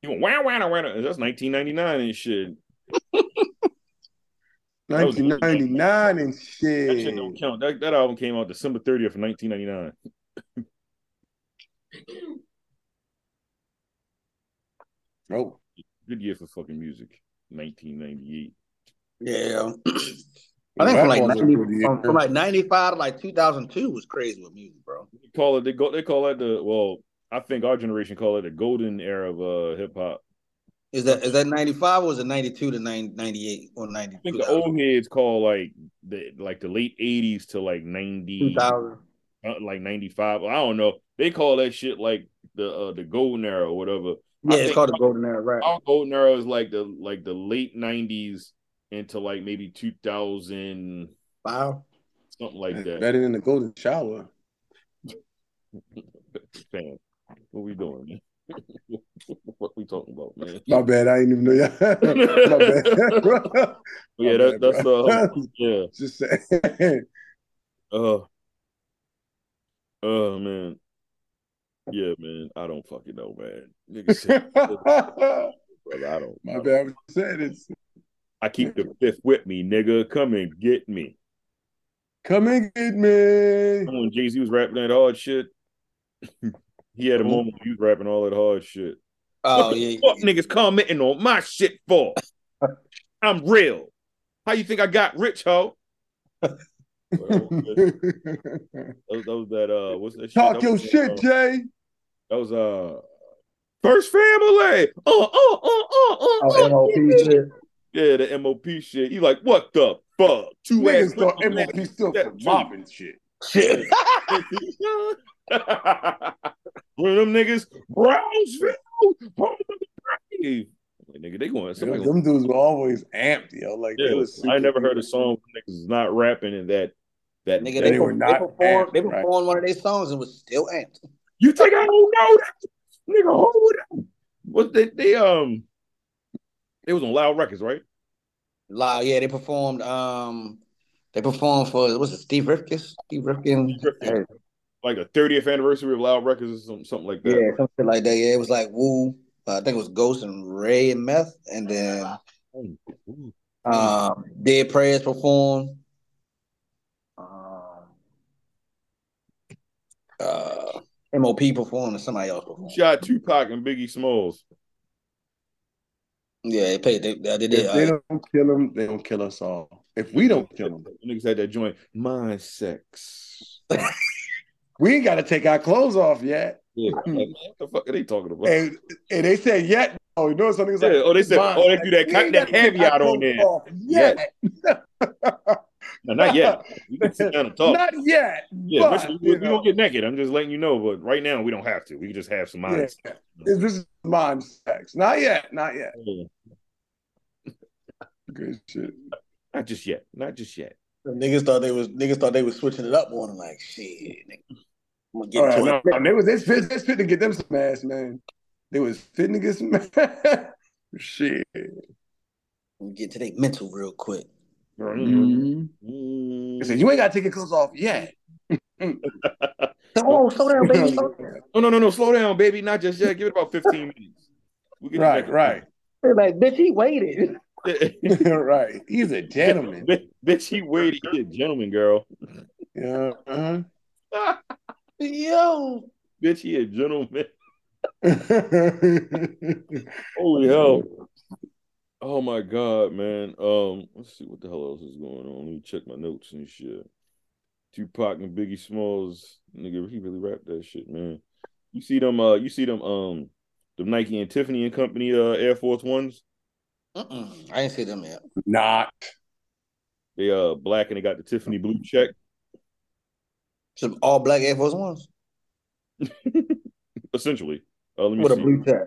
[SPEAKER 2] You went wow wow wow. wow. That's 1999 and shit. That was-
[SPEAKER 4] 1999 and
[SPEAKER 2] That shit don't
[SPEAKER 4] shit.
[SPEAKER 2] count. That, that album came out December 30th, of 1999.
[SPEAKER 4] Oh,
[SPEAKER 2] Good year for fucking music. 1998.
[SPEAKER 3] Yeah. I think from like,
[SPEAKER 4] Rap was a
[SPEAKER 3] 90,
[SPEAKER 4] good year.
[SPEAKER 3] from, from like 95 to like 2002 was crazy with music, bro.
[SPEAKER 2] They call it they go they call that the well, I think our generation call it the golden era of uh hip hop.
[SPEAKER 3] Is that is that 95 or was it 92 to 90, 98 or
[SPEAKER 2] I think
[SPEAKER 3] 92?
[SPEAKER 2] the old heads call like the like the late 80s to like 90
[SPEAKER 3] 2000.
[SPEAKER 2] uh, like 95. I don't know. They call that shit like the uh the golden era or whatever.
[SPEAKER 3] Yeah, it's
[SPEAKER 2] think-
[SPEAKER 3] called the Golden Era, right?
[SPEAKER 2] Our golden era is like the like the late 90s into like maybe 2000
[SPEAKER 3] Wow.
[SPEAKER 2] something like that.
[SPEAKER 4] Better than the golden shower.
[SPEAKER 2] Fam, what we doing, man? what we talking about, man?
[SPEAKER 4] My bad, I didn't even know y'all. My bad.
[SPEAKER 2] yeah, that, that's uh, yeah,
[SPEAKER 4] Just saying.
[SPEAKER 2] uh, oh man, yeah, man. I don't fucking know, man. Nigga said,
[SPEAKER 4] My
[SPEAKER 2] brother, I don't. I,
[SPEAKER 4] bad, I was saying it's
[SPEAKER 2] I keep the fifth with me, nigga. Come and get me.
[SPEAKER 4] come and get me.
[SPEAKER 2] Remember When Jay Z was rapping that hard shit, he had a moment when he was rapping all that hard shit.
[SPEAKER 3] Oh,
[SPEAKER 2] what the
[SPEAKER 3] yeah.
[SPEAKER 2] fuck niggas commenting on my shit for? I'm real. How you think I got rich, ho? Well, that was good. That was, that was that uh what's that shit?
[SPEAKER 4] Talk
[SPEAKER 2] That
[SPEAKER 4] your
[SPEAKER 2] was,
[SPEAKER 4] shit,
[SPEAKER 2] uh,
[SPEAKER 4] Jay.
[SPEAKER 2] That was uh First Family. Uh uh uh uh uh, uh.
[SPEAKER 3] Oh, MOP shit.
[SPEAKER 2] Yeah, the MOP shit. You like what the fuck? Two
[SPEAKER 4] Niggas
[SPEAKER 2] ass
[SPEAKER 4] thought
[SPEAKER 2] whipping
[SPEAKER 4] MOP still
[SPEAKER 2] that
[SPEAKER 4] for
[SPEAKER 2] too.
[SPEAKER 4] mobbing shit.
[SPEAKER 3] Shit.
[SPEAKER 2] ass. Bring them niggas Brownsville home of the brave. Like, nigga, they going
[SPEAKER 4] Yo,
[SPEAKER 2] somebody gonna-
[SPEAKER 4] them dudes were always amped, yo. Like they
[SPEAKER 2] yeah.
[SPEAKER 4] was super
[SPEAKER 2] I never heard a song where niggas is not rapping and that that
[SPEAKER 3] Nigga,
[SPEAKER 2] that-
[SPEAKER 3] they,
[SPEAKER 4] They were
[SPEAKER 3] per-
[SPEAKER 4] not
[SPEAKER 3] they performed,
[SPEAKER 4] amped,
[SPEAKER 3] they
[SPEAKER 4] right.
[SPEAKER 3] performed one of their songs and was still amped.
[SPEAKER 2] You think I don't know that? Nigga, hold up. What they, they um they was on loud records, right?
[SPEAKER 3] Live, yeah, they performed. Um, they performed for was it Steve Rifkin? Steve Rifkin,
[SPEAKER 2] Rifkin. Like a 30th anniversary of Loud Records or something, something like
[SPEAKER 3] yeah,
[SPEAKER 2] that.
[SPEAKER 3] some shit like that. Yeah, it was like Woo. Uh, I think it was Ghost and Ray and Meth, and then
[SPEAKER 2] Uh-huh.
[SPEAKER 3] um, Dead Prayers performed. Um, uh, MOP performed and somebody else
[SPEAKER 2] Who
[SPEAKER 3] performed.
[SPEAKER 2] shot Tupac and Biggie Smalls?
[SPEAKER 3] Yeah, they paid. They, they did.
[SPEAKER 4] If they
[SPEAKER 3] Uh,
[SPEAKER 4] don't kill them, they don't kill us all. If we don't kill them,
[SPEAKER 2] Niggas had that joint. My sex.
[SPEAKER 4] we ain't got to take our clothes off yet.
[SPEAKER 2] Yeah. Like, man, what the fuck are they talking about?
[SPEAKER 4] Hmm. And, and they said yet. Oh, you know something?
[SPEAKER 2] Yeah,
[SPEAKER 4] Like,
[SPEAKER 2] oh, they said,
[SPEAKER 4] mine.
[SPEAKER 2] oh, they do that,
[SPEAKER 4] We
[SPEAKER 2] cut
[SPEAKER 4] ain't
[SPEAKER 2] that
[SPEAKER 4] gotta
[SPEAKER 2] heavy
[SPEAKER 4] take our
[SPEAKER 2] out on
[SPEAKER 4] clothes
[SPEAKER 2] there.
[SPEAKER 4] off Yet.
[SPEAKER 2] No, not yet. We can sit down and talk.
[SPEAKER 4] Not yet.
[SPEAKER 2] yeah,
[SPEAKER 4] but,
[SPEAKER 2] eventually we,
[SPEAKER 4] you
[SPEAKER 2] we
[SPEAKER 4] know,
[SPEAKER 2] don't get naked. I'm just letting you know, but right now we don't have to. We can just have some
[SPEAKER 4] Yeah.
[SPEAKER 2] minds.
[SPEAKER 4] This this is mom sex. Not yet. Not yet. Good shit.
[SPEAKER 2] Not just yet. Not just yet.
[SPEAKER 3] niggas thought they was niggas thought they was switching it up more. I'm like, shit. Nigga, I'm gonna get
[SPEAKER 4] All right,
[SPEAKER 3] to it.
[SPEAKER 4] no, no, they was it's fit, it's fit to get them some ass, man. They was fitting to get some ass. shit.
[SPEAKER 3] Let me get to their mental real quick.
[SPEAKER 2] mm-hmm.
[SPEAKER 4] Mm-hmm. They said, you ain't gotta take your clothes off yet.
[SPEAKER 3] Oh, slow down,
[SPEAKER 4] You know
[SPEAKER 3] baby.
[SPEAKER 4] what
[SPEAKER 3] Slow
[SPEAKER 4] I'm saying?
[SPEAKER 2] No, no, no, no. Slow down, baby. Not just yet. Give it about 15 minutes. We'll get you
[SPEAKER 4] Right,
[SPEAKER 2] back.
[SPEAKER 4] right,
[SPEAKER 3] They're like, bitch, he waited.
[SPEAKER 4] right. He's a gentleman.
[SPEAKER 2] Bitch, bitch, he waited. He a gentleman, girl.
[SPEAKER 4] Yeah. Uh-huh.
[SPEAKER 3] Yo,
[SPEAKER 2] Bitch, he a gentleman. Holy hell. Oh my god, man. Um, let's see what the hell else is going on. Let me check my notes and shit. Tupac and Biggie Smalls, nigga, he really rapped that shit, man. You see them, uh, you see them, um, the Nike and Tiffany and Company, uh, Air Force Ones.
[SPEAKER 3] Mm-mm, I ain't see them yet.
[SPEAKER 4] Not.
[SPEAKER 2] They uh black and they got the Tiffany blue check.
[SPEAKER 3] Some all black Air Force Ones
[SPEAKER 2] Essentially, uh, let me
[SPEAKER 3] with a
[SPEAKER 2] see.
[SPEAKER 3] blue tag.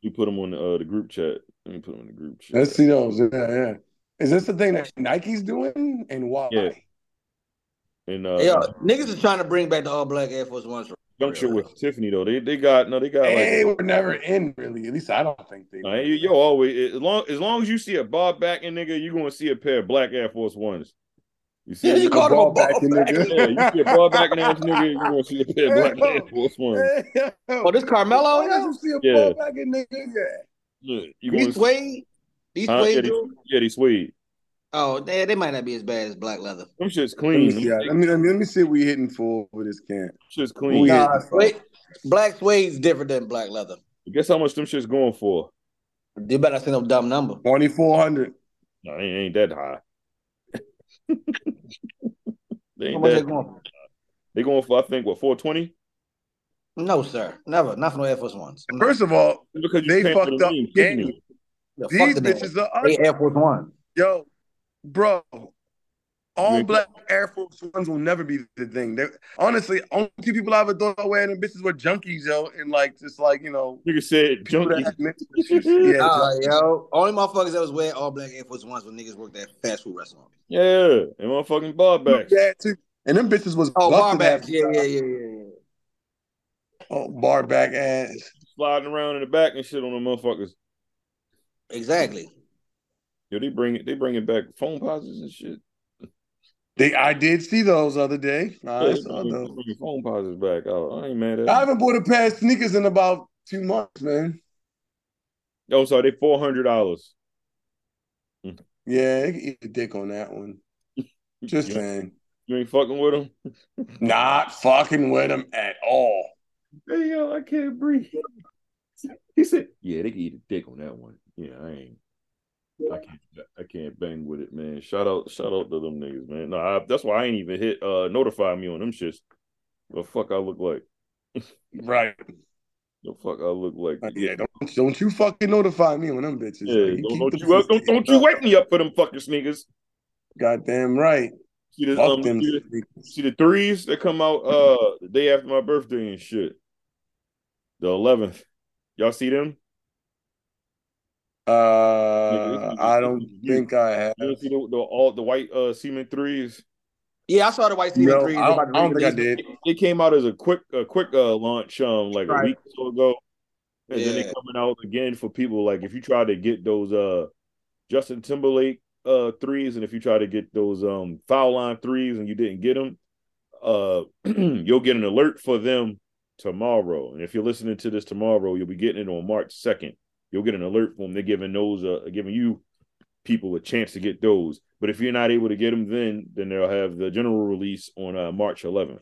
[SPEAKER 2] You put them on the, uh, the group chat. Let me put them in the group chat.
[SPEAKER 4] Let's see those. Yeah, yeah. Is this the thing that Nike's doing and why?
[SPEAKER 2] Yeah. And uh,
[SPEAKER 3] Yo, niggas is trying to bring back the all black Air Force Ones.
[SPEAKER 2] juncture with Tiffany though, they they got no, they got like
[SPEAKER 4] They were never in really. At least I don't think they.
[SPEAKER 2] Nah,
[SPEAKER 4] were.
[SPEAKER 2] you, you always as long as long as you see a bob backing nigga, you gonna see a pair of black Air Force Ones. You see,
[SPEAKER 3] Yeah, you called him a
[SPEAKER 4] Ball
[SPEAKER 3] ball
[SPEAKER 4] back, nigga.
[SPEAKER 2] yeah, you see a bob backing ass nigga, you gonna see a pair of black Air Force Ones.
[SPEAKER 3] Oh, this Carmelo,
[SPEAKER 4] Why don't
[SPEAKER 3] yo?
[SPEAKER 4] you see a
[SPEAKER 2] Yeah.
[SPEAKER 4] ball back in nigga? Yeah.
[SPEAKER 2] Yeah, you gonna
[SPEAKER 3] these
[SPEAKER 2] see,
[SPEAKER 3] suede, these
[SPEAKER 2] huh? yeah,
[SPEAKER 3] suede.
[SPEAKER 2] they,
[SPEAKER 3] dude?
[SPEAKER 2] yeah, they suede.
[SPEAKER 3] Oh, they, they might not be as bad as black leather.
[SPEAKER 2] Them shit's
[SPEAKER 4] Let me
[SPEAKER 2] clean.
[SPEAKER 4] see.
[SPEAKER 2] Them
[SPEAKER 4] Let me, let me let me see if we hitting full with this can.
[SPEAKER 2] shit's
[SPEAKER 4] We
[SPEAKER 3] Oh,
[SPEAKER 2] clean.
[SPEAKER 4] hitting full.
[SPEAKER 3] Wait, black suede's different than black leather.
[SPEAKER 2] Guess how much them shit's going for?
[SPEAKER 3] You better send them dumb number.
[SPEAKER 4] 2400
[SPEAKER 2] No, they ain't that high. they
[SPEAKER 3] How
[SPEAKER 2] ain't
[SPEAKER 3] much they
[SPEAKER 2] that.
[SPEAKER 3] going for?
[SPEAKER 2] They going for I think what four twenty?
[SPEAKER 3] No, sir, never. Not from no Air Force Ones. No.
[SPEAKER 4] First of all,
[SPEAKER 2] Because you
[SPEAKER 4] They
[SPEAKER 2] paying for
[SPEAKER 4] fucked
[SPEAKER 2] the
[SPEAKER 4] up
[SPEAKER 2] lean Tiffany.
[SPEAKER 4] game.
[SPEAKER 3] Yeah, fuck
[SPEAKER 4] these
[SPEAKER 3] the
[SPEAKER 4] bitches
[SPEAKER 3] niggas.
[SPEAKER 4] are
[SPEAKER 3] They
[SPEAKER 4] ugly.
[SPEAKER 3] Air Force One.
[SPEAKER 4] Yo, bro, all
[SPEAKER 2] ain't-
[SPEAKER 4] black Air Force Ones will never be the thing. They, honestly, only two people I ever thought I wearing them bitches were junkies, yo, and like just like you know,
[SPEAKER 2] Nigga said
[SPEAKER 4] people that
[SPEAKER 2] junkie.
[SPEAKER 4] had mental issues. Yeah,
[SPEAKER 3] Nah, yo. Only motherfuckers that was wearing all black Air Force Ones when niggas worked at fast food restaurants.
[SPEAKER 2] Yeah, and motherfucking bob backs.
[SPEAKER 4] yeah, too. And them bitches was
[SPEAKER 3] Oh,
[SPEAKER 4] busted
[SPEAKER 3] barbacks.
[SPEAKER 4] after-
[SPEAKER 3] Yeah, yeah, yeah, yeah. yeah.
[SPEAKER 4] Oh, bar back ass.
[SPEAKER 2] sliding around in the back and shit on the motherfuckers.
[SPEAKER 3] Exactly.
[SPEAKER 2] Yo, they bring it. They bring it back phone posits and shit.
[SPEAKER 4] They, I did see those the other day. I
[SPEAKER 2] Yeah, they
[SPEAKER 4] saw
[SPEAKER 2] bring, they
[SPEAKER 4] those.
[SPEAKER 2] bring phone posits back. I, I ain't mad at. Them.
[SPEAKER 4] I haven't bought a pair of sneakers in about two months, man.
[SPEAKER 2] Yo, sorry, they four hundred dollars.
[SPEAKER 4] Yeah, they can eat a dick on that one. Just saying,
[SPEAKER 2] You ain't fucking with them.
[SPEAKER 4] not fucking with them at all.
[SPEAKER 2] Hey, yo, I can't breathe. He said, "Yeah, they can eat a dick on that one. Yeah, I ain't. I can't. I can't bang with it, man. Shout out, shout out to them niggas, man. No, I, that's why I ain't even hit. Uh, notify me on them shits. The fuck I look like.
[SPEAKER 4] Right.
[SPEAKER 2] The fuck I look like.
[SPEAKER 4] Uh, Yeah, don't don't you fucking notify me on them bitches.
[SPEAKER 2] Yeah, don't,
[SPEAKER 4] Like, keep
[SPEAKER 2] don't
[SPEAKER 4] them
[SPEAKER 2] you up, don't,
[SPEAKER 4] bitches
[SPEAKER 2] don't you wake me up for them fucking sneakers.
[SPEAKER 4] Goddamn right.
[SPEAKER 2] See the
[SPEAKER 4] Fuck
[SPEAKER 2] um,
[SPEAKER 4] them.
[SPEAKER 2] see the,
[SPEAKER 4] sneakers.
[SPEAKER 2] see the threes that come out uh the day after my birthday and shit. The eleventh, y'all see them?
[SPEAKER 4] Uh, I don't think I have.
[SPEAKER 2] You didn't see the, the all the white uh semen threes?
[SPEAKER 3] Yeah, I saw the white semen
[SPEAKER 4] No, I
[SPEAKER 3] three.
[SPEAKER 4] don't, I don't think I did.
[SPEAKER 2] They came out as a quick a quick uh launch um like a
[SPEAKER 3] Right.
[SPEAKER 2] week or so ago, and then they
[SPEAKER 3] Yeah.
[SPEAKER 2] coming out again for people like if you try to get those uh Justin Timberlake uh threes, and if you try to get those um foul line threes and you didn't get them, uh you'll get an alert for them tomorrow. And if you're listening to this tomorrow, you'll be getting it on March 2nd. You'll get an alert from them. They're giving those uh giving you people a chance to get those. But if you're not able to get them then, then they'll have the general release on uh, March 11th.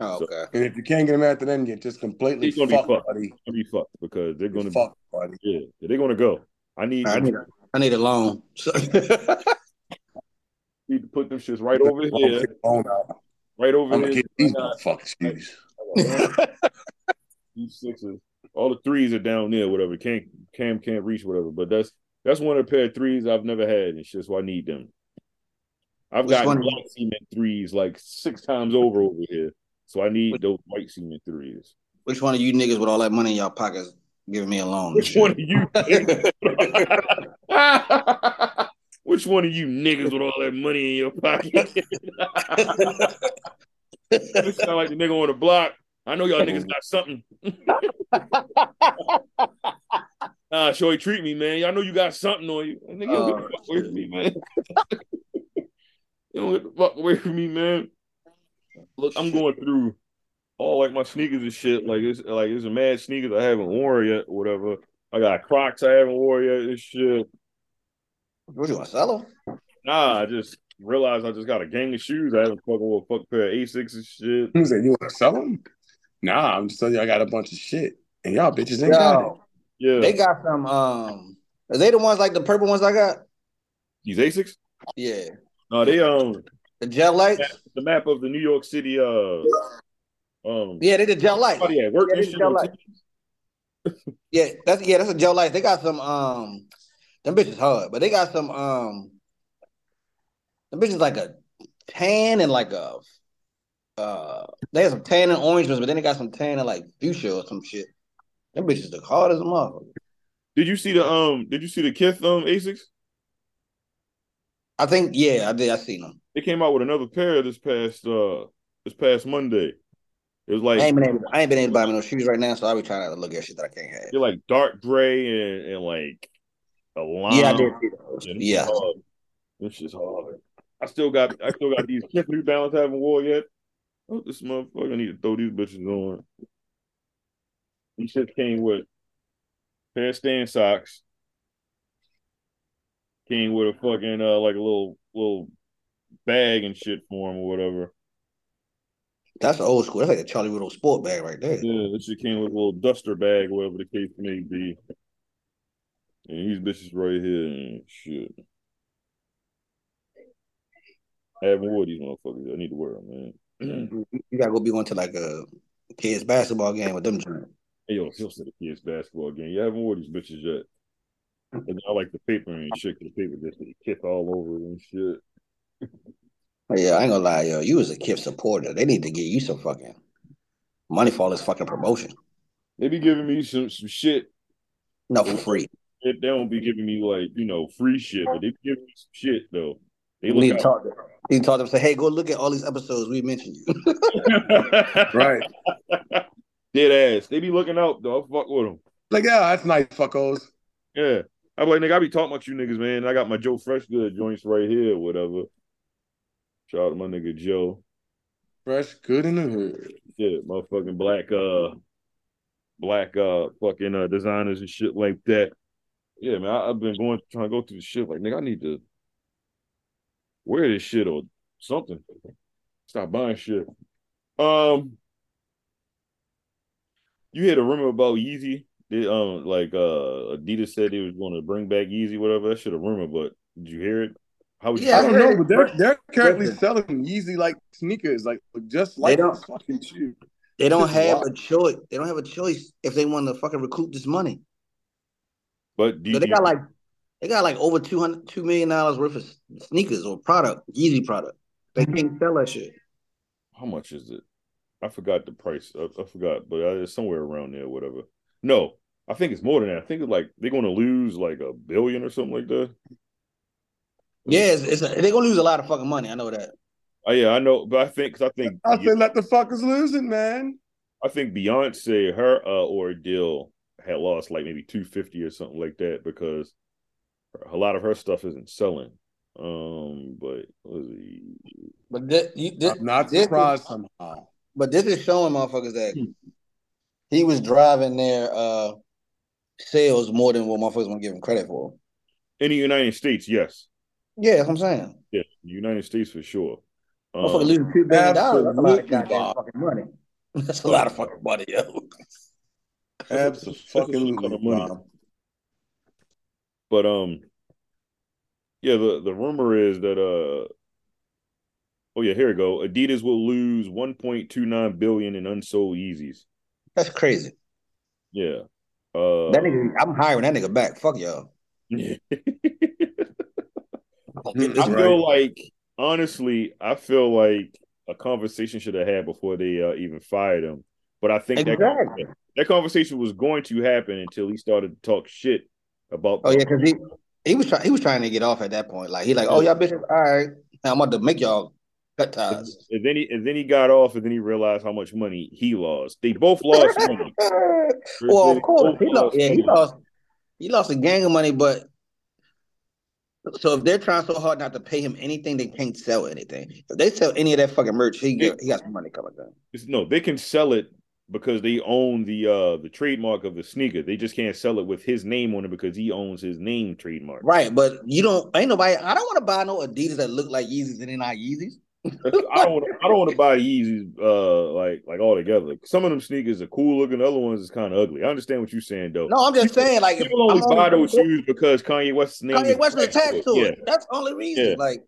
[SPEAKER 3] Oh, okay.
[SPEAKER 4] And if you can't get them after then, you're just completely
[SPEAKER 2] He's gonna be
[SPEAKER 4] fucked,
[SPEAKER 2] fucked.
[SPEAKER 4] buddy.
[SPEAKER 2] I'll be fucked because they're gonna
[SPEAKER 4] You're fucked, buddy.
[SPEAKER 2] yeah, they're gonna go. I need I
[SPEAKER 3] I need,
[SPEAKER 2] need,
[SPEAKER 3] a, I need a loan. So-
[SPEAKER 2] to put them shits right over
[SPEAKER 4] I'm gonna
[SPEAKER 2] here,
[SPEAKER 4] get the phone out.
[SPEAKER 2] right over
[SPEAKER 4] I'm gonna
[SPEAKER 2] here.
[SPEAKER 4] get these
[SPEAKER 2] I got-
[SPEAKER 4] motherfuckers. shoes.
[SPEAKER 2] I got these sixes. All the threes are down there, whatever. Can't Cam can't reach whatever. But that's that's one of the pair of threes I've never had, and shit, so I need them. I've
[SPEAKER 3] Which
[SPEAKER 2] got
[SPEAKER 3] one?
[SPEAKER 2] black cement threes like six times over over here, so I need those white cement threes.
[SPEAKER 3] Which one of you niggas with all that money in y'all pockets giving me a loan?
[SPEAKER 2] Which one of you? niggas- Which one of you niggas with all that money in your pocket? This sound like the nigga on the block. I know y'all niggas got something. Nah, Shoy, treat me, man. Y'all know you got something on you. Nigga, you
[SPEAKER 3] Oh,
[SPEAKER 2] don't get the fuck away from me, man. you don't get the fuck away from me, man. Look, I'm going through all like my sneakers and shit. Like it's like it's a mad sneakers I haven't worn yet, or whatever. I got Crocs I haven't worn yet and shit.
[SPEAKER 3] What you want to sell them?
[SPEAKER 2] Nah, I just realized I just got a gang of shoes. I haven't fucking wore a fuck pair of Asics and shit.
[SPEAKER 11] Who said you want to sell them? Nah, I'm just telling you, I got a bunch of shit, and y'all bitches ain't got it.
[SPEAKER 2] Yeah,
[SPEAKER 3] They got some. Um, are they the ones like the purple ones I got?
[SPEAKER 2] these Asics.
[SPEAKER 3] Yeah,
[SPEAKER 2] No, they um
[SPEAKER 3] the gel lights.
[SPEAKER 2] the map of the New York City uh um
[SPEAKER 3] Yeah, they the gel lights.
[SPEAKER 2] oh yeah work
[SPEAKER 3] Yeah,
[SPEAKER 2] this
[SPEAKER 3] they
[SPEAKER 2] shit
[SPEAKER 3] gel
[SPEAKER 2] on
[SPEAKER 3] lights.
[SPEAKER 2] TV.
[SPEAKER 3] Yeah, that's yeah, that's a gel lights. They got some. Um, them bitches hard, but they got some. Um, them bitches like a tan and like a. Uh, they had some tan and orange ones, but then they got some tan and like fuchsia or some shit. Them bitches look hard as a motherfucker.
[SPEAKER 2] Did you see the um did you see the Kith um Asics?
[SPEAKER 3] I think yeah, I did. I seen them.
[SPEAKER 2] They came out with another pair this past uh this past Monday. It was
[SPEAKER 3] I
[SPEAKER 2] like
[SPEAKER 3] ain't been able. I ain't been able to buy me no shoes right now, so I be trying to look at shit that I can't have.
[SPEAKER 2] they're like dark gray and, and like a lime.
[SPEAKER 3] Yeah, I did see those.
[SPEAKER 2] Yeah, this
[SPEAKER 3] Yeah.
[SPEAKER 2] is hard. This is hard. I still got I still got these Kith New Balance I haven't wore yet. Oh, this motherfucker need to throw these bitches on. These shit came with a pair of stand socks. Came with a fucking uh like a little little bag and shit for him or whatever.
[SPEAKER 3] That's old school. That's like a Charlie Riddle sport bag right there.
[SPEAKER 2] Yeah, this shit came with a little duster bag, whatever the case may be. And these bitches right here and shit. I haven't wore these motherfuckers. I need to wear them, man.
[SPEAKER 3] You gotta go be going to like a kids basketball game with them joints.
[SPEAKER 2] Hey, yo, Phil said the kids basketball game. You haven't wore these bitches yet. And I like the paper and shit. 'cause The paper just they kick all over it and shit.
[SPEAKER 3] But yeah, I ain't gonna lie, yo. You was a Kip supporter. They need to give you some fucking money for all this fucking promotion.
[SPEAKER 2] They be giving me some some shit.
[SPEAKER 3] No, for free.
[SPEAKER 2] They they don't be giving me like you know free shit, but they be giving me some shit though. They
[SPEAKER 3] You need
[SPEAKER 2] look
[SPEAKER 3] to
[SPEAKER 2] out.
[SPEAKER 3] talk to them. You need to talk to them. Say, hey, go look at all these episodes we mentioned you.
[SPEAKER 11] Right.
[SPEAKER 2] Dead ass. They be looking out though. I fuck with them.
[SPEAKER 11] Like, yeah, that's nice, fuckos.
[SPEAKER 2] Yeah. I'm like, nigga, I be talking about you niggas, man. I got my Joe Fresh Good joints right here, whatever. Shout out to my nigga Joe.
[SPEAKER 11] Fresh, good in the hood.
[SPEAKER 2] Yeah, motherfucking black uh black uh fucking uh designers and shit like that. Yeah, man, I, I've been going trying to go through the shit like nigga, I need to wear this shit or something. Stop buying shit. Um you hear the rumor about Yeezy. They, um like uh Adidas said they was gonna bring back Yeezy, whatever. That shit a rumor, but did you hear it? How would you
[SPEAKER 3] Yeah,
[SPEAKER 11] I
[SPEAKER 3] I
[SPEAKER 11] don't
[SPEAKER 3] heard
[SPEAKER 11] know,
[SPEAKER 3] it.
[SPEAKER 11] but they're they're currently
[SPEAKER 3] Listen.
[SPEAKER 11] selling Yeezy like sneakers, like look just like
[SPEAKER 3] don't-
[SPEAKER 11] those fucking shoes.
[SPEAKER 3] They don't
[SPEAKER 11] Just
[SPEAKER 3] have
[SPEAKER 11] why?
[SPEAKER 3] a choice. They don't have a choice if they want to fucking recoup this money.
[SPEAKER 2] but do
[SPEAKER 3] So
[SPEAKER 2] you
[SPEAKER 3] they
[SPEAKER 2] think
[SPEAKER 3] got like they got like over 200 $2 million dollars worth of sneakers or product, Yeezy product. They can't sell that shit.
[SPEAKER 2] how much is it? I forgot the price. I, I forgot, but I, it's somewhere around there, whatever. No, I think it's more than that. I think it's like they're going to lose like a billion or something like that.
[SPEAKER 3] Yeah, it's, it's they're gonna lose a lot of fucking money. I know that.
[SPEAKER 2] Oh yeah, I know, but I think because I think
[SPEAKER 11] I said, let the fuckers lose it, man.
[SPEAKER 2] I think Beyonce her uh, ordeal had lost like maybe two fifty or something like that because a lot of her stuff isn't selling. Um, but what is it?
[SPEAKER 3] But thi- you- thi-
[SPEAKER 11] I'm not
[SPEAKER 3] this is-
[SPEAKER 11] surprised somehow.
[SPEAKER 3] but this is showing motherfuckers that he was driving their uh sales more than what motherfuckers want to give him credit for.
[SPEAKER 2] in the United States, yes,
[SPEAKER 3] Yeah, that's what I'm saying.
[SPEAKER 2] yes, United States for sure.
[SPEAKER 3] Motherfucker
[SPEAKER 2] Um,
[SPEAKER 3] losing two billion dollars. That's a lot
[SPEAKER 11] absolutely
[SPEAKER 3] of goddamn
[SPEAKER 11] wild.
[SPEAKER 3] fucking money. That's a lot of fucking money, yo.
[SPEAKER 11] Absolutely,
[SPEAKER 2] That's a lot of
[SPEAKER 11] Bob.
[SPEAKER 2] but um, yeah, the the rumor is that uh. Oh yeah, here we go. Adidas will lose 1.29 billion in unsold Yeezys.
[SPEAKER 3] That's crazy.
[SPEAKER 2] Yeah. Uh
[SPEAKER 3] That nigga, I'm hiring that nigga back. Fuck y'all. I'm gonna get this
[SPEAKER 2] I
[SPEAKER 11] Right.
[SPEAKER 2] feel like honestly, I feel like a conversation should have had before they uh, even fired him. But I think
[SPEAKER 3] Exactly.
[SPEAKER 2] that that conversation was going to happen until he started to talk shit about
[SPEAKER 3] Oh yeah, because he he was trying he was trying to get off at that point. Like he like, oh y'all bitches, all right. Now I'm about to make y'all cut ties.
[SPEAKER 2] and then he and then he got off and then he realized how much money he lost. They both lost money.
[SPEAKER 3] well,
[SPEAKER 2] They
[SPEAKER 3] of course,
[SPEAKER 2] both
[SPEAKER 3] he lost. Yeah,
[SPEAKER 2] money.
[SPEAKER 3] he lost. He lost a gang of money, but So if they're trying so hard not to pay him anything, they can't sell anything. If they sell any of that fucking merch, he got, he got some money coming down.
[SPEAKER 2] It's- no, they can sell it because they own the uh the trademark of the sneaker. They just can't sell it with his name on it because he owns his name trademark.
[SPEAKER 3] Right, but you don't ain't nobody I don't want to buy no Adidas that look like Yeezys and they're not Yeezys.
[SPEAKER 2] I don't want I don't want to buy Yeezys uh like like all together. Some of them sneakers are cool looking, the other ones is kind of ugly. I understand what you're saying though.
[SPEAKER 3] No, I'm just saying like
[SPEAKER 2] People only
[SPEAKER 3] I'm
[SPEAKER 2] buy those shoes because Kanye West's name.
[SPEAKER 3] Kanye
[SPEAKER 2] is
[SPEAKER 3] West was
[SPEAKER 2] attached
[SPEAKER 3] attached
[SPEAKER 2] it.
[SPEAKER 3] to
[SPEAKER 2] Yeah,
[SPEAKER 3] it. That's the only reason.
[SPEAKER 2] Yeah.
[SPEAKER 3] Like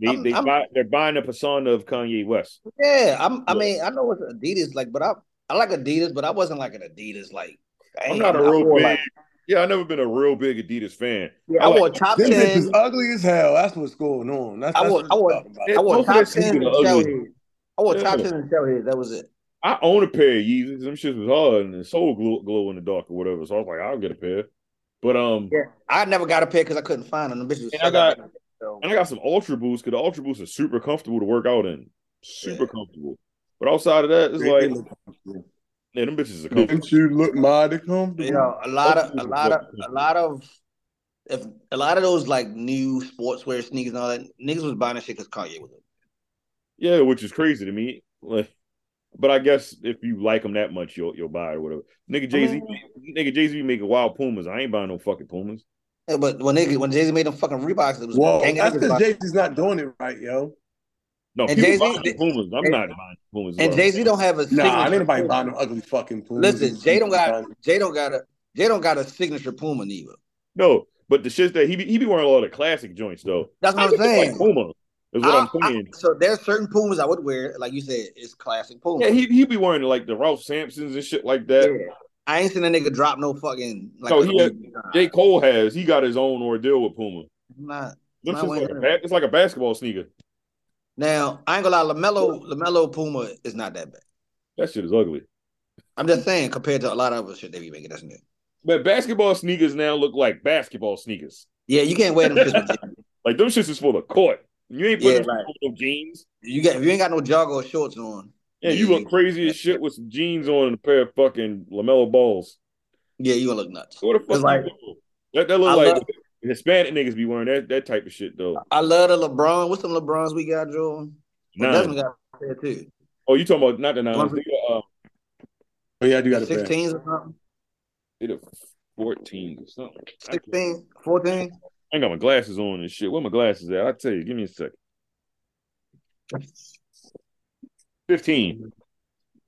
[SPEAKER 2] they
[SPEAKER 3] I'm-
[SPEAKER 2] they
[SPEAKER 3] I'm-
[SPEAKER 2] buy they're buying the persona of Kanye West.
[SPEAKER 3] yeah, I'm I
[SPEAKER 2] Yeah.
[SPEAKER 3] mean, I know it's Adidas like but I I like Adidas, but I wasn't like an Adidas like I
[SPEAKER 2] I'm
[SPEAKER 3] ain't-
[SPEAKER 2] not a
[SPEAKER 3] I
[SPEAKER 2] real
[SPEAKER 3] wore,
[SPEAKER 2] big.
[SPEAKER 3] like-
[SPEAKER 2] yeah, I've never been a real big Adidas fan.
[SPEAKER 3] yeah, I wore top
[SPEAKER 11] Them
[SPEAKER 3] ten.
[SPEAKER 11] bitches ugly as hell. That's what's going on. That's,
[SPEAKER 3] I
[SPEAKER 11] that's
[SPEAKER 3] would-
[SPEAKER 11] what
[SPEAKER 3] I would-
[SPEAKER 11] we're talking about.
[SPEAKER 3] I wore
[SPEAKER 2] Most of
[SPEAKER 3] top
[SPEAKER 2] that
[SPEAKER 3] ten
[SPEAKER 2] sneaker
[SPEAKER 3] and
[SPEAKER 2] are ugly.
[SPEAKER 3] shellheads. I wore top
[SPEAKER 2] Yeah.
[SPEAKER 3] ten and shellheads. That was it.
[SPEAKER 2] I own a pair of Yeezys. Them shits was hard and soul glow, glow in the dark or whatever. So I was like, I'll get a pair. But um,
[SPEAKER 3] Yeah. I never got a pair because I couldn't find them. The bitches was
[SPEAKER 2] And I
[SPEAKER 3] selling
[SPEAKER 2] got-
[SPEAKER 3] out. So-
[SPEAKER 2] and I got some Ultra Boosts because the Ultra Boosts are super comfortable to work out in, super comfortable. But outside of that, it's
[SPEAKER 11] They-
[SPEAKER 2] like,
[SPEAKER 11] they look comfortable.
[SPEAKER 2] yeah, them bitches are comfortable.
[SPEAKER 11] Didn't you look mighty comfortable?
[SPEAKER 3] you know, a lot of a lot of a lot of if a lot of those like new sportswear sneakers and all that niggas was buying that shit because Kanye was it.
[SPEAKER 2] Yeah, which is crazy to me. Like, but I guess if you like them that much, you'll you'll buy it or whatever. Nigga Jay Z,
[SPEAKER 3] Mm-hmm.
[SPEAKER 2] nigga Jay Z making wild Pumas. I ain't buying no fucking Pumas.
[SPEAKER 3] Yeah, but when niggas when Jay Z made them fucking Reeboks, it was
[SPEAKER 11] Whoa,
[SPEAKER 3] gang
[SPEAKER 11] that's
[SPEAKER 3] niggas
[SPEAKER 11] because
[SPEAKER 3] buying-
[SPEAKER 11] Jay-Z's not doing it right, yo.
[SPEAKER 2] No,
[SPEAKER 3] And
[SPEAKER 2] people
[SPEAKER 3] Jay-Z-
[SPEAKER 2] buying Pumas. I'm
[SPEAKER 3] and-
[SPEAKER 2] not buying Pumas.
[SPEAKER 3] and Jay Z don't have a signature.
[SPEAKER 11] Nah, ain't nobody
[SPEAKER 3] Puma.
[SPEAKER 11] buying no ugly fucking Pumas.
[SPEAKER 3] Listen, Jay don't got Jay don't got a Jay don't got a signature Puma neither.
[SPEAKER 2] No, but the shit that he be, he be wearing a lot of classic joints though.
[SPEAKER 3] That's what
[SPEAKER 2] I
[SPEAKER 3] I'm
[SPEAKER 2] just
[SPEAKER 3] saying.
[SPEAKER 2] Like Puma is what I, am
[SPEAKER 3] I- I-
[SPEAKER 2] saying.
[SPEAKER 3] so there's certain Pumas I would wear, like you said, it's classic Puma.
[SPEAKER 2] yeah, he he be wearing like the Ralph Sampsons and shit like that.
[SPEAKER 3] Yeah. I ain't seen a nigga drop no fucking like.
[SPEAKER 2] No,
[SPEAKER 3] a-
[SPEAKER 2] he had- J Cole has he got his own ordeal with Puma.
[SPEAKER 3] I'm not.
[SPEAKER 2] Them
[SPEAKER 3] My
[SPEAKER 2] shit's
[SPEAKER 3] way.
[SPEAKER 2] like a ba- it's like a basketball sneaker.
[SPEAKER 3] Now I ain't gonna lie, Lamelo Lamelo Puma is not that bad.
[SPEAKER 2] That shit is ugly.
[SPEAKER 3] I'm just saying compared to a lot of other shit they be making, that's new.
[SPEAKER 2] But basketball sneakers now look like basketball sneakers.
[SPEAKER 3] Yeah, you can't wear them. shits with jeans.
[SPEAKER 2] Like them shits is for the court. You ain't putting
[SPEAKER 3] Yeah,
[SPEAKER 2] them
[SPEAKER 3] like-
[SPEAKER 2] on no jeans.
[SPEAKER 3] you got if you ain't got no jog or shorts on.
[SPEAKER 2] Yeah, you look crazy as shit with some jeans on and a pair of fucking Lamelo balls.
[SPEAKER 3] Yeah, you gonna look nuts.
[SPEAKER 2] What the fuck?
[SPEAKER 3] It's like-
[SPEAKER 2] you doing? that that look
[SPEAKER 3] I
[SPEAKER 2] like
[SPEAKER 3] love-
[SPEAKER 2] Hispanic niggas be wearing that that type of shit though.
[SPEAKER 3] I love the LeBron. What's some LeBrons we got, Joel? Well,
[SPEAKER 2] Nine.
[SPEAKER 3] Desmond got a pair too.
[SPEAKER 2] Oh, you talking about not the nines? They got, uh,
[SPEAKER 11] Oh yeah, I do got a pair.
[SPEAKER 3] 16s or something?
[SPEAKER 2] they the fourteen or something. I can't-
[SPEAKER 3] 16, 14?
[SPEAKER 2] I ain't got my glasses on and shit. Where my glasses at? I'll tell you. Give me a second. Fifteen.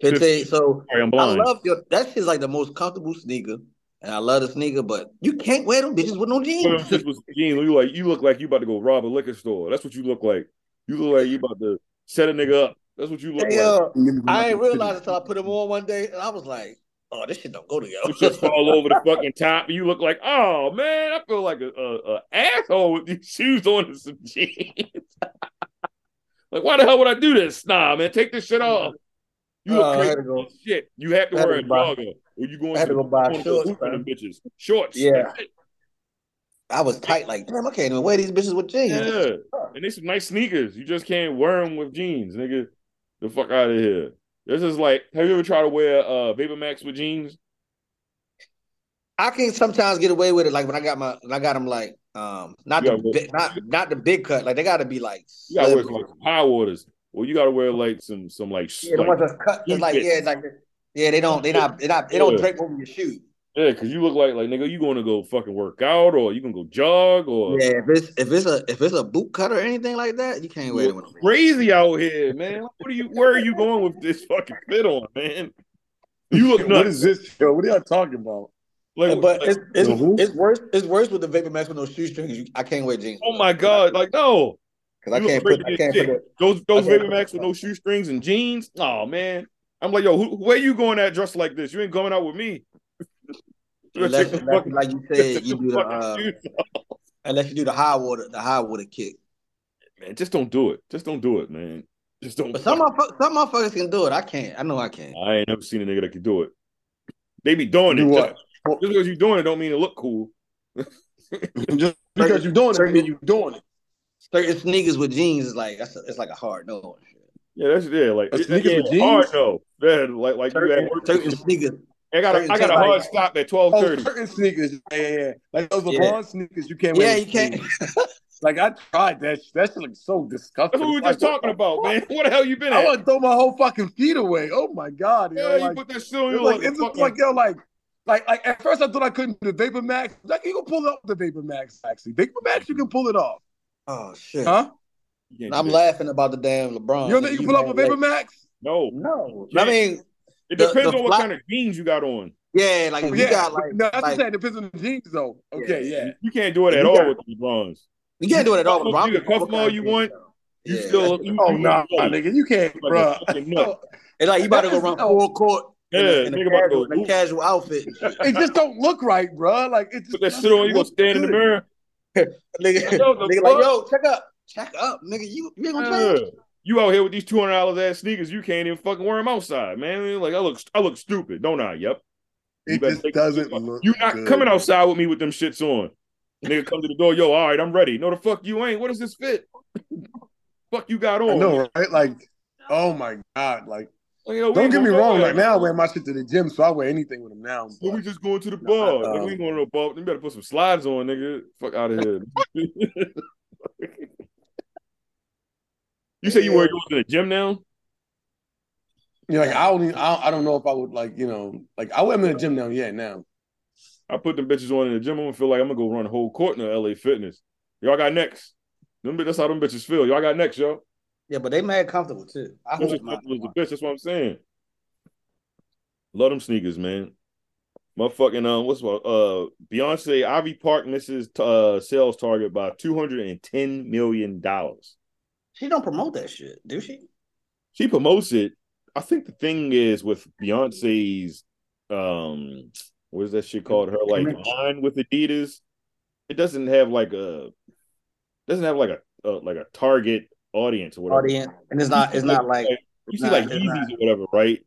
[SPEAKER 3] 15. So
[SPEAKER 2] Sorry, I'm
[SPEAKER 3] I
[SPEAKER 2] blind.
[SPEAKER 3] love your that shit's like the most comfortable sneaker. And I love the sneaker, but you can't wear them bitches with no
[SPEAKER 2] One of
[SPEAKER 3] jeans.
[SPEAKER 2] them shits was jeans. You like you look like you about to go rob a liquor store. That's what you look like. You look like you about to set a nigga up. That's what you look
[SPEAKER 3] Hey,
[SPEAKER 2] like.
[SPEAKER 3] uh, I ain't realized until I put them on one day, and I was like, "Oh, this shit don't go
[SPEAKER 2] You just
[SPEAKER 3] together."
[SPEAKER 2] fall over the fucking top. You look like, oh man, I feel like a, a, a asshole with these shoes on and some jeans. like, why the hell would I do this? Nah, man, take this shit off. You
[SPEAKER 3] Oh, I
[SPEAKER 2] look
[SPEAKER 3] had
[SPEAKER 2] crazy
[SPEAKER 3] to go-
[SPEAKER 2] as shit. You have to
[SPEAKER 3] I had to
[SPEAKER 2] wear a
[SPEAKER 3] go buy-
[SPEAKER 2] jogger. Or you going
[SPEAKER 3] I had
[SPEAKER 2] to
[SPEAKER 3] to
[SPEAKER 2] the
[SPEAKER 3] go buy
[SPEAKER 2] going to the
[SPEAKER 3] shorts,
[SPEAKER 2] hoop in them
[SPEAKER 3] man.
[SPEAKER 2] bitches. Shorts.
[SPEAKER 3] Yeah.
[SPEAKER 2] That's it.
[SPEAKER 3] I was tight, like, damn, I can't even wear these bitches with jeans.
[SPEAKER 2] Yeah. And they some nice sneakers. You just can't wear them with jeans, nigga. The fuck out of here. This is like, have you ever tried to wear uh Vapor Max with jeans?
[SPEAKER 3] I can sometimes get away with it, like when I got my, when I got them, like, um, not
[SPEAKER 2] You
[SPEAKER 3] the
[SPEAKER 2] gotta go-
[SPEAKER 3] big, not not the big cut, like they got to be like,
[SPEAKER 2] You gotta wear
[SPEAKER 3] slim.
[SPEAKER 2] some like, power waters. Or you gotta wear like some some like, sh-
[SPEAKER 3] yeah, the
[SPEAKER 2] like
[SPEAKER 3] ones that's cut, it's like,
[SPEAKER 2] fit.
[SPEAKER 3] yeah, it's like, yeah, they don't, they not, they not, they don't
[SPEAKER 2] Yeah.
[SPEAKER 3] drape over your shoe.
[SPEAKER 2] yeah, cause you look like like nigga, you gonna go fucking work out or you gonna go jog or
[SPEAKER 3] Yeah, if it's if it's a if it's a boot cut or anything like that, you can't wear
[SPEAKER 2] You're
[SPEAKER 3] them. with no jeans.
[SPEAKER 2] crazy out here, man. What are you where are you going with this fucking fit on, man? You look
[SPEAKER 11] What
[SPEAKER 2] nuts.
[SPEAKER 11] is this show? What are y'all talking about?
[SPEAKER 2] Like,
[SPEAKER 3] But
[SPEAKER 2] like,
[SPEAKER 3] it's it's,
[SPEAKER 11] The who?
[SPEAKER 3] it's worse it's worse with the Vapor Max with no shoestrings. You- I can't wear jeans.
[SPEAKER 2] oh my god, like no.
[SPEAKER 3] Because
[SPEAKER 2] You
[SPEAKER 3] I
[SPEAKER 2] look
[SPEAKER 3] can't put
[SPEAKER 2] crazy
[SPEAKER 3] I
[SPEAKER 2] as
[SPEAKER 3] can't
[SPEAKER 2] shit.
[SPEAKER 3] put it.
[SPEAKER 2] Those those
[SPEAKER 3] I can't-
[SPEAKER 2] Vapor Max with no shoestrings and jeans. Oh man, I'm like, yo, who, where you going at dressed like this? You ain't going out with me. You gotta
[SPEAKER 3] Unless,
[SPEAKER 2] take the
[SPEAKER 3] unless
[SPEAKER 2] fucking-
[SPEAKER 3] like you
[SPEAKER 2] take
[SPEAKER 3] said, you
[SPEAKER 2] the
[SPEAKER 3] do the
[SPEAKER 2] fucking
[SPEAKER 3] uh,
[SPEAKER 2] shoes off.
[SPEAKER 3] unless you do the high water, the high water kick.
[SPEAKER 2] man, just don't do it. Just don't do it, man. Just don't.
[SPEAKER 3] But some motherfuckers, some motherfuckers can do it. I can't. I know I can.
[SPEAKER 2] I ain't never seen a nigga that can do it. They be doing
[SPEAKER 11] Do
[SPEAKER 2] it.
[SPEAKER 11] what?
[SPEAKER 2] Just, just because you doing it, don't mean it look cool.
[SPEAKER 11] Just because you're doing it,
[SPEAKER 3] Certain-
[SPEAKER 11] mean you're doing it.
[SPEAKER 3] Certain sneakers with jeans is like that's a, it's like a hard no.
[SPEAKER 2] Yeah, that's yeah. Like
[SPEAKER 11] A
[SPEAKER 2] it-
[SPEAKER 11] sneaker
[SPEAKER 2] yeah,
[SPEAKER 11] with jeans?
[SPEAKER 2] hard though. Yeah, like like you
[SPEAKER 3] Certain,
[SPEAKER 2] at work.
[SPEAKER 3] certain sneakers.
[SPEAKER 2] I got a, I got a hard stop at twelve
[SPEAKER 11] Oh,
[SPEAKER 2] thirty.
[SPEAKER 11] certain sneakers. Yeah, yeah, yeah. Like those LeBron
[SPEAKER 3] Yeah.
[SPEAKER 11] sneakers, you can't
[SPEAKER 3] Yeah,
[SPEAKER 11] wear.
[SPEAKER 3] you
[SPEAKER 11] with
[SPEAKER 3] can't.
[SPEAKER 11] jeans.
[SPEAKER 4] Like I tried that. sh- That shit looks so disgusting.
[SPEAKER 2] That's what we were
[SPEAKER 4] Like,
[SPEAKER 2] just talking about, man. What the hell you been
[SPEAKER 4] I
[SPEAKER 2] at?
[SPEAKER 4] want to throw my whole fucking feet away. Oh my god, yo,
[SPEAKER 2] Yeah, you
[SPEAKER 4] like,
[SPEAKER 2] put that shit on
[SPEAKER 4] it's
[SPEAKER 2] your
[SPEAKER 4] like,
[SPEAKER 2] like,
[SPEAKER 4] it's just
[SPEAKER 2] fucking-
[SPEAKER 4] like yo, like, like, like. At first, I thought I couldn't do the Vapor Max. Like, you can pull up the Vapor Max. Actually, Vapor Max, you can pull it off,
[SPEAKER 3] Oh shit!
[SPEAKER 4] huh?
[SPEAKER 2] You can't
[SPEAKER 3] And
[SPEAKER 2] do
[SPEAKER 3] I'm
[SPEAKER 2] that.
[SPEAKER 3] laughing about the damn LeBron.
[SPEAKER 4] You don't think you can pull up a
[SPEAKER 3] Oh, had,
[SPEAKER 4] Vapor
[SPEAKER 3] like-
[SPEAKER 4] Max?
[SPEAKER 2] No,
[SPEAKER 3] No,
[SPEAKER 2] You
[SPEAKER 3] I mean,
[SPEAKER 2] it
[SPEAKER 3] The-
[SPEAKER 2] depends
[SPEAKER 3] the
[SPEAKER 2] on what
[SPEAKER 3] fly-
[SPEAKER 2] kind of jeans you got on.
[SPEAKER 3] yeah, like if you
[SPEAKER 4] Yeah,
[SPEAKER 3] got like,
[SPEAKER 4] no, that's what I'm
[SPEAKER 3] like
[SPEAKER 4] saying. Depends on the jeans, though. Okay, yeah.
[SPEAKER 2] You can't do it
[SPEAKER 4] You
[SPEAKER 2] at
[SPEAKER 4] got-
[SPEAKER 2] all with these LeBrons.
[SPEAKER 3] you can't do it at all.
[SPEAKER 2] You
[SPEAKER 3] LeBron.
[SPEAKER 2] can cuff them all you want. You
[SPEAKER 3] Yeah,
[SPEAKER 2] still, you,
[SPEAKER 4] Oh
[SPEAKER 2] you
[SPEAKER 4] nah,
[SPEAKER 2] look like-
[SPEAKER 4] nigga, you can't,
[SPEAKER 2] like
[SPEAKER 4] bruh. Oh,
[SPEAKER 2] a fucking nut.
[SPEAKER 3] It's like you about to go
[SPEAKER 4] That's-
[SPEAKER 3] run
[SPEAKER 4] no.
[SPEAKER 3] full court. in a-
[SPEAKER 2] Yeah,
[SPEAKER 3] in a,
[SPEAKER 2] nigga about to go
[SPEAKER 3] casual, in a
[SPEAKER 2] hoop.
[SPEAKER 3] casual outfit. and shit.
[SPEAKER 4] Oh, it just don't look right, bruh. Like it just
[SPEAKER 2] Put that
[SPEAKER 4] doesn't
[SPEAKER 2] shit on. You gonna
[SPEAKER 4] look
[SPEAKER 2] stand in the
[SPEAKER 4] good.
[SPEAKER 2] mirror?
[SPEAKER 3] nigga,
[SPEAKER 2] Yo, the
[SPEAKER 3] nigga like
[SPEAKER 2] fuck?
[SPEAKER 3] yo, check up, check up, nigga. You you ain't gonna play.
[SPEAKER 2] Yeah. You out here with these two hundred dollars ass sneakers? You can't even fucking wear them outside, man. Like I look, I look stupid, don't I? Yep. You
[SPEAKER 4] It
[SPEAKER 2] better
[SPEAKER 4] just
[SPEAKER 2] take-
[SPEAKER 4] doesn't look.
[SPEAKER 2] You not
[SPEAKER 4] good.
[SPEAKER 2] coming outside with me with them shits on. Nigga come to the door, yo, all right, I'm ready. No, the fuck you ain't. What does this fit? fuck you got on?
[SPEAKER 4] I know, right? Like, oh my god, like.
[SPEAKER 2] Like, yo, we
[SPEAKER 4] Don't
[SPEAKER 2] ain't
[SPEAKER 4] get me
[SPEAKER 2] gonna
[SPEAKER 4] wrong.
[SPEAKER 2] go
[SPEAKER 4] Like
[SPEAKER 2] there.
[SPEAKER 4] now, I wear my shit to the gym, so I wear anything with them now.
[SPEAKER 2] So we
[SPEAKER 4] but-
[SPEAKER 2] just going to the bar.
[SPEAKER 4] Nah,
[SPEAKER 2] Like, we ain't going to the bar. You better put some slides on, nigga. Fuck out of here. you say you wear yours to the gym now?
[SPEAKER 4] You know, like I don't. Even, I, don't- I don't know if I would like. You know, like I wear them in the gym now. Yeah, now.
[SPEAKER 2] I put them bitches on in the gym. I'm gonna feel like I'm gonna go run the whole court in the LA Fitness. Y'all got next. Them, bi- that's how them bitches feel. Y'all got next, yo.
[SPEAKER 3] Yeah, but they mad comfortable too. I
[SPEAKER 2] Them
[SPEAKER 3] hope
[SPEAKER 2] shit's
[SPEAKER 3] not.
[SPEAKER 2] comfortable as a bitch. That's what I'm saying. Love them sneakers, man. My fucking um, what's my uh Beyonce Ivy Park misses uh sales target by two hundred and ten million dollars.
[SPEAKER 3] She don't promote that shit, do she?
[SPEAKER 2] she promotes it. I think the thing is with Beyonce's um what is that shit called? Her like
[SPEAKER 3] Connection.
[SPEAKER 2] line with Adidas. It doesn't have like a doesn't have like a uh, like a target audience or whatever.
[SPEAKER 3] Audience, and it's not. It's not like
[SPEAKER 2] you
[SPEAKER 3] it's
[SPEAKER 2] see
[SPEAKER 3] not-
[SPEAKER 2] like
[SPEAKER 3] it's not-
[SPEAKER 2] Yeezys or whatever, right?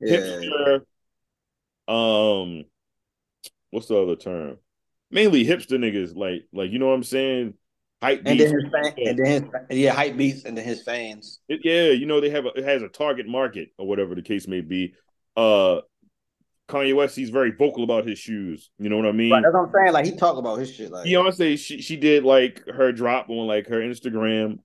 [SPEAKER 3] yeah.
[SPEAKER 2] Hipster. Um what's the other term? Mainly hipster niggas, like like you know what I'm saying? Hype
[SPEAKER 3] And
[SPEAKER 2] beats.
[SPEAKER 3] then his fan, and then his, yeah, hype beats, and then his fans.
[SPEAKER 2] It- yeah, you know they have a, it has a target market or whatever the case may be. Uh, Kanye West he's very vocal about his shoes. You know what I mean?
[SPEAKER 3] Right, that's what I'm saying. Like he talk about his shit. Like
[SPEAKER 2] Beyonce she she did like her drop on like her Instagram.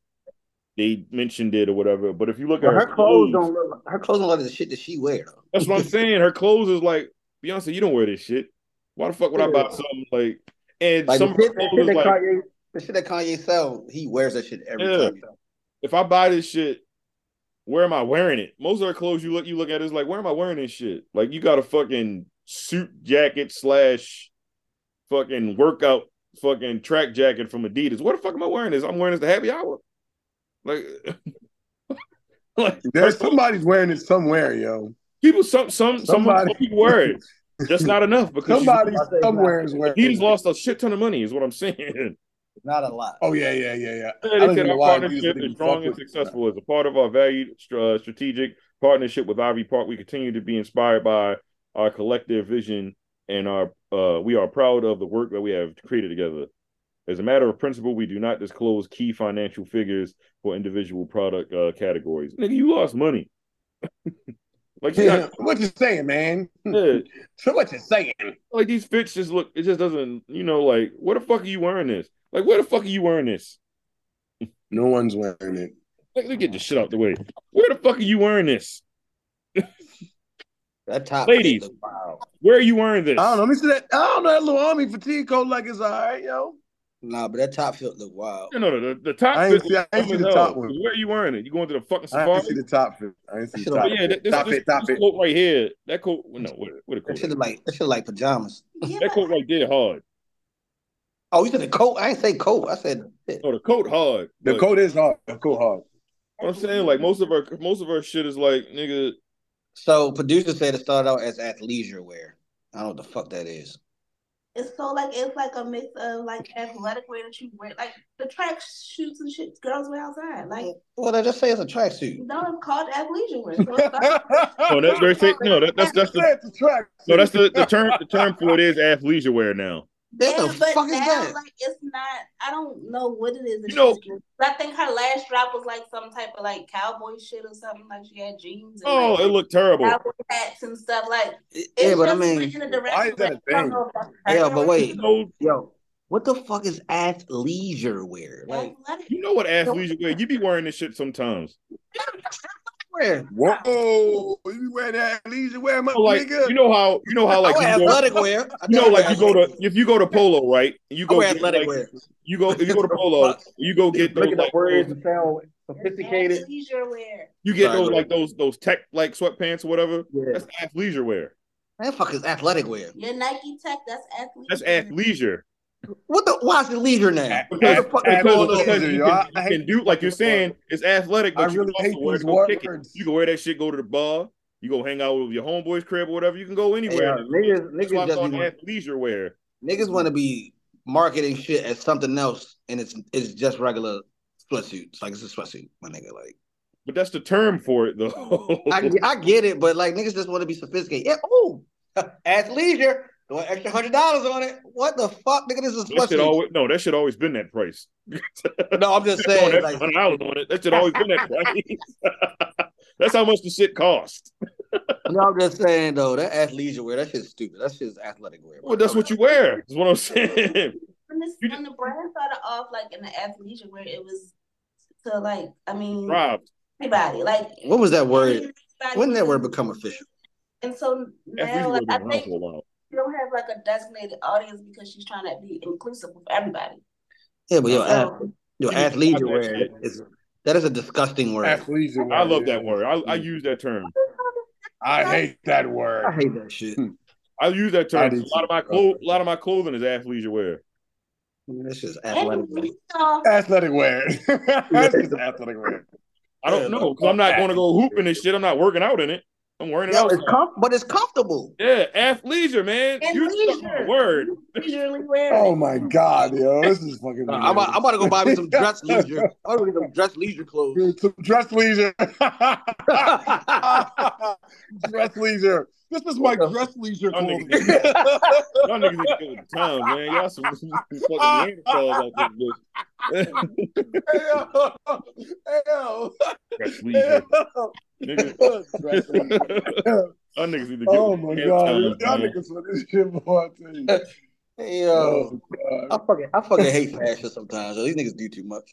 [SPEAKER 2] They mentioned it or whatever. But if you look
[SPEAKER 3] But
[SPEAKER 2] at
[SPEAKER 3] her clothes don't look. Like, her clothes don't look like the shit that she wear. Though.
[SPEAKER 2] that's what I'm saying. Her clothes is like Beyonce. You don't wear this shit. Why the fuck would I buy
[SPEAKER 3] Yeah.
[SPEAKER 2] something like? And
[SPEAKER 3] Like the
[SPEAKER 2] some of her
[SPEAKER 3] shit, the
[SPEAKER 2] clothes
[SPEAKER 3] shit
[SPEAKER 2] is
[SPEAKER 3] that
[SPEAKER 2] like,
[SPEAKER 3] Kanye, the shit that Kanye sell, he wears that shit every
[SPEAKER 2] Yeah.
[SPEAKER 3] time.
[SPEAKER 2] if I buy this shit, where am I wearing it? Most of her clothes you look you look at is like, where am I wearing this shit? Like you got a fucking suit jacket slash fucking workout fucking track jacket from Adidas. What the fuck am I wearing this? I'm wearing this the happy hour. Like, like
[SPEAKER 4] There's somebody's wearing it somewhere, yo.
[SPEAKER 2] people some some somebody.
[SPEAKER 4] Somebody-
[SPEAKER 2] some people wear it. Just not enough because she's-
[SPEAKER 4] Somebody
[SPEAKER 3] I say
[SPEAKER 4] somewhere
[SPEAKER 3] not.
[SPEAKER 4] is wearing.
[SPEAKER 2] Adidas
[SPEAKER 4] it.
[SPEAKER 2] lost a shit ton of money, is what I'm saying.
[SPEAKER 3] Not a lot.
[SPEAKER 4] Oh yeah, yeah, yeah, yeah.
[SPEAKER 2] Yeah,
[SPEAKER 4] don't
[SPEAKER 2] they
[SPEAKER 4] even
[SPEAKER 2] said
[SPEAKER 4] know
[SPEAKER 2] our
[SPEAKER 4] why
[SPEAKER 2] partnership
[SPEAKER 4] Adidas
[SPEAKER 2] is
[SPEAKER 4] didn't
[SPEAKER 2] strong
[SPEAKER 4] fuck
[SPEAKER 2] and
[SPEAKER 4] with us.
[SPEAKER 2] successful. As a part of our valued uh, strategic partnership with Ivy Park, we continue to be inspired by our collective vision and our uh, we are proud of the work that we have created together. As a matter of principle, we do not disclose key financial figures for individual product uh, categories. Nigga, you lost money. like you
[SPEAKER 4] Yeah,
[SPEAKER 2] got,
[SPEAKER 4] what you saying, man?
[SPEAKER 2] yeah,
[SPEAKER 4] So what you saying?
[SPEAKER 2] like these fits just look. It just doesn't. You know, like where the fuck are you wearing this? Like where the fuck are you wearing this?
[SPEAKER 4] No one's wearing it.
[SPEAKER 2] Let me get this shit out the way. Where the fuck are you wearing this?
[SPEAKER 3] That top
[SPEAKER 2] Ladies.
[SPEAKER 3] look wild.
[SPEAKER 2] Where are you wearing this?
[SPEAKER 4] I don't know. Let me see that. I don't know that little army fatigue coat like it's all right, yo.
[SPEAKER 3] Nah, but that top fit look wild.
[SPEAKER 2] No, no, no. The, the top.
[SPEAKER 4] I ain't
[SPEAKER 2] fit
[SPEAKER 4] see- I ain't
[SPEAKER 2] is
[SPEAKER 4] see
[SPEAKER 2] dumb
[SPEAKER 4] the
[SPEAKER 2] as
[SPEAKER 4] top
[SPEAKER 2] hell.
[SPEAKER 4] one.
[SPEAKER 2] Where are you wearing it? You going to the fucking
[SPEAKER 4] I
[SPEAKER 2] safari?
[SPEAKER 4] didn't see the top fit. I didn't see
[SPEAKER 3] That shit
[SPEAKER 4] the
[SPEAKER 3] look-
[SPEAKER 2] But
[SPEAKER 4] top. fit.
[SPEAKER 2] yeah, that, this,
[SPEAKER 4] top
[SPEAKER 2] this,
[SPEAKER 4] it, top
[SPEAKER 2] this
[SPEAKER 4] it.
[SPEAKER 2] coat right here. That coat. No, what, what a
[SPEAKER 3] That
[SPEAKER 2] coat.
[SPEAKER 3] shit
[SPEAKER 2] is.
[SPEAKER 3] look like that shit look like pajamas.
[SPEAKER 2] That coat right there hard.
[SPEAKER 3] Oh, you said the coat? I ain't say coat. I said fit.
[SPEAKER 2] No, the coat hard.
[SPEAKER 4] The
[SPEAKER 2] but
[SPEAKER 4] coat is hard. The coat hard.
[SPEAKER 2] what I'm saying like most of her, most of her shit is like nigga.
[SPEAKER 3] So producer said it started out as athleisure wear. I don't know what the fuck that is.
[SPEAKER 6] It's so like it's like a mix of like athletic wear that you wear, like the track shoots and shit girls wear outside. Like
[SPEAKER 3] Well, they just say it's a tracksuit.
[SPEAKER 6] don't call it athleisure wear. So it's not-
[SPEAKER 2] No, that's very sick. No, that, that's that's the.
[SPEAKER 4] That's the track.
[SPEAKER 2] No, that's the, the term. The term for it is athleisure wear now.
[SPEAKER 3] What the
[SPEAKER 6] And- but
[SPEAKER 3] fuck is
[SPEAKER 6] now,
[SPEAKER 3] that?
[SPEAKER 6] like, it's not. I don't know what it is. that
[SPEAKER 2] You know-
[SPEAKER 6] she's doing. I think her last drop was like some type of like cowboy shit or something. Like she had jeans and
[SPEAKER 2] Oh, it
[SPEAKER 6] like,
[SPEAKER 2] looked terrible.
[SPEAKER 6] cowboy hats and stuff. Like
[SPEAKER 3] Yeah,
[SPEAKER 6] it's
[SPEAKER 3] but I
[SPEAKER 6] just
[SPEAKER 3] mean,
[SPEAKER 6] in a direction.
[SPEAKER 4] why is that a
[SPEAKER 6] I don't
[SPEAKER 4] thing?
[SPEAKER 6] know if that's
[SPEAKER 3] Yeah, but
[SPEAKER 6] her or
[SPEAKER 3] wait.
[SPEAKER 2] No,
[SPEAKER 3] yo, What the fuck is ass leisure wear? Like
[SPEAKER 2] you know what ass leisure wear? You be wearing this shit sometimes.
[SPEAKER 3] Where?
[SPEAKER 4] Whoa! You be wearing that leisure wear, my
[SPEAKER 2] So, Oh, like
[SPEAKER 4] nigga.
[SPEAKER 2] you know how you know how Oh, like
[SPEAKER 3] I wear
[SPEAKER 2] you go-
[SPEAKER 3] athletic wear. I
[SPEAKER 2] you know
[SPEAKER 3] definitely
[SPEAKER 2] like you go to if you go to polo right and you
[SPEAKER 3] I
[SPEAKER 2] go
[SPEAKER 3] wear
[SPEAKER 2] get,
[SPEAKER 3] athletic
[SPEAKER 2] like,
[SPEAKER 3] wear.
[SPEAKER 2] you go if you go to polo you go get those
[SPEAKER 3] Look at the
[SPEAKER 2] like
[SPEAKER 3] words
[SPEAKER 2] those-
[SPEAKER 3] and sound sophisticated.
[SPEAKER 6] Leisure wear.
[SPEAKER 2] you get
[SPEAKER 3] Right.
[SPEAKER 2] those like those those tech like sweatpants or whatever
[SPEAKER 3] Yeah.
[SPEAKER 2] that's athleisure wear
[SPEAKER 3] That fuck is athletic wear.
[SPEAKER 6] Your Nike Tech, that's athlete.
[SPEAKER 2] that's athleisure
[SPEAKER 3] What the? Why is it leisure now? What
[SPEAKER 2] because,
[SPEAKER 3] the fuck is
[SPEAKER 2] because-
[SPEAKER 3] going on?
[SPEAKER 2] because
[SPEAKER 4] Leisure,
[SPEAKER 2] you
[SPEAKER 4] yo.
[SPEAKER 2] can,
[SPEAKER 4] I-
[SPEAKER 2] you
[SPEAKER 4] I
[SPEAKER 2] can
[SPEAKER 4] hate
[SPEAKER 2] do like you're
[SPEAKER 4] these fucking
[SPEAKER 2] saying it's athletic
[SPEAKER 4] I
[SPEAKER 2] but you
[SPEAKER 4] really
[SPEAKER 2] can
[SPEAKER 4] hate
[SPEAKER 2] also wear it
[SPEAKER 4] these
[SPEAKER 2] to go kick it
[SPEAKER 4] words.
[SPEAKER 2] you can wear that shit go to the bar you go hang out with your homeboy's crib or whatever you can go
[SPEAKER 3] Hey,
[SPEAKER 2] anywhere
[SPEAKER 3] yo, niggas,
[SPEAKER 2] that's why
[SPEAKER 3] niggas
[SPEAKER 2] I
[SPEAKER 3] just
[SPEAKER 2] call
[SPEAKER 3] be
[SPEAKER 2] it athleisure wear
[SPEAKER 3] Niggas want to be marketing shit as something else, and it's it's just regular sweatsuits. Like it's a sweatsuit, my nigga. Like
[SPEAKER 2] but that's the term for it though
[SPEAKER 3] I get- I get it, but like niggas just want to be sophisticated. Yeah, oh, athleisure, do an extra hundred dollars on it. What the fuck, nigga? This is a
[SPEAKER 2] That shit
[SPEAKER 3] sweatsuit.
[SPEAKER 2] always no. That shit always been that price.
[SPEAKER 3] no, I'm just
[SPEAKER 2] No,
[SPEAKER 3] saying.
[SPEAKER 2] that's
[SPEAKER 3] Like,
[SPEAKER 2] hundred dollars on it. That shit always been that price. that's how much the shit costs.
[SPEAKER 3] no, I'm just saying though. That athleisure wear, that shit's stupid. That shit's athletic wear. bro.
[SPEAKER 2] Well, that's what you wear. That's what I'm saying.
[SPEAKER 6] When, this,
[SPEAKER 2] You
[SPEAKER 6] when the brand started off, like in the athleisure wear, it was to like, I mean,
[SPEAKER 2] Rob,
[SPEAKER 6] everybody. Like,
[SPEAKER 3] What was that word?
[SPEAKER 6] everybody
[SPEAKER 3] When did that
[SPEAKER 6] was-
[SPEAKER 3] word become official?
[SPEAKER 6] And so now,
[SPEAKER 2] athleisure
[SPEAKER 6] like,
[SPEAKER 2] wear
[SPEAKER 6] I
[SPEAKER 2] been around
[SPEAKER 6] think
[SPEAKER 2] for a while.
[SPEAKER 6] she don't have like a designated audience because she's trying to be inclusive with everybody.
[SPEAKER 3] Yeah, but yo, ath-
[SPEAKER 6] So,
[SPEAKER 2] You
[SPEAKER 3] yo,
[SPEAKER 2] can describe
[SPEAKER 3] athleisure
[SPEAKER 2] that
[SPEAKER 3] wear
[SPEAKER 2] shit.
[SPEAKER 3] is that is a disgusting word.
[SPEAKER 4] Athleisure wear.
[SPEAKER 2] I love
[SPEAKER 4] yeah. Mm.
[SPEAKER 2] that word. I, I use that term.
[SPEAKER 4] I hate that word.
[SPEAKER 3] I hate that shit.
[SPEAKER 2] I use that
[SPEAKER 4] I
[SPEAKER 2] term.
[SPEAKER 4] do
[SPEAKER 2] A lot of
[SPEAKER 4] too,
[SPEAKER 2] my
[SPEAKER 4] bro.
[SPEAKER 2] clothes, a lot of my clothing is athleisure wear.
[SPEAKER 3] This is athletic
[SPEAKER 6] and
[SPEAKER 3] wear.
[SPEAKER 6] we saw
[SPEAKER 4] Athletic wear. That's just athletic wear.
[SPEAKER 2] I don't
[SPEAKER 3] Yeah,
[SPEAKER 2] know because I'm not going to go hooping and shit. I'm not working out in it. I'm wearing it
[SPEAKER 3] Yo,
[SPEAKER 2] outside.
[SPEAKER 3] it's com- but it's comfortable.
[SPEAKER 2] yeah, athleisure, man.
[SPEAKER 6] and
[SPEAKER 2] Use the
[SPEAKER 6] leisure.
[SPEAKER 2] word.
[SPEAKER 6] Leisurely wearing.
[SPEAKER 4] Oh my god, yo, this is fucking.
[SPEAKER 3] Uh, I'm, about, I'm about to go buy me some dress leisure. I'm gonna get some dress leisure clothes.
[SPEAKER 4] Dude, some dress leisure. dress leisure. This is my
[SPEAKER 3] What the-
[SPEAKER 4] dress leisure
[SPEAKER 2] Y'all niggas
[SPEAKER 4] clothing.
[SPEAKER 2] Y'all niggas need to go with the time, man. Y'all some fucking Neanderthals out this bitch.
[SPEAKER 4] Ayo. Ayo.
[SPEAKER 2] Fresh leisure,
[SPEAKER 4] Ayo.
[SPEAKER 2] nigga.
[SPEAKER 4] Dress leisure.
[SPEAKER 2] Y'all niggas need to get
[SPEAKER 4] Oh
[SPEAKER 2] with
[SPEAKER 4] my
[SPEAKER 2] the
[SPEAKER 4] god,
[SPEAKER 2] damn
[SPEAKER 4] yo,
[SPEAKER 2] times,
[SPEAKER 4] y'all
[SPEAKER 2] man.
[SPEAKER 4] niggas for this shit, boy. I tell you. Oh
[SPEAKER 3] Yo,
[SPEAKER 4] god.
[SPEAKER 3] I fucking I fucking hate fashion sometimes. Yo. These niggas do too much.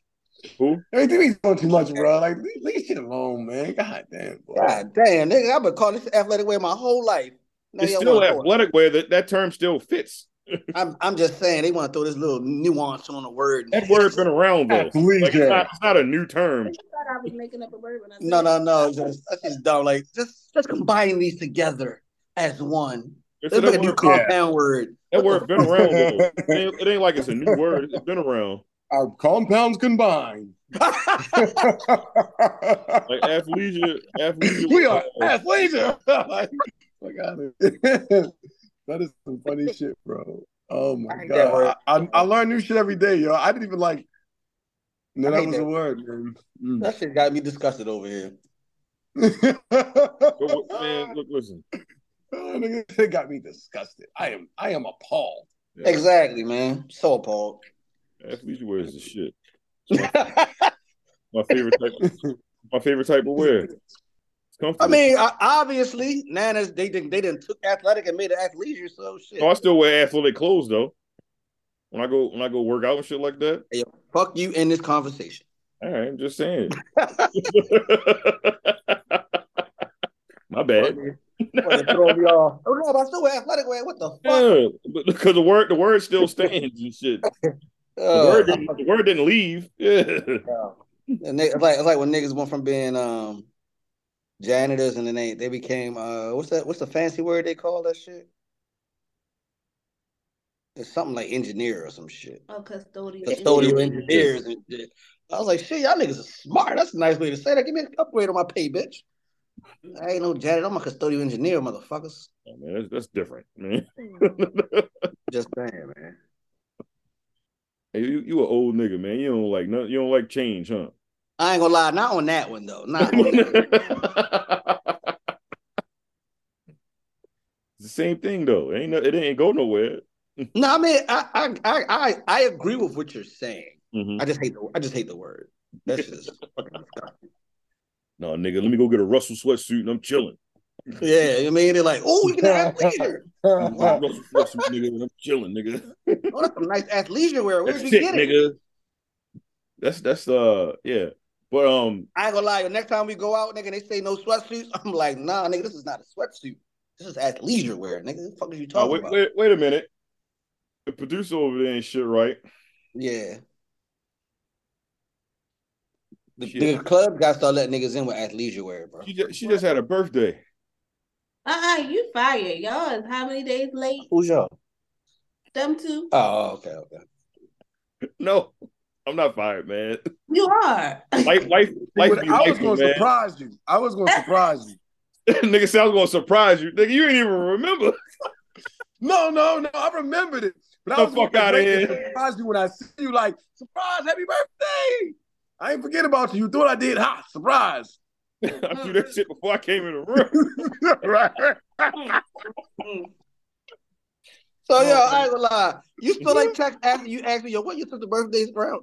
[SPEAKER 2] Who?
[SPEAKER 4] Hey, they be doing too much, bro. Like, leave, leave shit alone, man. God damn, boy.
[SPEAKER 3] God damn, nigga, I've been calling this athletic wear my whole life. Now
[SPEAKER 2] It's
[SPEAKER 3] y'all
[SPEAKER 2] still
[SPEAKER 3] want to throw it.
[SPEAKER 2] athletic wear. That that term still fits.
[SPEAKER 3] I'm I'm just saying they want to throw this little nuance on the word. and
[SPEAKER 2] That
[SPEAKER 3] shit.
[SPEAKER 2] word's been around though. Like it's
[SPEAKER 4] Athleisure.
[SPEAKER 2] not, it's not a new term.
[SPEAKER 6] I thought I was making up a word when I said
[SPEAKER 3] No, no, no. Just, that's just dumb. Like just just combine these together as one.
[SPEAKER 2] It's
[SPEAKER 3] Let's
[SPEAKER 2] that
[SPEAKER 3] make a new
[SPEAKER 2] word.
[SPEAKER 4] Yeah.
[SPEAKER 3] compound word.
[SPEAKER 2] That
[SPEAKER 3] What the
[SPEAKER 2] word's been around though. It ain't, it ain't like it's a new word. It's been around.
[SPEAKER 4] Our compounds combined.
[SPEAKER 2] Like athleisure, athleisure.
[SPEAKER 4] we are
[SPEAKER 3] "Oh."
[SPEAKER 2] uh,
[SPEAKER 4] athleisure. like, fuck outta here. that is some funny shit, bro. Oh my
[SPEAKER 3] I hate that word.
[SPEAKER 4] god, I, I, I learn new shit every day, yo. I didn't even like. No,
[SPEAKER 3] I
[SPEAKER 4] that
[SPEAKER 3] hate
[SPEAKER 4] was
[SPEAKER 3] that.
[SPEAKER 4] a word, man. Mm.
[SPEAKER 3] That shit got me disgusted over here.
[SPEAKER 2] but what- man, look, listen.
[SPEAKER 4] Oh, nigga, it got me disgusted. I am, I am appalled.
[SPEAKER 2] Yeah.
[SPEAKER 3] Exactly, man. So appalled.
[SPEAKER 2] Athleisure wear is the shit. It's my, my favorite type. My favorite type of wear. It's
[SPEAKER 3] I
[SPEAKER 2] comfortable.
[SPEAKER 3] mean, I, obviously, Nana's they didn't they didn't took athletic and made it athleisure. So shit.
[SPEAKER 2] No, Oh, I still wear athletic clothes though. When I go when I go work out and shit like that.
[SPEAKER 3] Hey, yo, fuck you in this conversation.
[SPEAKER 2] All right, I'm just saying. My bad.
[SPEAKER 3] Wanna throw me off. Oh no, but I still wear athletic wear. What the fuck?
[SPEAKER 2] Yeah, because the word the word still stands and shit. The
[SPEAKER 3] Uh,
[SPEAKER 2] word didn't, the word didn't leave. Yeah.
[SPEAKER 3] and they, it's like it's like when niggas went from being um janitors and then they they became uh what's that what's the fancy word they call that shit? It's something like engineer or some shit.
[SPEAKER 6] a custodian.
[SPEAKER 3] Custodial
[SPEAKER 2] Custodial
[SPEAKER 3] engineers and shit. I was like, shit, y'all niggas are smart. That's a nice way to say that. Give me an upgrade on my pay, bitch. I ain't no janitor. I'm a custodial engineer, motherfuckers.
[SPEAKER 2] Oh, man, that's, that's different, man.
[SPEAKER 3] Just saying, man.
[SPEAKER 2] Hey, you you an old nigga, man. You don't like nothing. You don't like change, huh?
[SPEAKER 3] I ain't gonna lie, not on that one though. Not on that. one.
[SPEAKER 2] it's the same thing though. It ain't no, it ain't go nowhere.
[SPEAKER 3] No, I mean, I, I, I, I, I agree with what you're saying.
[SPEAKER 2] Mhm.
[SPEAKER 3] I just hate the, I just hate the word. That's just fucking disgusting.
[SPEAKER 2] No, nigga, let me go get a Russell sweatsuit and I'm chilling.
[SPEAKER 3] Yeah, I mean, they're like, oh, you can have leisure.
[SPEAKER 2] Russell sweatsuit, nigga, and I'm chilling, nigga.
[SPEAKER 3] What Oh, some nice athleisure wear? Where'd
[SPEAKER 2] That's
[SPEAKER 3] you
[SPEAKER 2] tick,
[SPEAKER 3] get it?
[SPEAKER 2] nigga. That's that's uh yeah. But um
[SPEAKER 3] I ain't gonna lie. The next time we go out, nigga, they say no sweatsuits. I'm like, nah, nigga, this is not a sweatsuit. This is athleisure wear, nigga. What the fuck are you
[SPEAKER 2] oh,
[SPEAKER 3] talking
[SPEAKER 2] wait,
[SPEAKER 3] about?
[SPEAKER 2] wait wait a minute. The producer over there ain't shit right.
[SPEAKER 3] Yeah. The,
[SPEAKER 2] Shit.
[SPEAKER 3] the club got to start letting niggas in with athleisure wear, bro.
[SPEAKER 2] She just, she just had a birthday.
[SPEAKER 6] Uh-uh, you fired. Y'all is how many days late?
[SPEAKER 3] Who's y'all?
[SPEAKER 6] Them two?
[SPEAKER 3] Oh, okay, okay.
[SPEAKER 2] No, I'm not fired, man.
[SPEAKER 6] You are.
[SPEAKER 2] Life life life
[SPEAKER 4] But
[SPEAKER 2] be
[SPEAKER 4] I was
[SPEAKER 2] life,
[SPEAKER 4] gonna
[SPEAKER 2] man.
[SPEAKER 4] surprise you. I was gonna surprise you.
[SPEAKER 2] nigga said I was gonna surprise you. Nigga, you ain't even remember.
[SPEAKER 4] No, no, no. I remembered it. But
[SPEAKER 2] The
[SPEAKER 4] I was
[SPEAKER 2] fuck
[SPEAKER 4] gonna
[SPEAKER 2] outta
[SPEAKER 4] break it
[SPEAKER 2] here.
[SPEAKER 4] and Surprise you when I see you. Like surprise, happy birthday. I ain't forget about you. You thought I did, ha! Surprise.
[SPEAKER 2] I threw that shit before I came in the room.
[SPEAKER 4] right.
[SPEAKER 3] So yo, I ain't gonna lie. You still like text after you asked me, yo, what your sister's birthdays around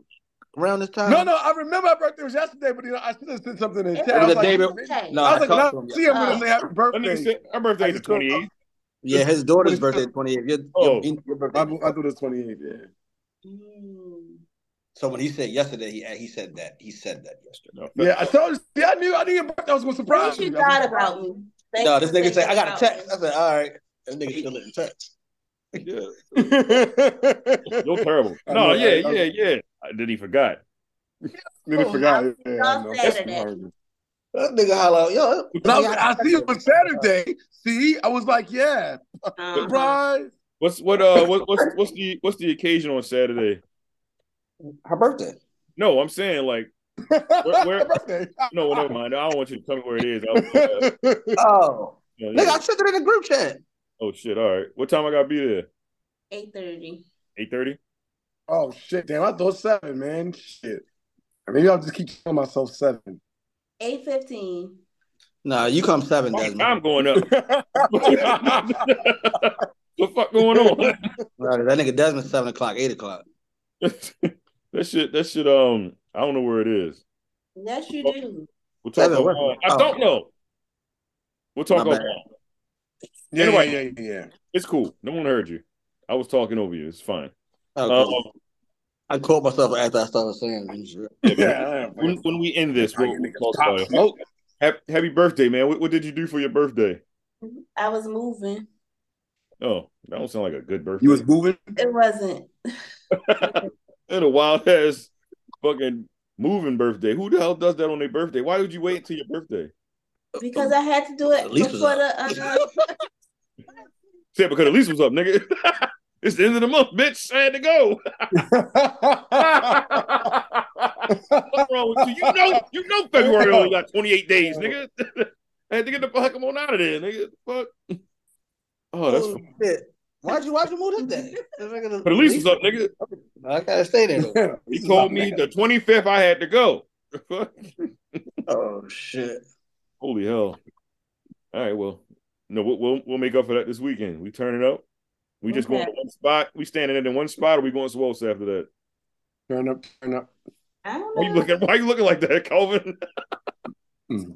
[SPEAKER 3] around this time?
[SPEAKER 4] No, no. I remember my birthday was yesterday, but you know, I should have said something in
[SPEAKER 6] It
[SPEAKER 4] chat. I
[SPEAKER 3] was
[SPEAKER 4] was
[SPEAKER 3] a
[SPEAKER 4] like,
[SPEAKER 3] day
[SPEAKER 4] I
[SPEAKER 6] Okay.
[SPEAKER 3] No, I
[SPEAKER 4] was like,
[SPEAKER 3] talked
[SPEAKER 4] when I
[SPEAKER 3] to him.
[SPEAKER 4] see him, I'm
[SPEAKER 6] Oh.
[SPEAKER 4] gonna say happy
[SPEAKER 2] That nigga
[SPEAKER 4] birthday.
[SPEAKER 2] said her birthday
[SPEAKER 4] I
[SPEAKER 2] the
[SPEAKER 4] just thought-
[SPEAKER 2] 28th.
[SPEAKER 3] Yeah, his daughter's
[SPEAKER 4] What is-
[SPEAKER 3] birthday is 28th. Your,
[SPEAKER 2] Oh.
[SPEAKER 3] your, your birthday.
[SPEAKER 4] I,
[SPEAKER 3] is
[SPEAKER 4] I thought it was 28. Yeah.
[SPEAKER 6] Mm.
[SPEAKER 3] So when he said yesterday, he he said that. He said that yesterday.
[SPEAKER 2] No,
[SPEAKER 4] Yeah, I told you. See, I knew. I knew your birthday. I was gonna
[SPEAKER 6] At
[SPEAKER 4] surprise
[SPEAKER 6] least you
[SPEAKER 4] That's what-
[SPEAKER 6] thought about me. Thank
[SPEAKER 3] No,
[SPEAKER 6] you
[SPEAKER 3] this
[SPEAKER 6] for
[SPEAKER 3] nigga said,
[SPEAKER 6] thinking
[SPEAKER 3] I got
[SPEAKER 6] about
[SPEAKER 3] a text.
[SPEAKER 6] me.
[SPEAKER 3] I said, all right. This nigga still in text.
[SPEAKER 2] yeah. You're
[SPEAKER 4] I
[SPEAKER 2] terrible. No,
[SPEAKER 4] know.
[SPEAKER 2] yeah,
[SPEAKER 4] I, I,
[SPEAKER 2] yeah, yeah. I, then he forgot.
[SPEAKER 4] then I
[SPEAKER 6] I'll
[SPEAKER 4] forgot.
[SPEAKER 6] see
[SPEAKER 4] Yeah, I
[SPEAKER 6] y'all
[SPEAKER 4] know.
[SPEAKER 6] Saturday.
[SPEAKER 3] That nigga holla, yo.
[SPEAKER 4] But I, was,
[SPEAKER 3] nigga,
[SPEAKER 4] I see you on Saturday. See, I was like, yeah,
[SPEAKER 6] Uh-huh.
[SPEAKER 4] surprise.
[SPEAKER 2] What's what uh what, what's what's the what's the occasion on Saturday?
[SPEAKER 3] Her birthday.
[SPEAKER 2] No, I'm saying like Where- where-
[SPEAKER 4] Happy birthday.
[SPEAKER 2] no, never mind. I don't want you to tell me where it is. I was, uh,
[SPEAKER 3] Oh.
[SPEAKER 2] yeah,
[SPEAKER 3] Nigga,
[SPEAKER 2] yeah.
[SPEAKER 3] I sent it in the group chat.
[SPEAKER 2] Oh shit! All right. What time I gotta be there?
[SPEAKER 6] 8.30.
[SPEAKER 2] Eight thirty.
[SPEAKER 4] oh shit, damn! I thought seven, man. Shit. Maybe I'll just keep telling myself seven.
[SPEAKER 6] 8.15.
[SPEAKER 3] Nah, you come seven,
[SPEAKER 2] I'm
[SPEAKER 3] Desmond.
[SPEAKER 2] going up. what fuck going on?
[SPEAKER 3] Nah, that nigga Desmond seven o'clock, eight o'clock.
[SPEAKER 2] that shit. That shit. Um, I don't know where it is.
[SPEAKER 6] Yes, you do.
[SPEAKER 2] We'll talk
[SPEAKER 3] Seven.
[SPEAKER 2] about. uh,
[SPEAKER 3] what?
[SPEAKER 2] I
[SPEAKER 3] Oh,
[SPEAKER 2] don't know. We'll talk
[SPEAKER 3] My
[SPEAKER 2] about.
[SPEAKER 3] bad.
[SPEAKER 4] Yeah,
[SPEAKER 2] Anyway.
[SPEAKER 4] yeah, yeah, yeah.
[SPEAKER 2] It's cool. No one heard you. I was talking over you. It's fine.
[SPEAKER 3] Oh,
[SPEAKER 2] Um,
[SPEAKER 3] cool. I caught myself after I started saying it and shit.
[SPEAKER 4] Yeah, I am,
[SPEAKER 2] when,
[SPEAKER 4] man.
[SPEAKER 2] when we end this,
[SPEAKER 4] I
[SPEAKER 2] we'll,
[SPEAKER 4] get
[SPEAKER 2] we'll
[SPEAKER 4] niggas
[SPEAKER 2] talk
[SPEAKER 4] pop
[SPEAKER 2] about it.
[SPEAKER 4] shit.
[SPEAKER 2] Oh, hap- happy birthday, man! What, what did you do for your birthday?
[SPEAKER 6] I was moving.
[SPEAKER 2] Oh, that don't sound like a good
[SPEAKER 4] You was
[SPEAKER 2] birthday.
[SPEAKER 4] moving.
[SPEAKER 6] It wasn't.
[SPEAKER 2] and a wild ass fucking moving birthday. Who the hell does that on their birthday? Why would you wait until your birthday?
[SPEAKER 6] Because I had to do
[SPEAKER 3] At
[SPEAKER 6] it
[SPEAKER 3] least it was
[SPEAKER 6] before the... Uh,
[SPEAKER 2] Said because at least was up, nigga. it's the end of the month, bitch. I had to go. What's wrong with you? You know, you know, February only got twenty eight days, nigga. I had to get the fuck on out of there, nigga. Fuck. Oh, that's
[SPEAKER 3] Oh, shit. Why'd you why'd you move that day? This nigga-
[SPEAKER 2] But at least it's up, nigga.
[SPEAKER 3] I gotta stay there though.
[SPEAKER 2] He told me the 25th I had to go.
[SPEAKER 3] Oh shit.
[SPEAKER 2] Holy hell. All right, well, no, we'll, we'll we'll make up for that this weekend. We turn it up. We just going to one spot. We standing in one spot, or we going swole after that?
[SPEAKER 4] Turn up, turn up.
[SPEAKER 6] I don't
[SPEAKER 2] Why you
[SPEAKER 6] know.
[SPEAKER 2] looking? Why you looking like that, Calvin?
[SPEAKER 3] That's the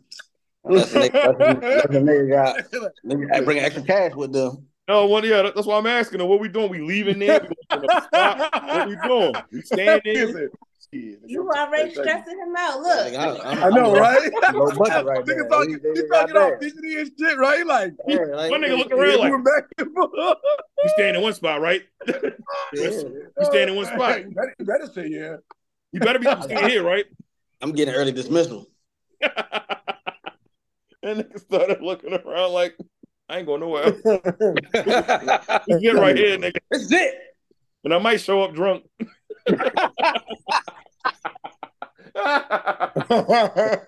[SPEAKER 3] nigga, that's the, that's the nigga got nigga, I bring extra cash with them.
[SPEAKER 2] No, one. Yeah, that- that's why I'm asking. him. What we doing? We leaving there? We going to the spot? What we doing? We standing in?
[SPEAKER 6] You were already stressing him out.
[SPEAKER 3] Nigga,
[SPEAKER 6] Look.
[SPEAKER 3] I, I'm,
[SPEAKER 4] I know,
[SPEAKER 3] I'm
[SPEAKER 4] right?
[SPEAKER 3] Low budget right there.
[SPEAKER 4] Niggas talking,
[SPEAKER 3] They- they
[SPEAKER 4] he's
[SPEAKER 3] got
[SPEAKER 4] talking all
[SPEAKER 3] that.
[SPEAKER 4] fidgety and shit, right? Like,
[SPEAKER 3] Yeah, like,
[SPEAKER 2] One nigga looking
[SPEAKER 4] they
[SPEAKER 2] around like
[SPEAKER 4] moving back and forth.
[SPEAKER 2] we staying in one spot, right?
[SPEAKER 3] yeah.
[SPEAKER 2] we staying in one spot.
[SPEAKER 4] You better, you better say yeah.
[SPEAKER 2] We better be staying here, right?
[SPEAKER 3] I'm getting early dismissal.
[SPEAKER 2] and nigga started looking around like, I ain't going nowhere. else.
[SPEAKER 3] That's
[SPEAKER 2] This is it right here, nigga.
[SPEAKER 3] it.
[SPEAKER 2] And I might show up drunk.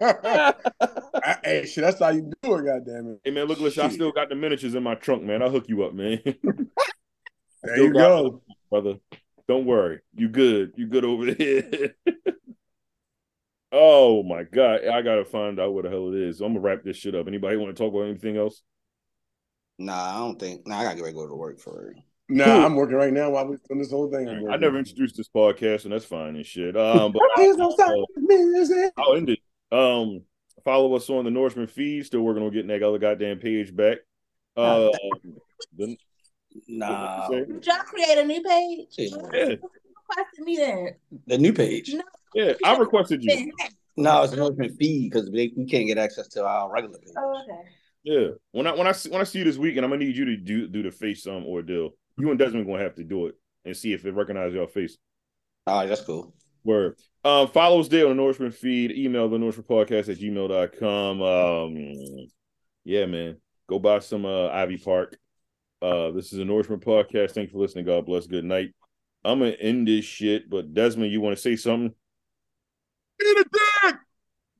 [SPEAKER 4] I- hey, shit, that's how you do it, goddamn it.
[SPEAKER 2] hey man, look, listen, I
[SPEAKER 4] Shit.
[SPEAKER 2] still got the miniatures in my trunk, man. I'll hook you up, man.
[SPEAKER 4] There
[SPEAKER 2] still
[SPEAKER 4] you
[SPEAKER 2] got
[SPEAKER 4] go.
[SPEAKER 2] Brother, don't worry. You good. You good over there. oh my God. I gotta find out what the hell it is. I'm gonna wrap this shit up. Anybody want to talk about anything else?
[SPEAKER 3] Nah, I don't think. Nah, I gotta get ready to go to work for real.
[SPEAKER 4] Nah,
[SPEAKER 2] Cool.
[SPEAKER 4] I'm working right now while we're doing this whole thing. I'm
[SPEAKER 2] I never
[SPEAKER 4] working.
[SPEAKER 2] introduced this podcast, and that's fine and shit. Um, but
[SPEAKER 4] Please don't stop
[SPEAKER 2] uh,
[SPEAKER 4] music.
[SPEAKER 2] I'll end it. Um, follow us on the
[SPEAKER 4] Ah.
[SPEAKER 2] Norseman feed. Still working on getting that other goddamn page back. Uh, the
[SPEAKER 3] Nah,
[SPEAKER 6] Did y'all create a new page?
[SPEAKER 3] Yeah.
[SPEAKER 6] Requested me then.
[SPEAKER 3] the new page.
[SPEAKER 6] No.
[SPEAKER 2] Yeah, I requested
[SPEAKER 6] you.
[SPEAKER 3] No, it's an ultimate feed because we we can't get access to our regular page.
[SPEAKER 6] Oh, okay.
[SPEAKER 2] Yeah. When I when I see, when I see you this weekend, I'm gonna need you to do do the face um ordeal. You and Desmond gonna have to do it and see if it recognizes your face.
[SPEAKER 3] All right, that's cool.
[SPEAKER 2] Word. Um, follow us there on the Norseman feed. Email the Norseman podcast at gmail.com. Um, yeah, man. Go buy some uh, Ivy Park. Uh, this is a Norseman podcast. Thanks for listening. God bless. Good night. I'm gonna end this shit, but Desmond, you want to say something?
[SPEAKER 11] In a day.